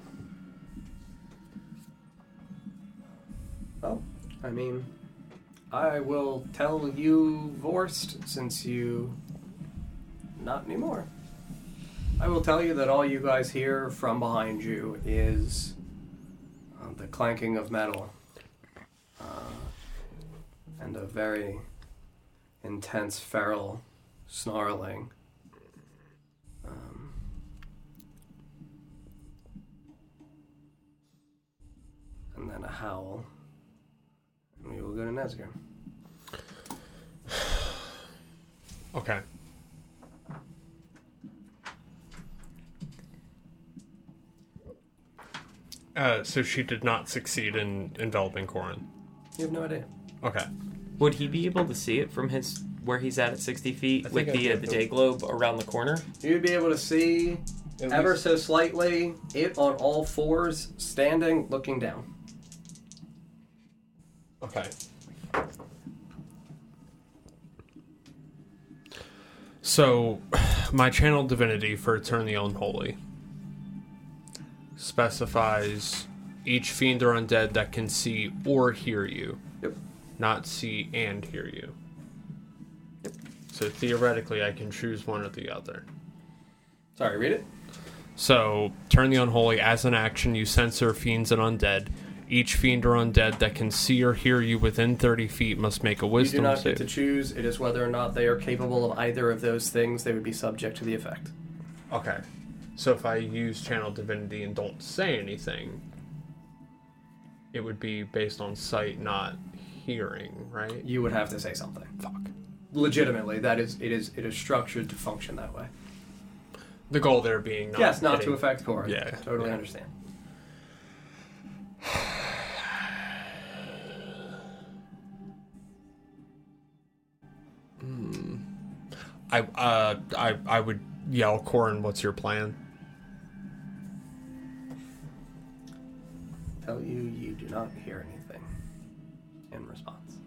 Well, I mean, I will tell you Vorst since you. Not anymore. I will tell you that all you guys hear from behind you is uh, the clanking of metal uh, and a very intense feral snarling. Um, and then a howl. And we will go to Nazgrim. Okay. Uh, so she did not succeed in enveloping Corin. You have no idea. Okay. Would he be able to see it from his where he's at at 60 feet with think I the uh, did the the- day globe around the corner? You'd be able to see At ever least- so slightly it on all fours, standing, looking down. Okay. So, my channel divinity for Turn the Unholy specifies each fiend or undead that can see or hear you. Yep. Not see and hear you. So, theoretically, I can choose one or the other. Sorry, read it. So, turn the unholy as an action. You censor fiends and undead. Each fiend or undead that can see or hear you within 30 feet must make a you do wisdom not save. get to choose. It is whether or not they are capable of either of those things. They would be subject to the effect. Okay. So if I use channel divinity and don't say anything, it would be based on sight, not hearing, right? You would have to say something. Fuck. Legitimately, that is it is it is structured to function that way. The goal there being not yes, not hitting- to affect core. Yeah, totally yeah. understand. Hmm. I uh I I would yell, Corin, what's your plan? Tell you, you do not hear anything in response.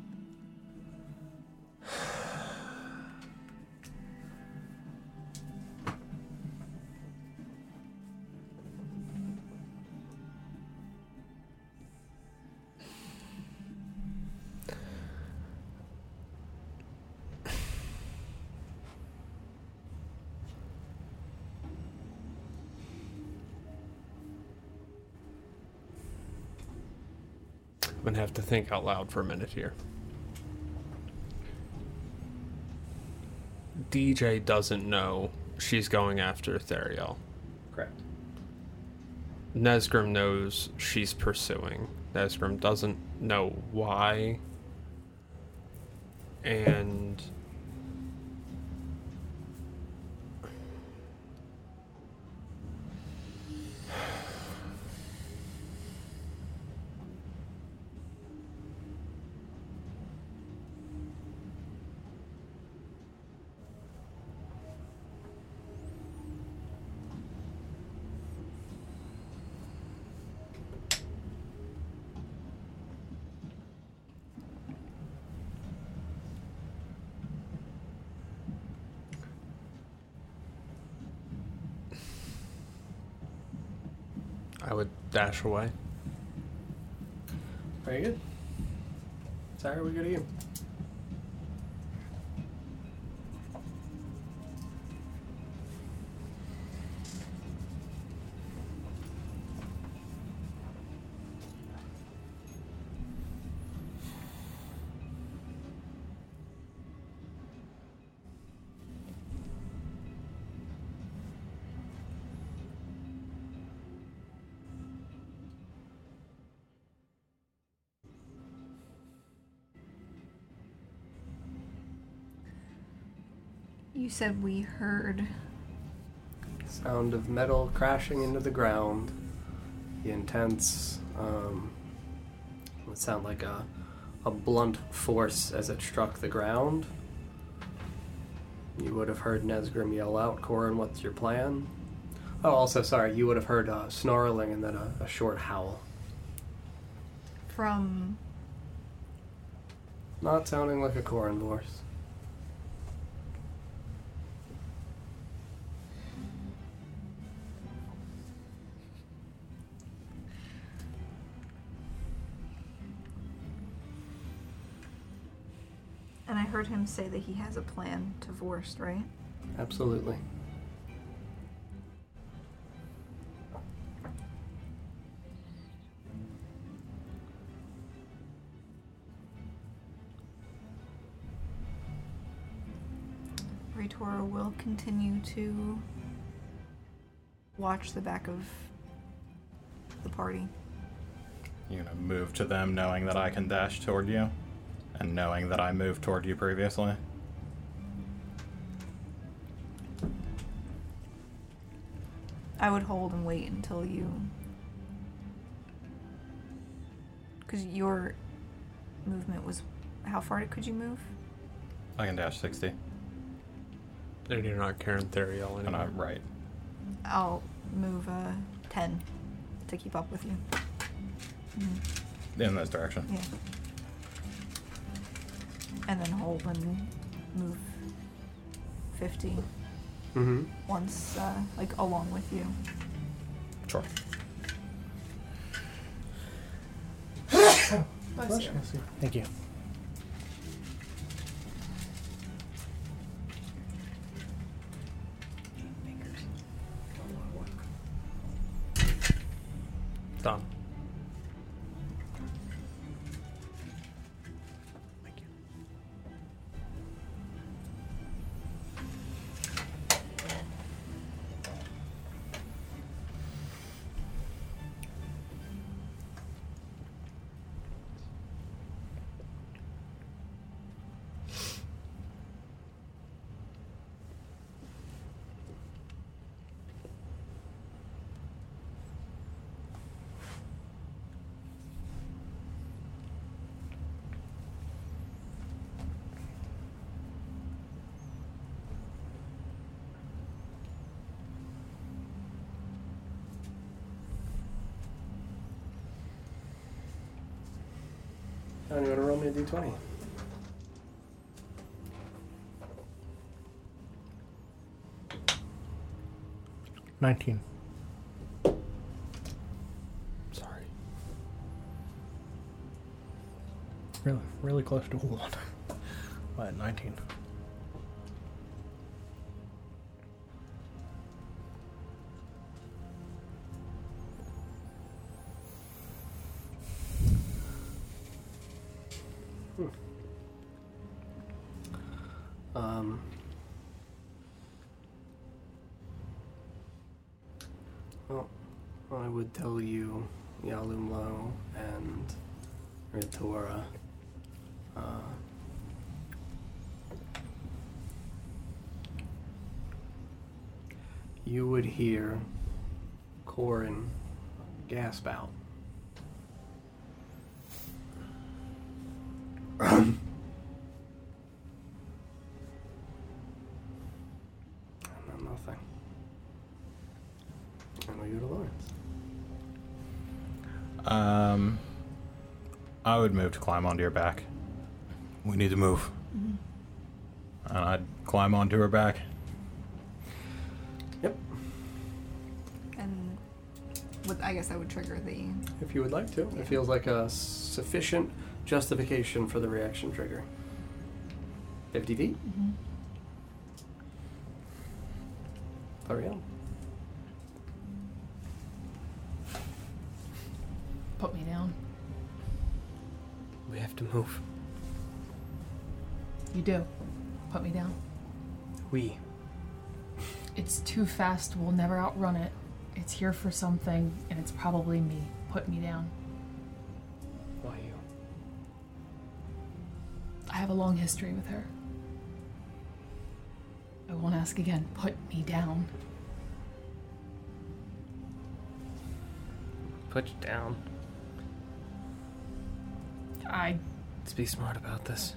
I'm gonna have to think out loud for a minute here. DJ doesn't know she's going after Theriel. Correct. Nesgrim knows she's pursuing. Nesgrim doesn't know why. And I would dash away. Very good. Sorry, we go to you. You said we heard. Sound of metal crashing into the ground. The intense, um, it would sound like a, a blunt force as it struck the ground. You would have heard Nesgrim yell out, Corin, what's your plan? Oh, also, sorry, you would have heard uh, snarling and then a, a short howl. From. Not sounding like a Corin voice. And I heard him say that he has a plan to Vorst, right? Absolutely. Raytora will continue to watch the back of the party. You're gonna move to them knowing that I can dash toward you, and knowing that I moved toward you previously. I would hold and wait until you. Because your movement was. How far could you move? I can dash 60. And you're not Karen Theriel anymore. And I'm right. I'll move uh, 10 to keep up with you. Mhm. In this direction. Yeah. And then hold and move 50 Mm-hmm. once, uh, like, along with you. Sure. Thank you. Done. John, you want to roll me a d20? Nineteen. Sorry. Really, really close to one. But nineteen. Um, Well, I would tell you, Yalumlo and Ritora, uh, you would hear Corin gasp out. And then nothing. And we go to Lawrence. Um, I would move to climb onto your back. We need to move. Mhm. And I'd climb onto her back. And with, I guess that would trigger the. If you would like to, it feels like a sufficient justification for the reaction trigger. 50 feet? Ariel. Put me down. We have to move. You do. Put me down. We. It's too fast. We'll never outrun it. It's here for something, and it's probably me. Put me down. Why you? I have a long history with her. I won't ask again. Put me down. Put you down. I Let's be smart about this.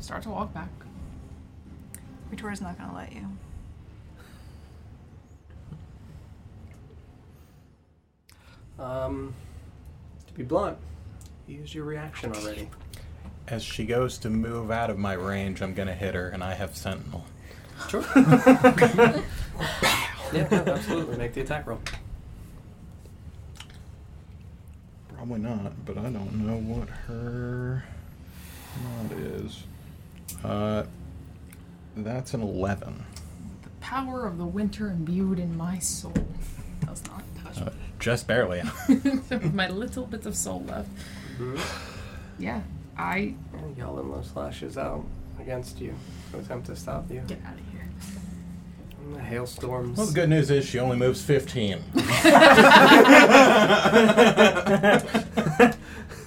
start to walk back. Ritora's not gonna let you. Um, to be blunt, use your reaction already. As she goes to move out of my range, I'm gonna hit her, and I have Sentinel. Sure. yeah, no, absolutely. Make the attack roll. Probably not, but I don't know what her mod is. Uh, that's an 11. The power of the winter imbued in my soul does not touch Uh, just barely. my little bits of soul left. Yeah, I Y'all in love slashes out against you to attempt to stop you. get out of here. And the hailstorms. Well, the good news is she only moves 15.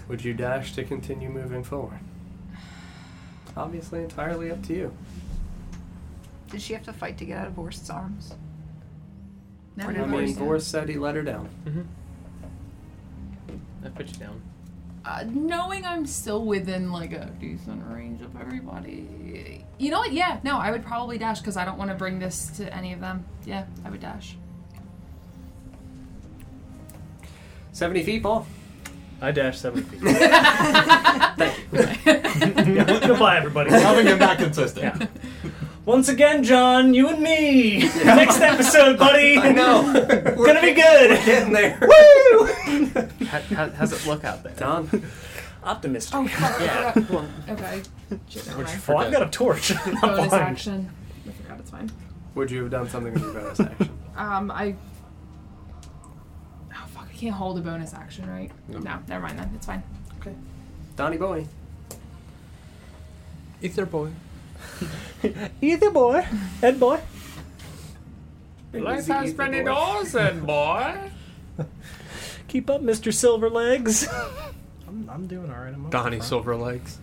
Would you dash to continue moving forward? Obviously, entirely up to you. Did she have to fight to get out of Vorst's arms? Now Or I did mean, Vorst- Boris said he let her down. I put you down. Uh, knowing I'm still within like a decent range of everybody, you know what? Yeah, no, I would probably dash because I don't want to bring this to any of them. Yeah, I would dash. 70 feet, Paul. I dash 70 feet. Thank you. Goodbye, everybody. Something is not consistent. Yeah. Once again, John, you and me. Next episode, buddy. I know. Gonna be good. We're getting there. Woo! How, how, how's it look out there? Don, Optimistic. Oh, Yeah. Okay. Oh, I've got a torch. Bonus action. I forgot it's mine. would you have done something with your bonus action? Um, I. Oh fuck! I can't hold a bonus action, right? No, never mind then. It's fine. Okay. Donnie Bowie. Ether boy. Either boy. Head boy. Life has many doors, and boy. Keep up, Mr. Silverlegs. I'm, I'm doing all right. I'm up Donnie front. Silverlegs.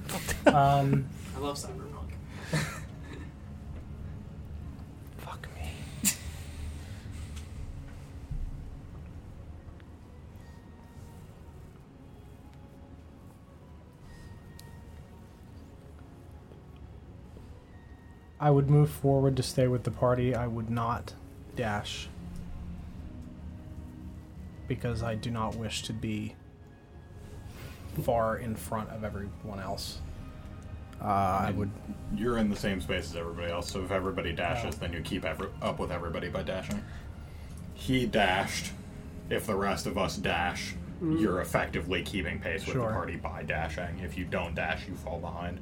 Um, I love cyberpunk. fuck me. I would move forward to stay with the party. I would not dash. Because I do not wish to be far in front of everyone else. Uh, I would. You're in the same space as everybody else, so if everybody dashes, Oh. then you keep every- up with everybody by dashing. He dashed. If the rest of us dash, Mm. you're effectively keeping pace with Sure. the party by dashing. If you don't dash, you fall behind.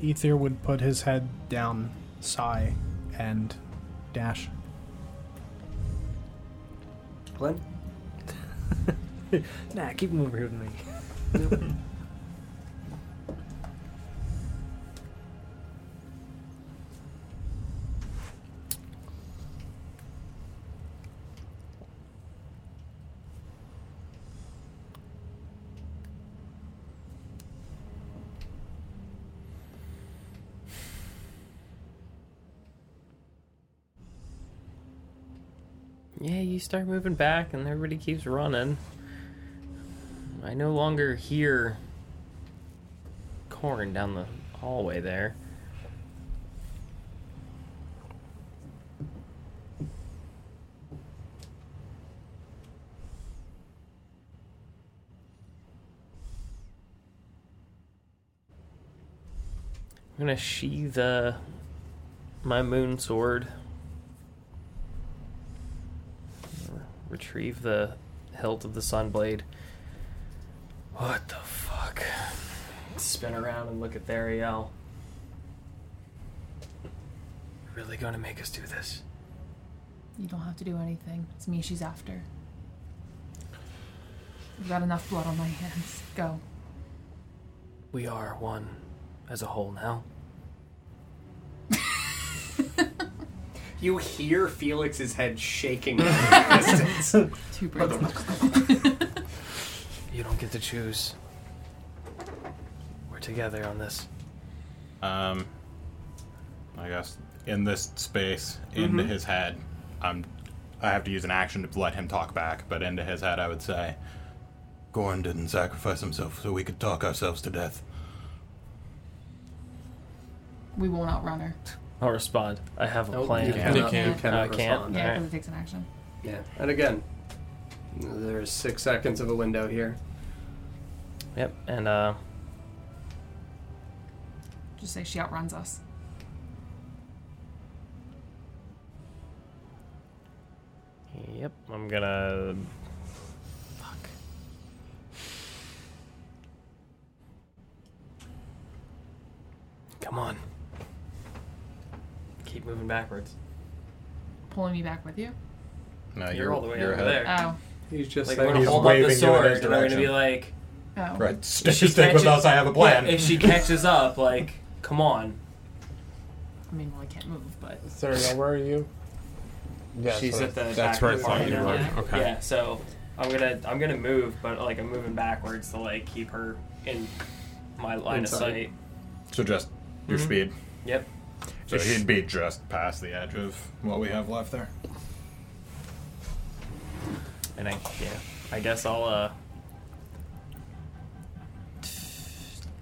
Ether would put his head down, sigh, and dash. Glenn? nah, keep him over here with me. Yeah, you start moving back, and everybody keeps running. I no longer hear Corn down the hallway there. I'm gonna sheath uh, my moon sword. Retrieve the hilt of the sun blade. What the fuck? Spin around and look at Theriel. Really gonna make us do this? You don't have to do anything. It's me she's after. I've got enough blood on my hands. Go. We are one as a whole now. You hear Felix's head shaking in the distance. Two brains. You don't get to choose. We're together on this. Um, I guess in this space, into Mhm. his head, I'm. I have to use an action to let him talk back, but into his head, I would say, Gorin didn't sacrifice himself so we could talk ourselves to death. We won't outrun her. I'll respond. I have a Nope, plan. you cannot- You Uh, can't. you cannot Oh, I can't. respond. Yeah, Alright. because it takes an action. Yeah, and again, there's six seconds of a window here. Yep, and uh, Just say she outruns us. yep, I'm gonna. Fuck. Come on. Keep moving backwards. Pulling me back with you. "No, You're you're, all the way you're over ahead. Uh, there. Oh. He's just like, saying- we're gonna He's hold up waving you the in sword, his and we're gonna be direction. like, Oh. Right, If stick she your stick with catches- us, I have a plan. Yeah, if she catches up, like, come on. I mean, well, I can't move, but. Sorry, where are you? Yeah, she's at the. back where I corner thought you now. were. Yeah. Okay. Yeah, so I'm gonna I'm gonna move, but like I'm moving backwards to like keep her in my line Inside. of sight. So just your Mhm. speed. Yep. So he'd be just past the edge of what we have left there. And I yeah, I guess I'll uh.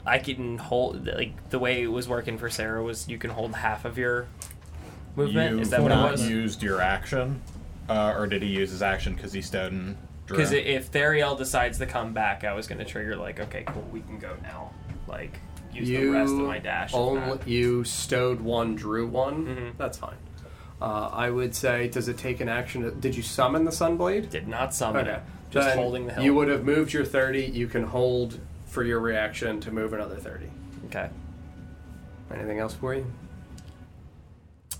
I can hold like the way it was working for Sarah was you can hold half of your movement. You Is that what it not was? used your action, uh, or did he use his action because he stowed and drew? Because if Theriel decides to come back, I was going to trigger like, okay, cool, we can go now. Like, use the rest of my dash. if only- not. Mm-hmm. you stowed one, drew one. That's fine. Uh, I would say, does it take an action? To, did you summon the Sunblade? Did not summon okay. it. Just Then holding the hilt. You would have moved your 30. You can hold for your reaction to move another 30. Okay. Anything else for you?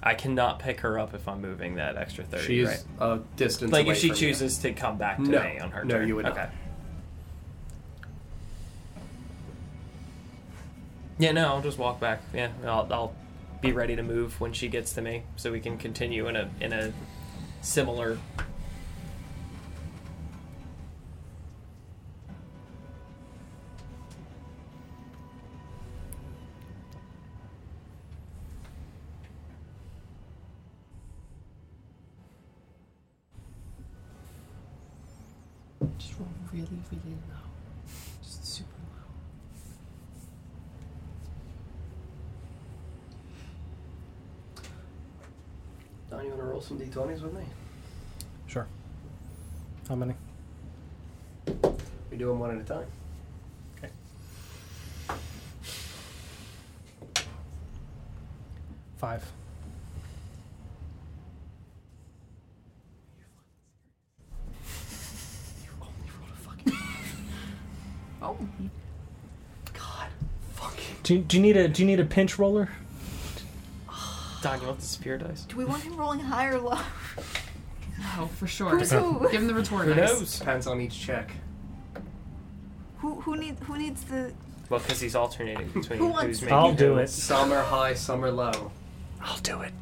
I cannot pick her up if I'm moving that extra thirty. She's right? a distance Like away if she from you. chooses to come back to No. me on her No, turn. you would not. okay. Yeah, no, I'll just walk back. Yeah, I'll, I'll be ready to move when she gets to me, so we can continue in a in a similar. Just roll really, really low. Just super low. Don, you want to roll some d20s with me? Sure. How many? We do them one at a time. Five. Oh, God, fucking Do, do you need a Do you need a pinch roller? Don, you want the spear dice? Do we want him rolling high or low? No, for sure. Who's who? Give him the retort Who dice. knows? Depends on each check. Who who needs who needs the Well, because he's alternating between Who wants who's to- making I'll who. do it. Some are high, some are low. I'll do it.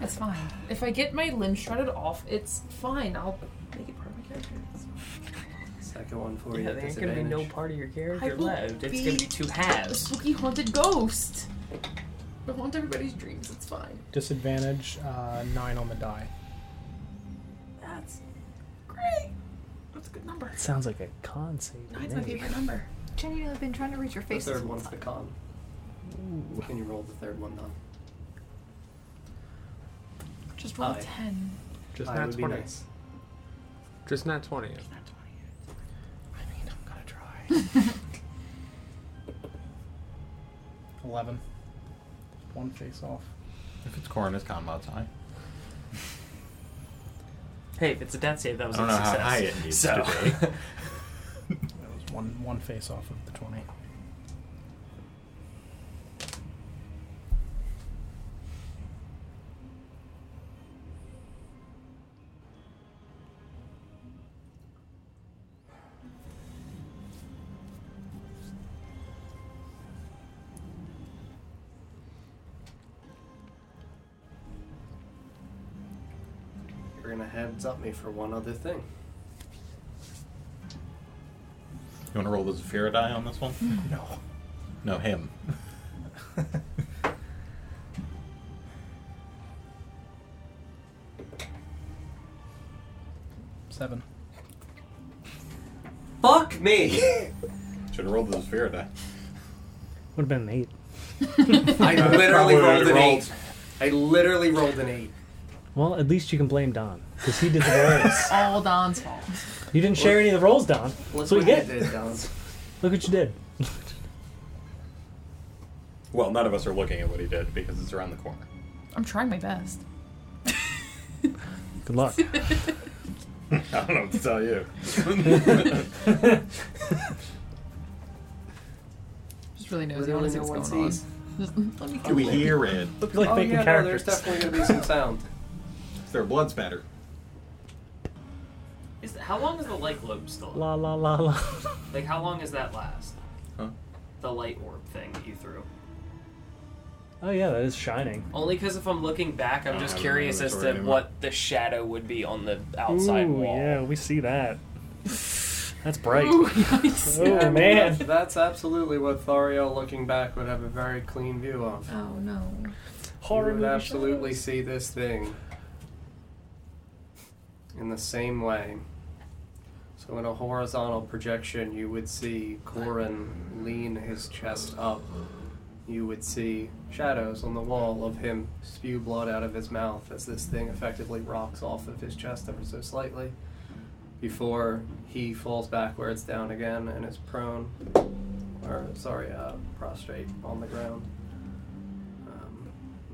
It's fine. If I get my limb shredded off, it's fine. I'll make it part of my character. Second one for you. Yeah, at there's gonna be no disadvantage. part of your I character will left. It's gonna be two The halves. spooky haunted ghost. I haunt everybody's dreams. It's fine. Disadvantage, uh, nine on the die. That's great. That's a good number. Sounds like a con save. to Nine's my me. favorite number. Jenny, I've been trying to read your The face. this third whole one's the time. con. Can you roll the third one, Don? Just roll a Aye. ten. Just Aye nat would be 20. nice. Just not 20. Eleven. One face off. If it's Corin, it's con mod's high. Hey, if it's a death save, that was I don't a know how success. high it needs so. to be. That was one one face off of the twenty. You're gonna heads up me for one other thing. You want to roll the Zephyr die on this one? No. No, him. Seven. Fuck me! Should have rolled the Zephyr die. Would have been an eight. I That's literally probably what rolled it an rolled. eight. I literally rolled an eight. Well, at least you can blame Don because he did the rolls. All Don's fault. you didn't share any of the rolls, Don. Look That's what you what get. I did, Don. Look what you did. Well, none of us are looking at what he did because it's around the corner. I'm trying my best. Good luck. I don't know what to tell you. Just really nosy. I want to see Really no what's one going sees. on. Just, let me Do we hear it? You're like oh making yeah, no, characters. there's definitely gonna be some sound. Is there blood spatter? Is, how long is the light globe still? up? La la la la. Like, how long does that last? Huh? The light orb thing that you threw. Oh yeah, that is shining. Only because if I'm looking back, I'm Oh, just I don't curious remember as this to already. what the shadow would be on the outside Ooh, wall. yeah, we see that. That's bright. Ooh, yikes. Oh, Yeah, man. that- that's absolutely what Thariel, looking back, would have a very clean view of. Oh no. You Horror would movie absolutely shadows. see this thing in the same way. So, in a horizontal projection, you would see Corin lean his chest up. You would see shadows on the wall of him spew blood out of his mouth as this thing effectively rocks off of his chest ever so slightly before he falls backwards down again and is prone, or sorry, uh, prostrate on the ground. Um,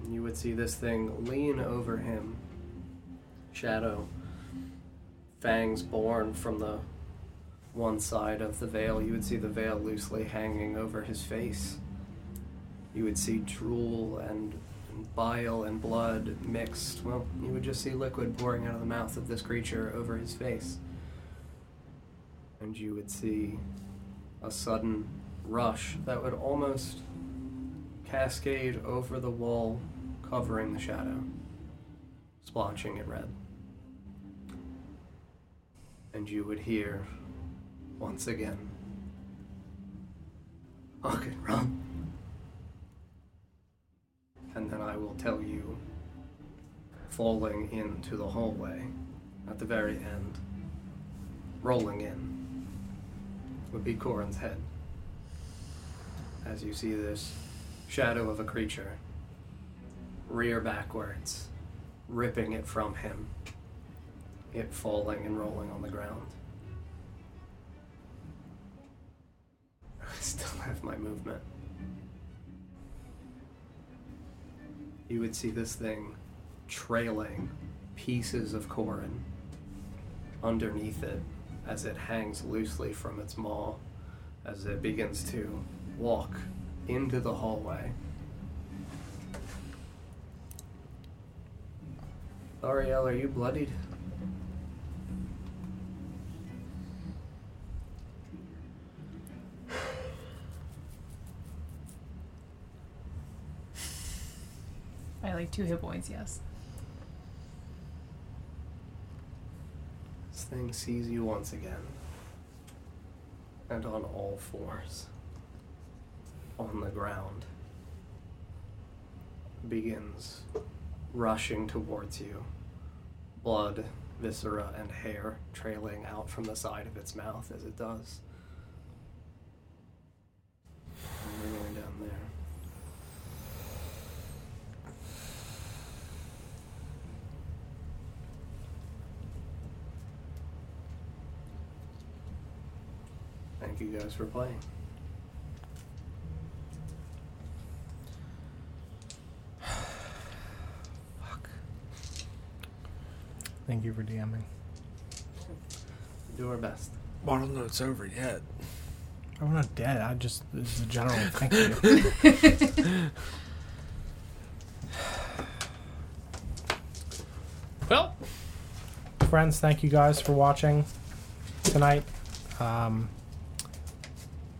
you would see this thing lean over him, shadow, fangs born from the one side of the veil. You would see the veil loosely hanging over his face. You would see drool and bile and blood mixed. Well, you would just see liquid pouring out of the mouth of this creature over his face. And you would see a sudden rush that would almost cascade over the wall, covering the shadow, splotching it red. And you would hear, once again, fucking run. And then I will tell you, falling into the hallway at the very end, rolling in, would be Corin's head. As you see this shadow of a creature, rear backwards, ripping it from him, it falling and rolling on the ground. I still have my movement. You would see this thing trailing pieces of Corin underneath it as it hangs loosely from its maw, as it begins to walk into the hallway. L'Oreal, are you bloodied? By like two hit points, yes. This thing sees you once again. And on all fours. On the ground. Begins rushing towards you. Blood, viscera, and hair trailing out from the side of its mouth as it does. And we're going down there. Thank you guys for playing. Thank you for DMing. Do our best. Well, I don't know it's over yet. Oh, I'm not dead. I just this is a general thank you. Well, friends, thank you guys for watching tonight. Um,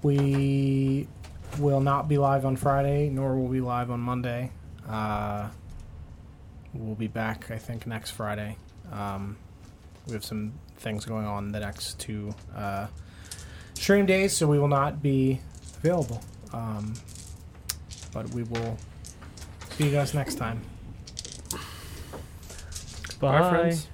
we will not be live on Friday, nor will we be live on Monday. Uh, we'll be back, I think, next Friday. Um, we have some things going on the next two uh, stream days, so we will not be available. Um, but we will see you guys next time. Bye, friends.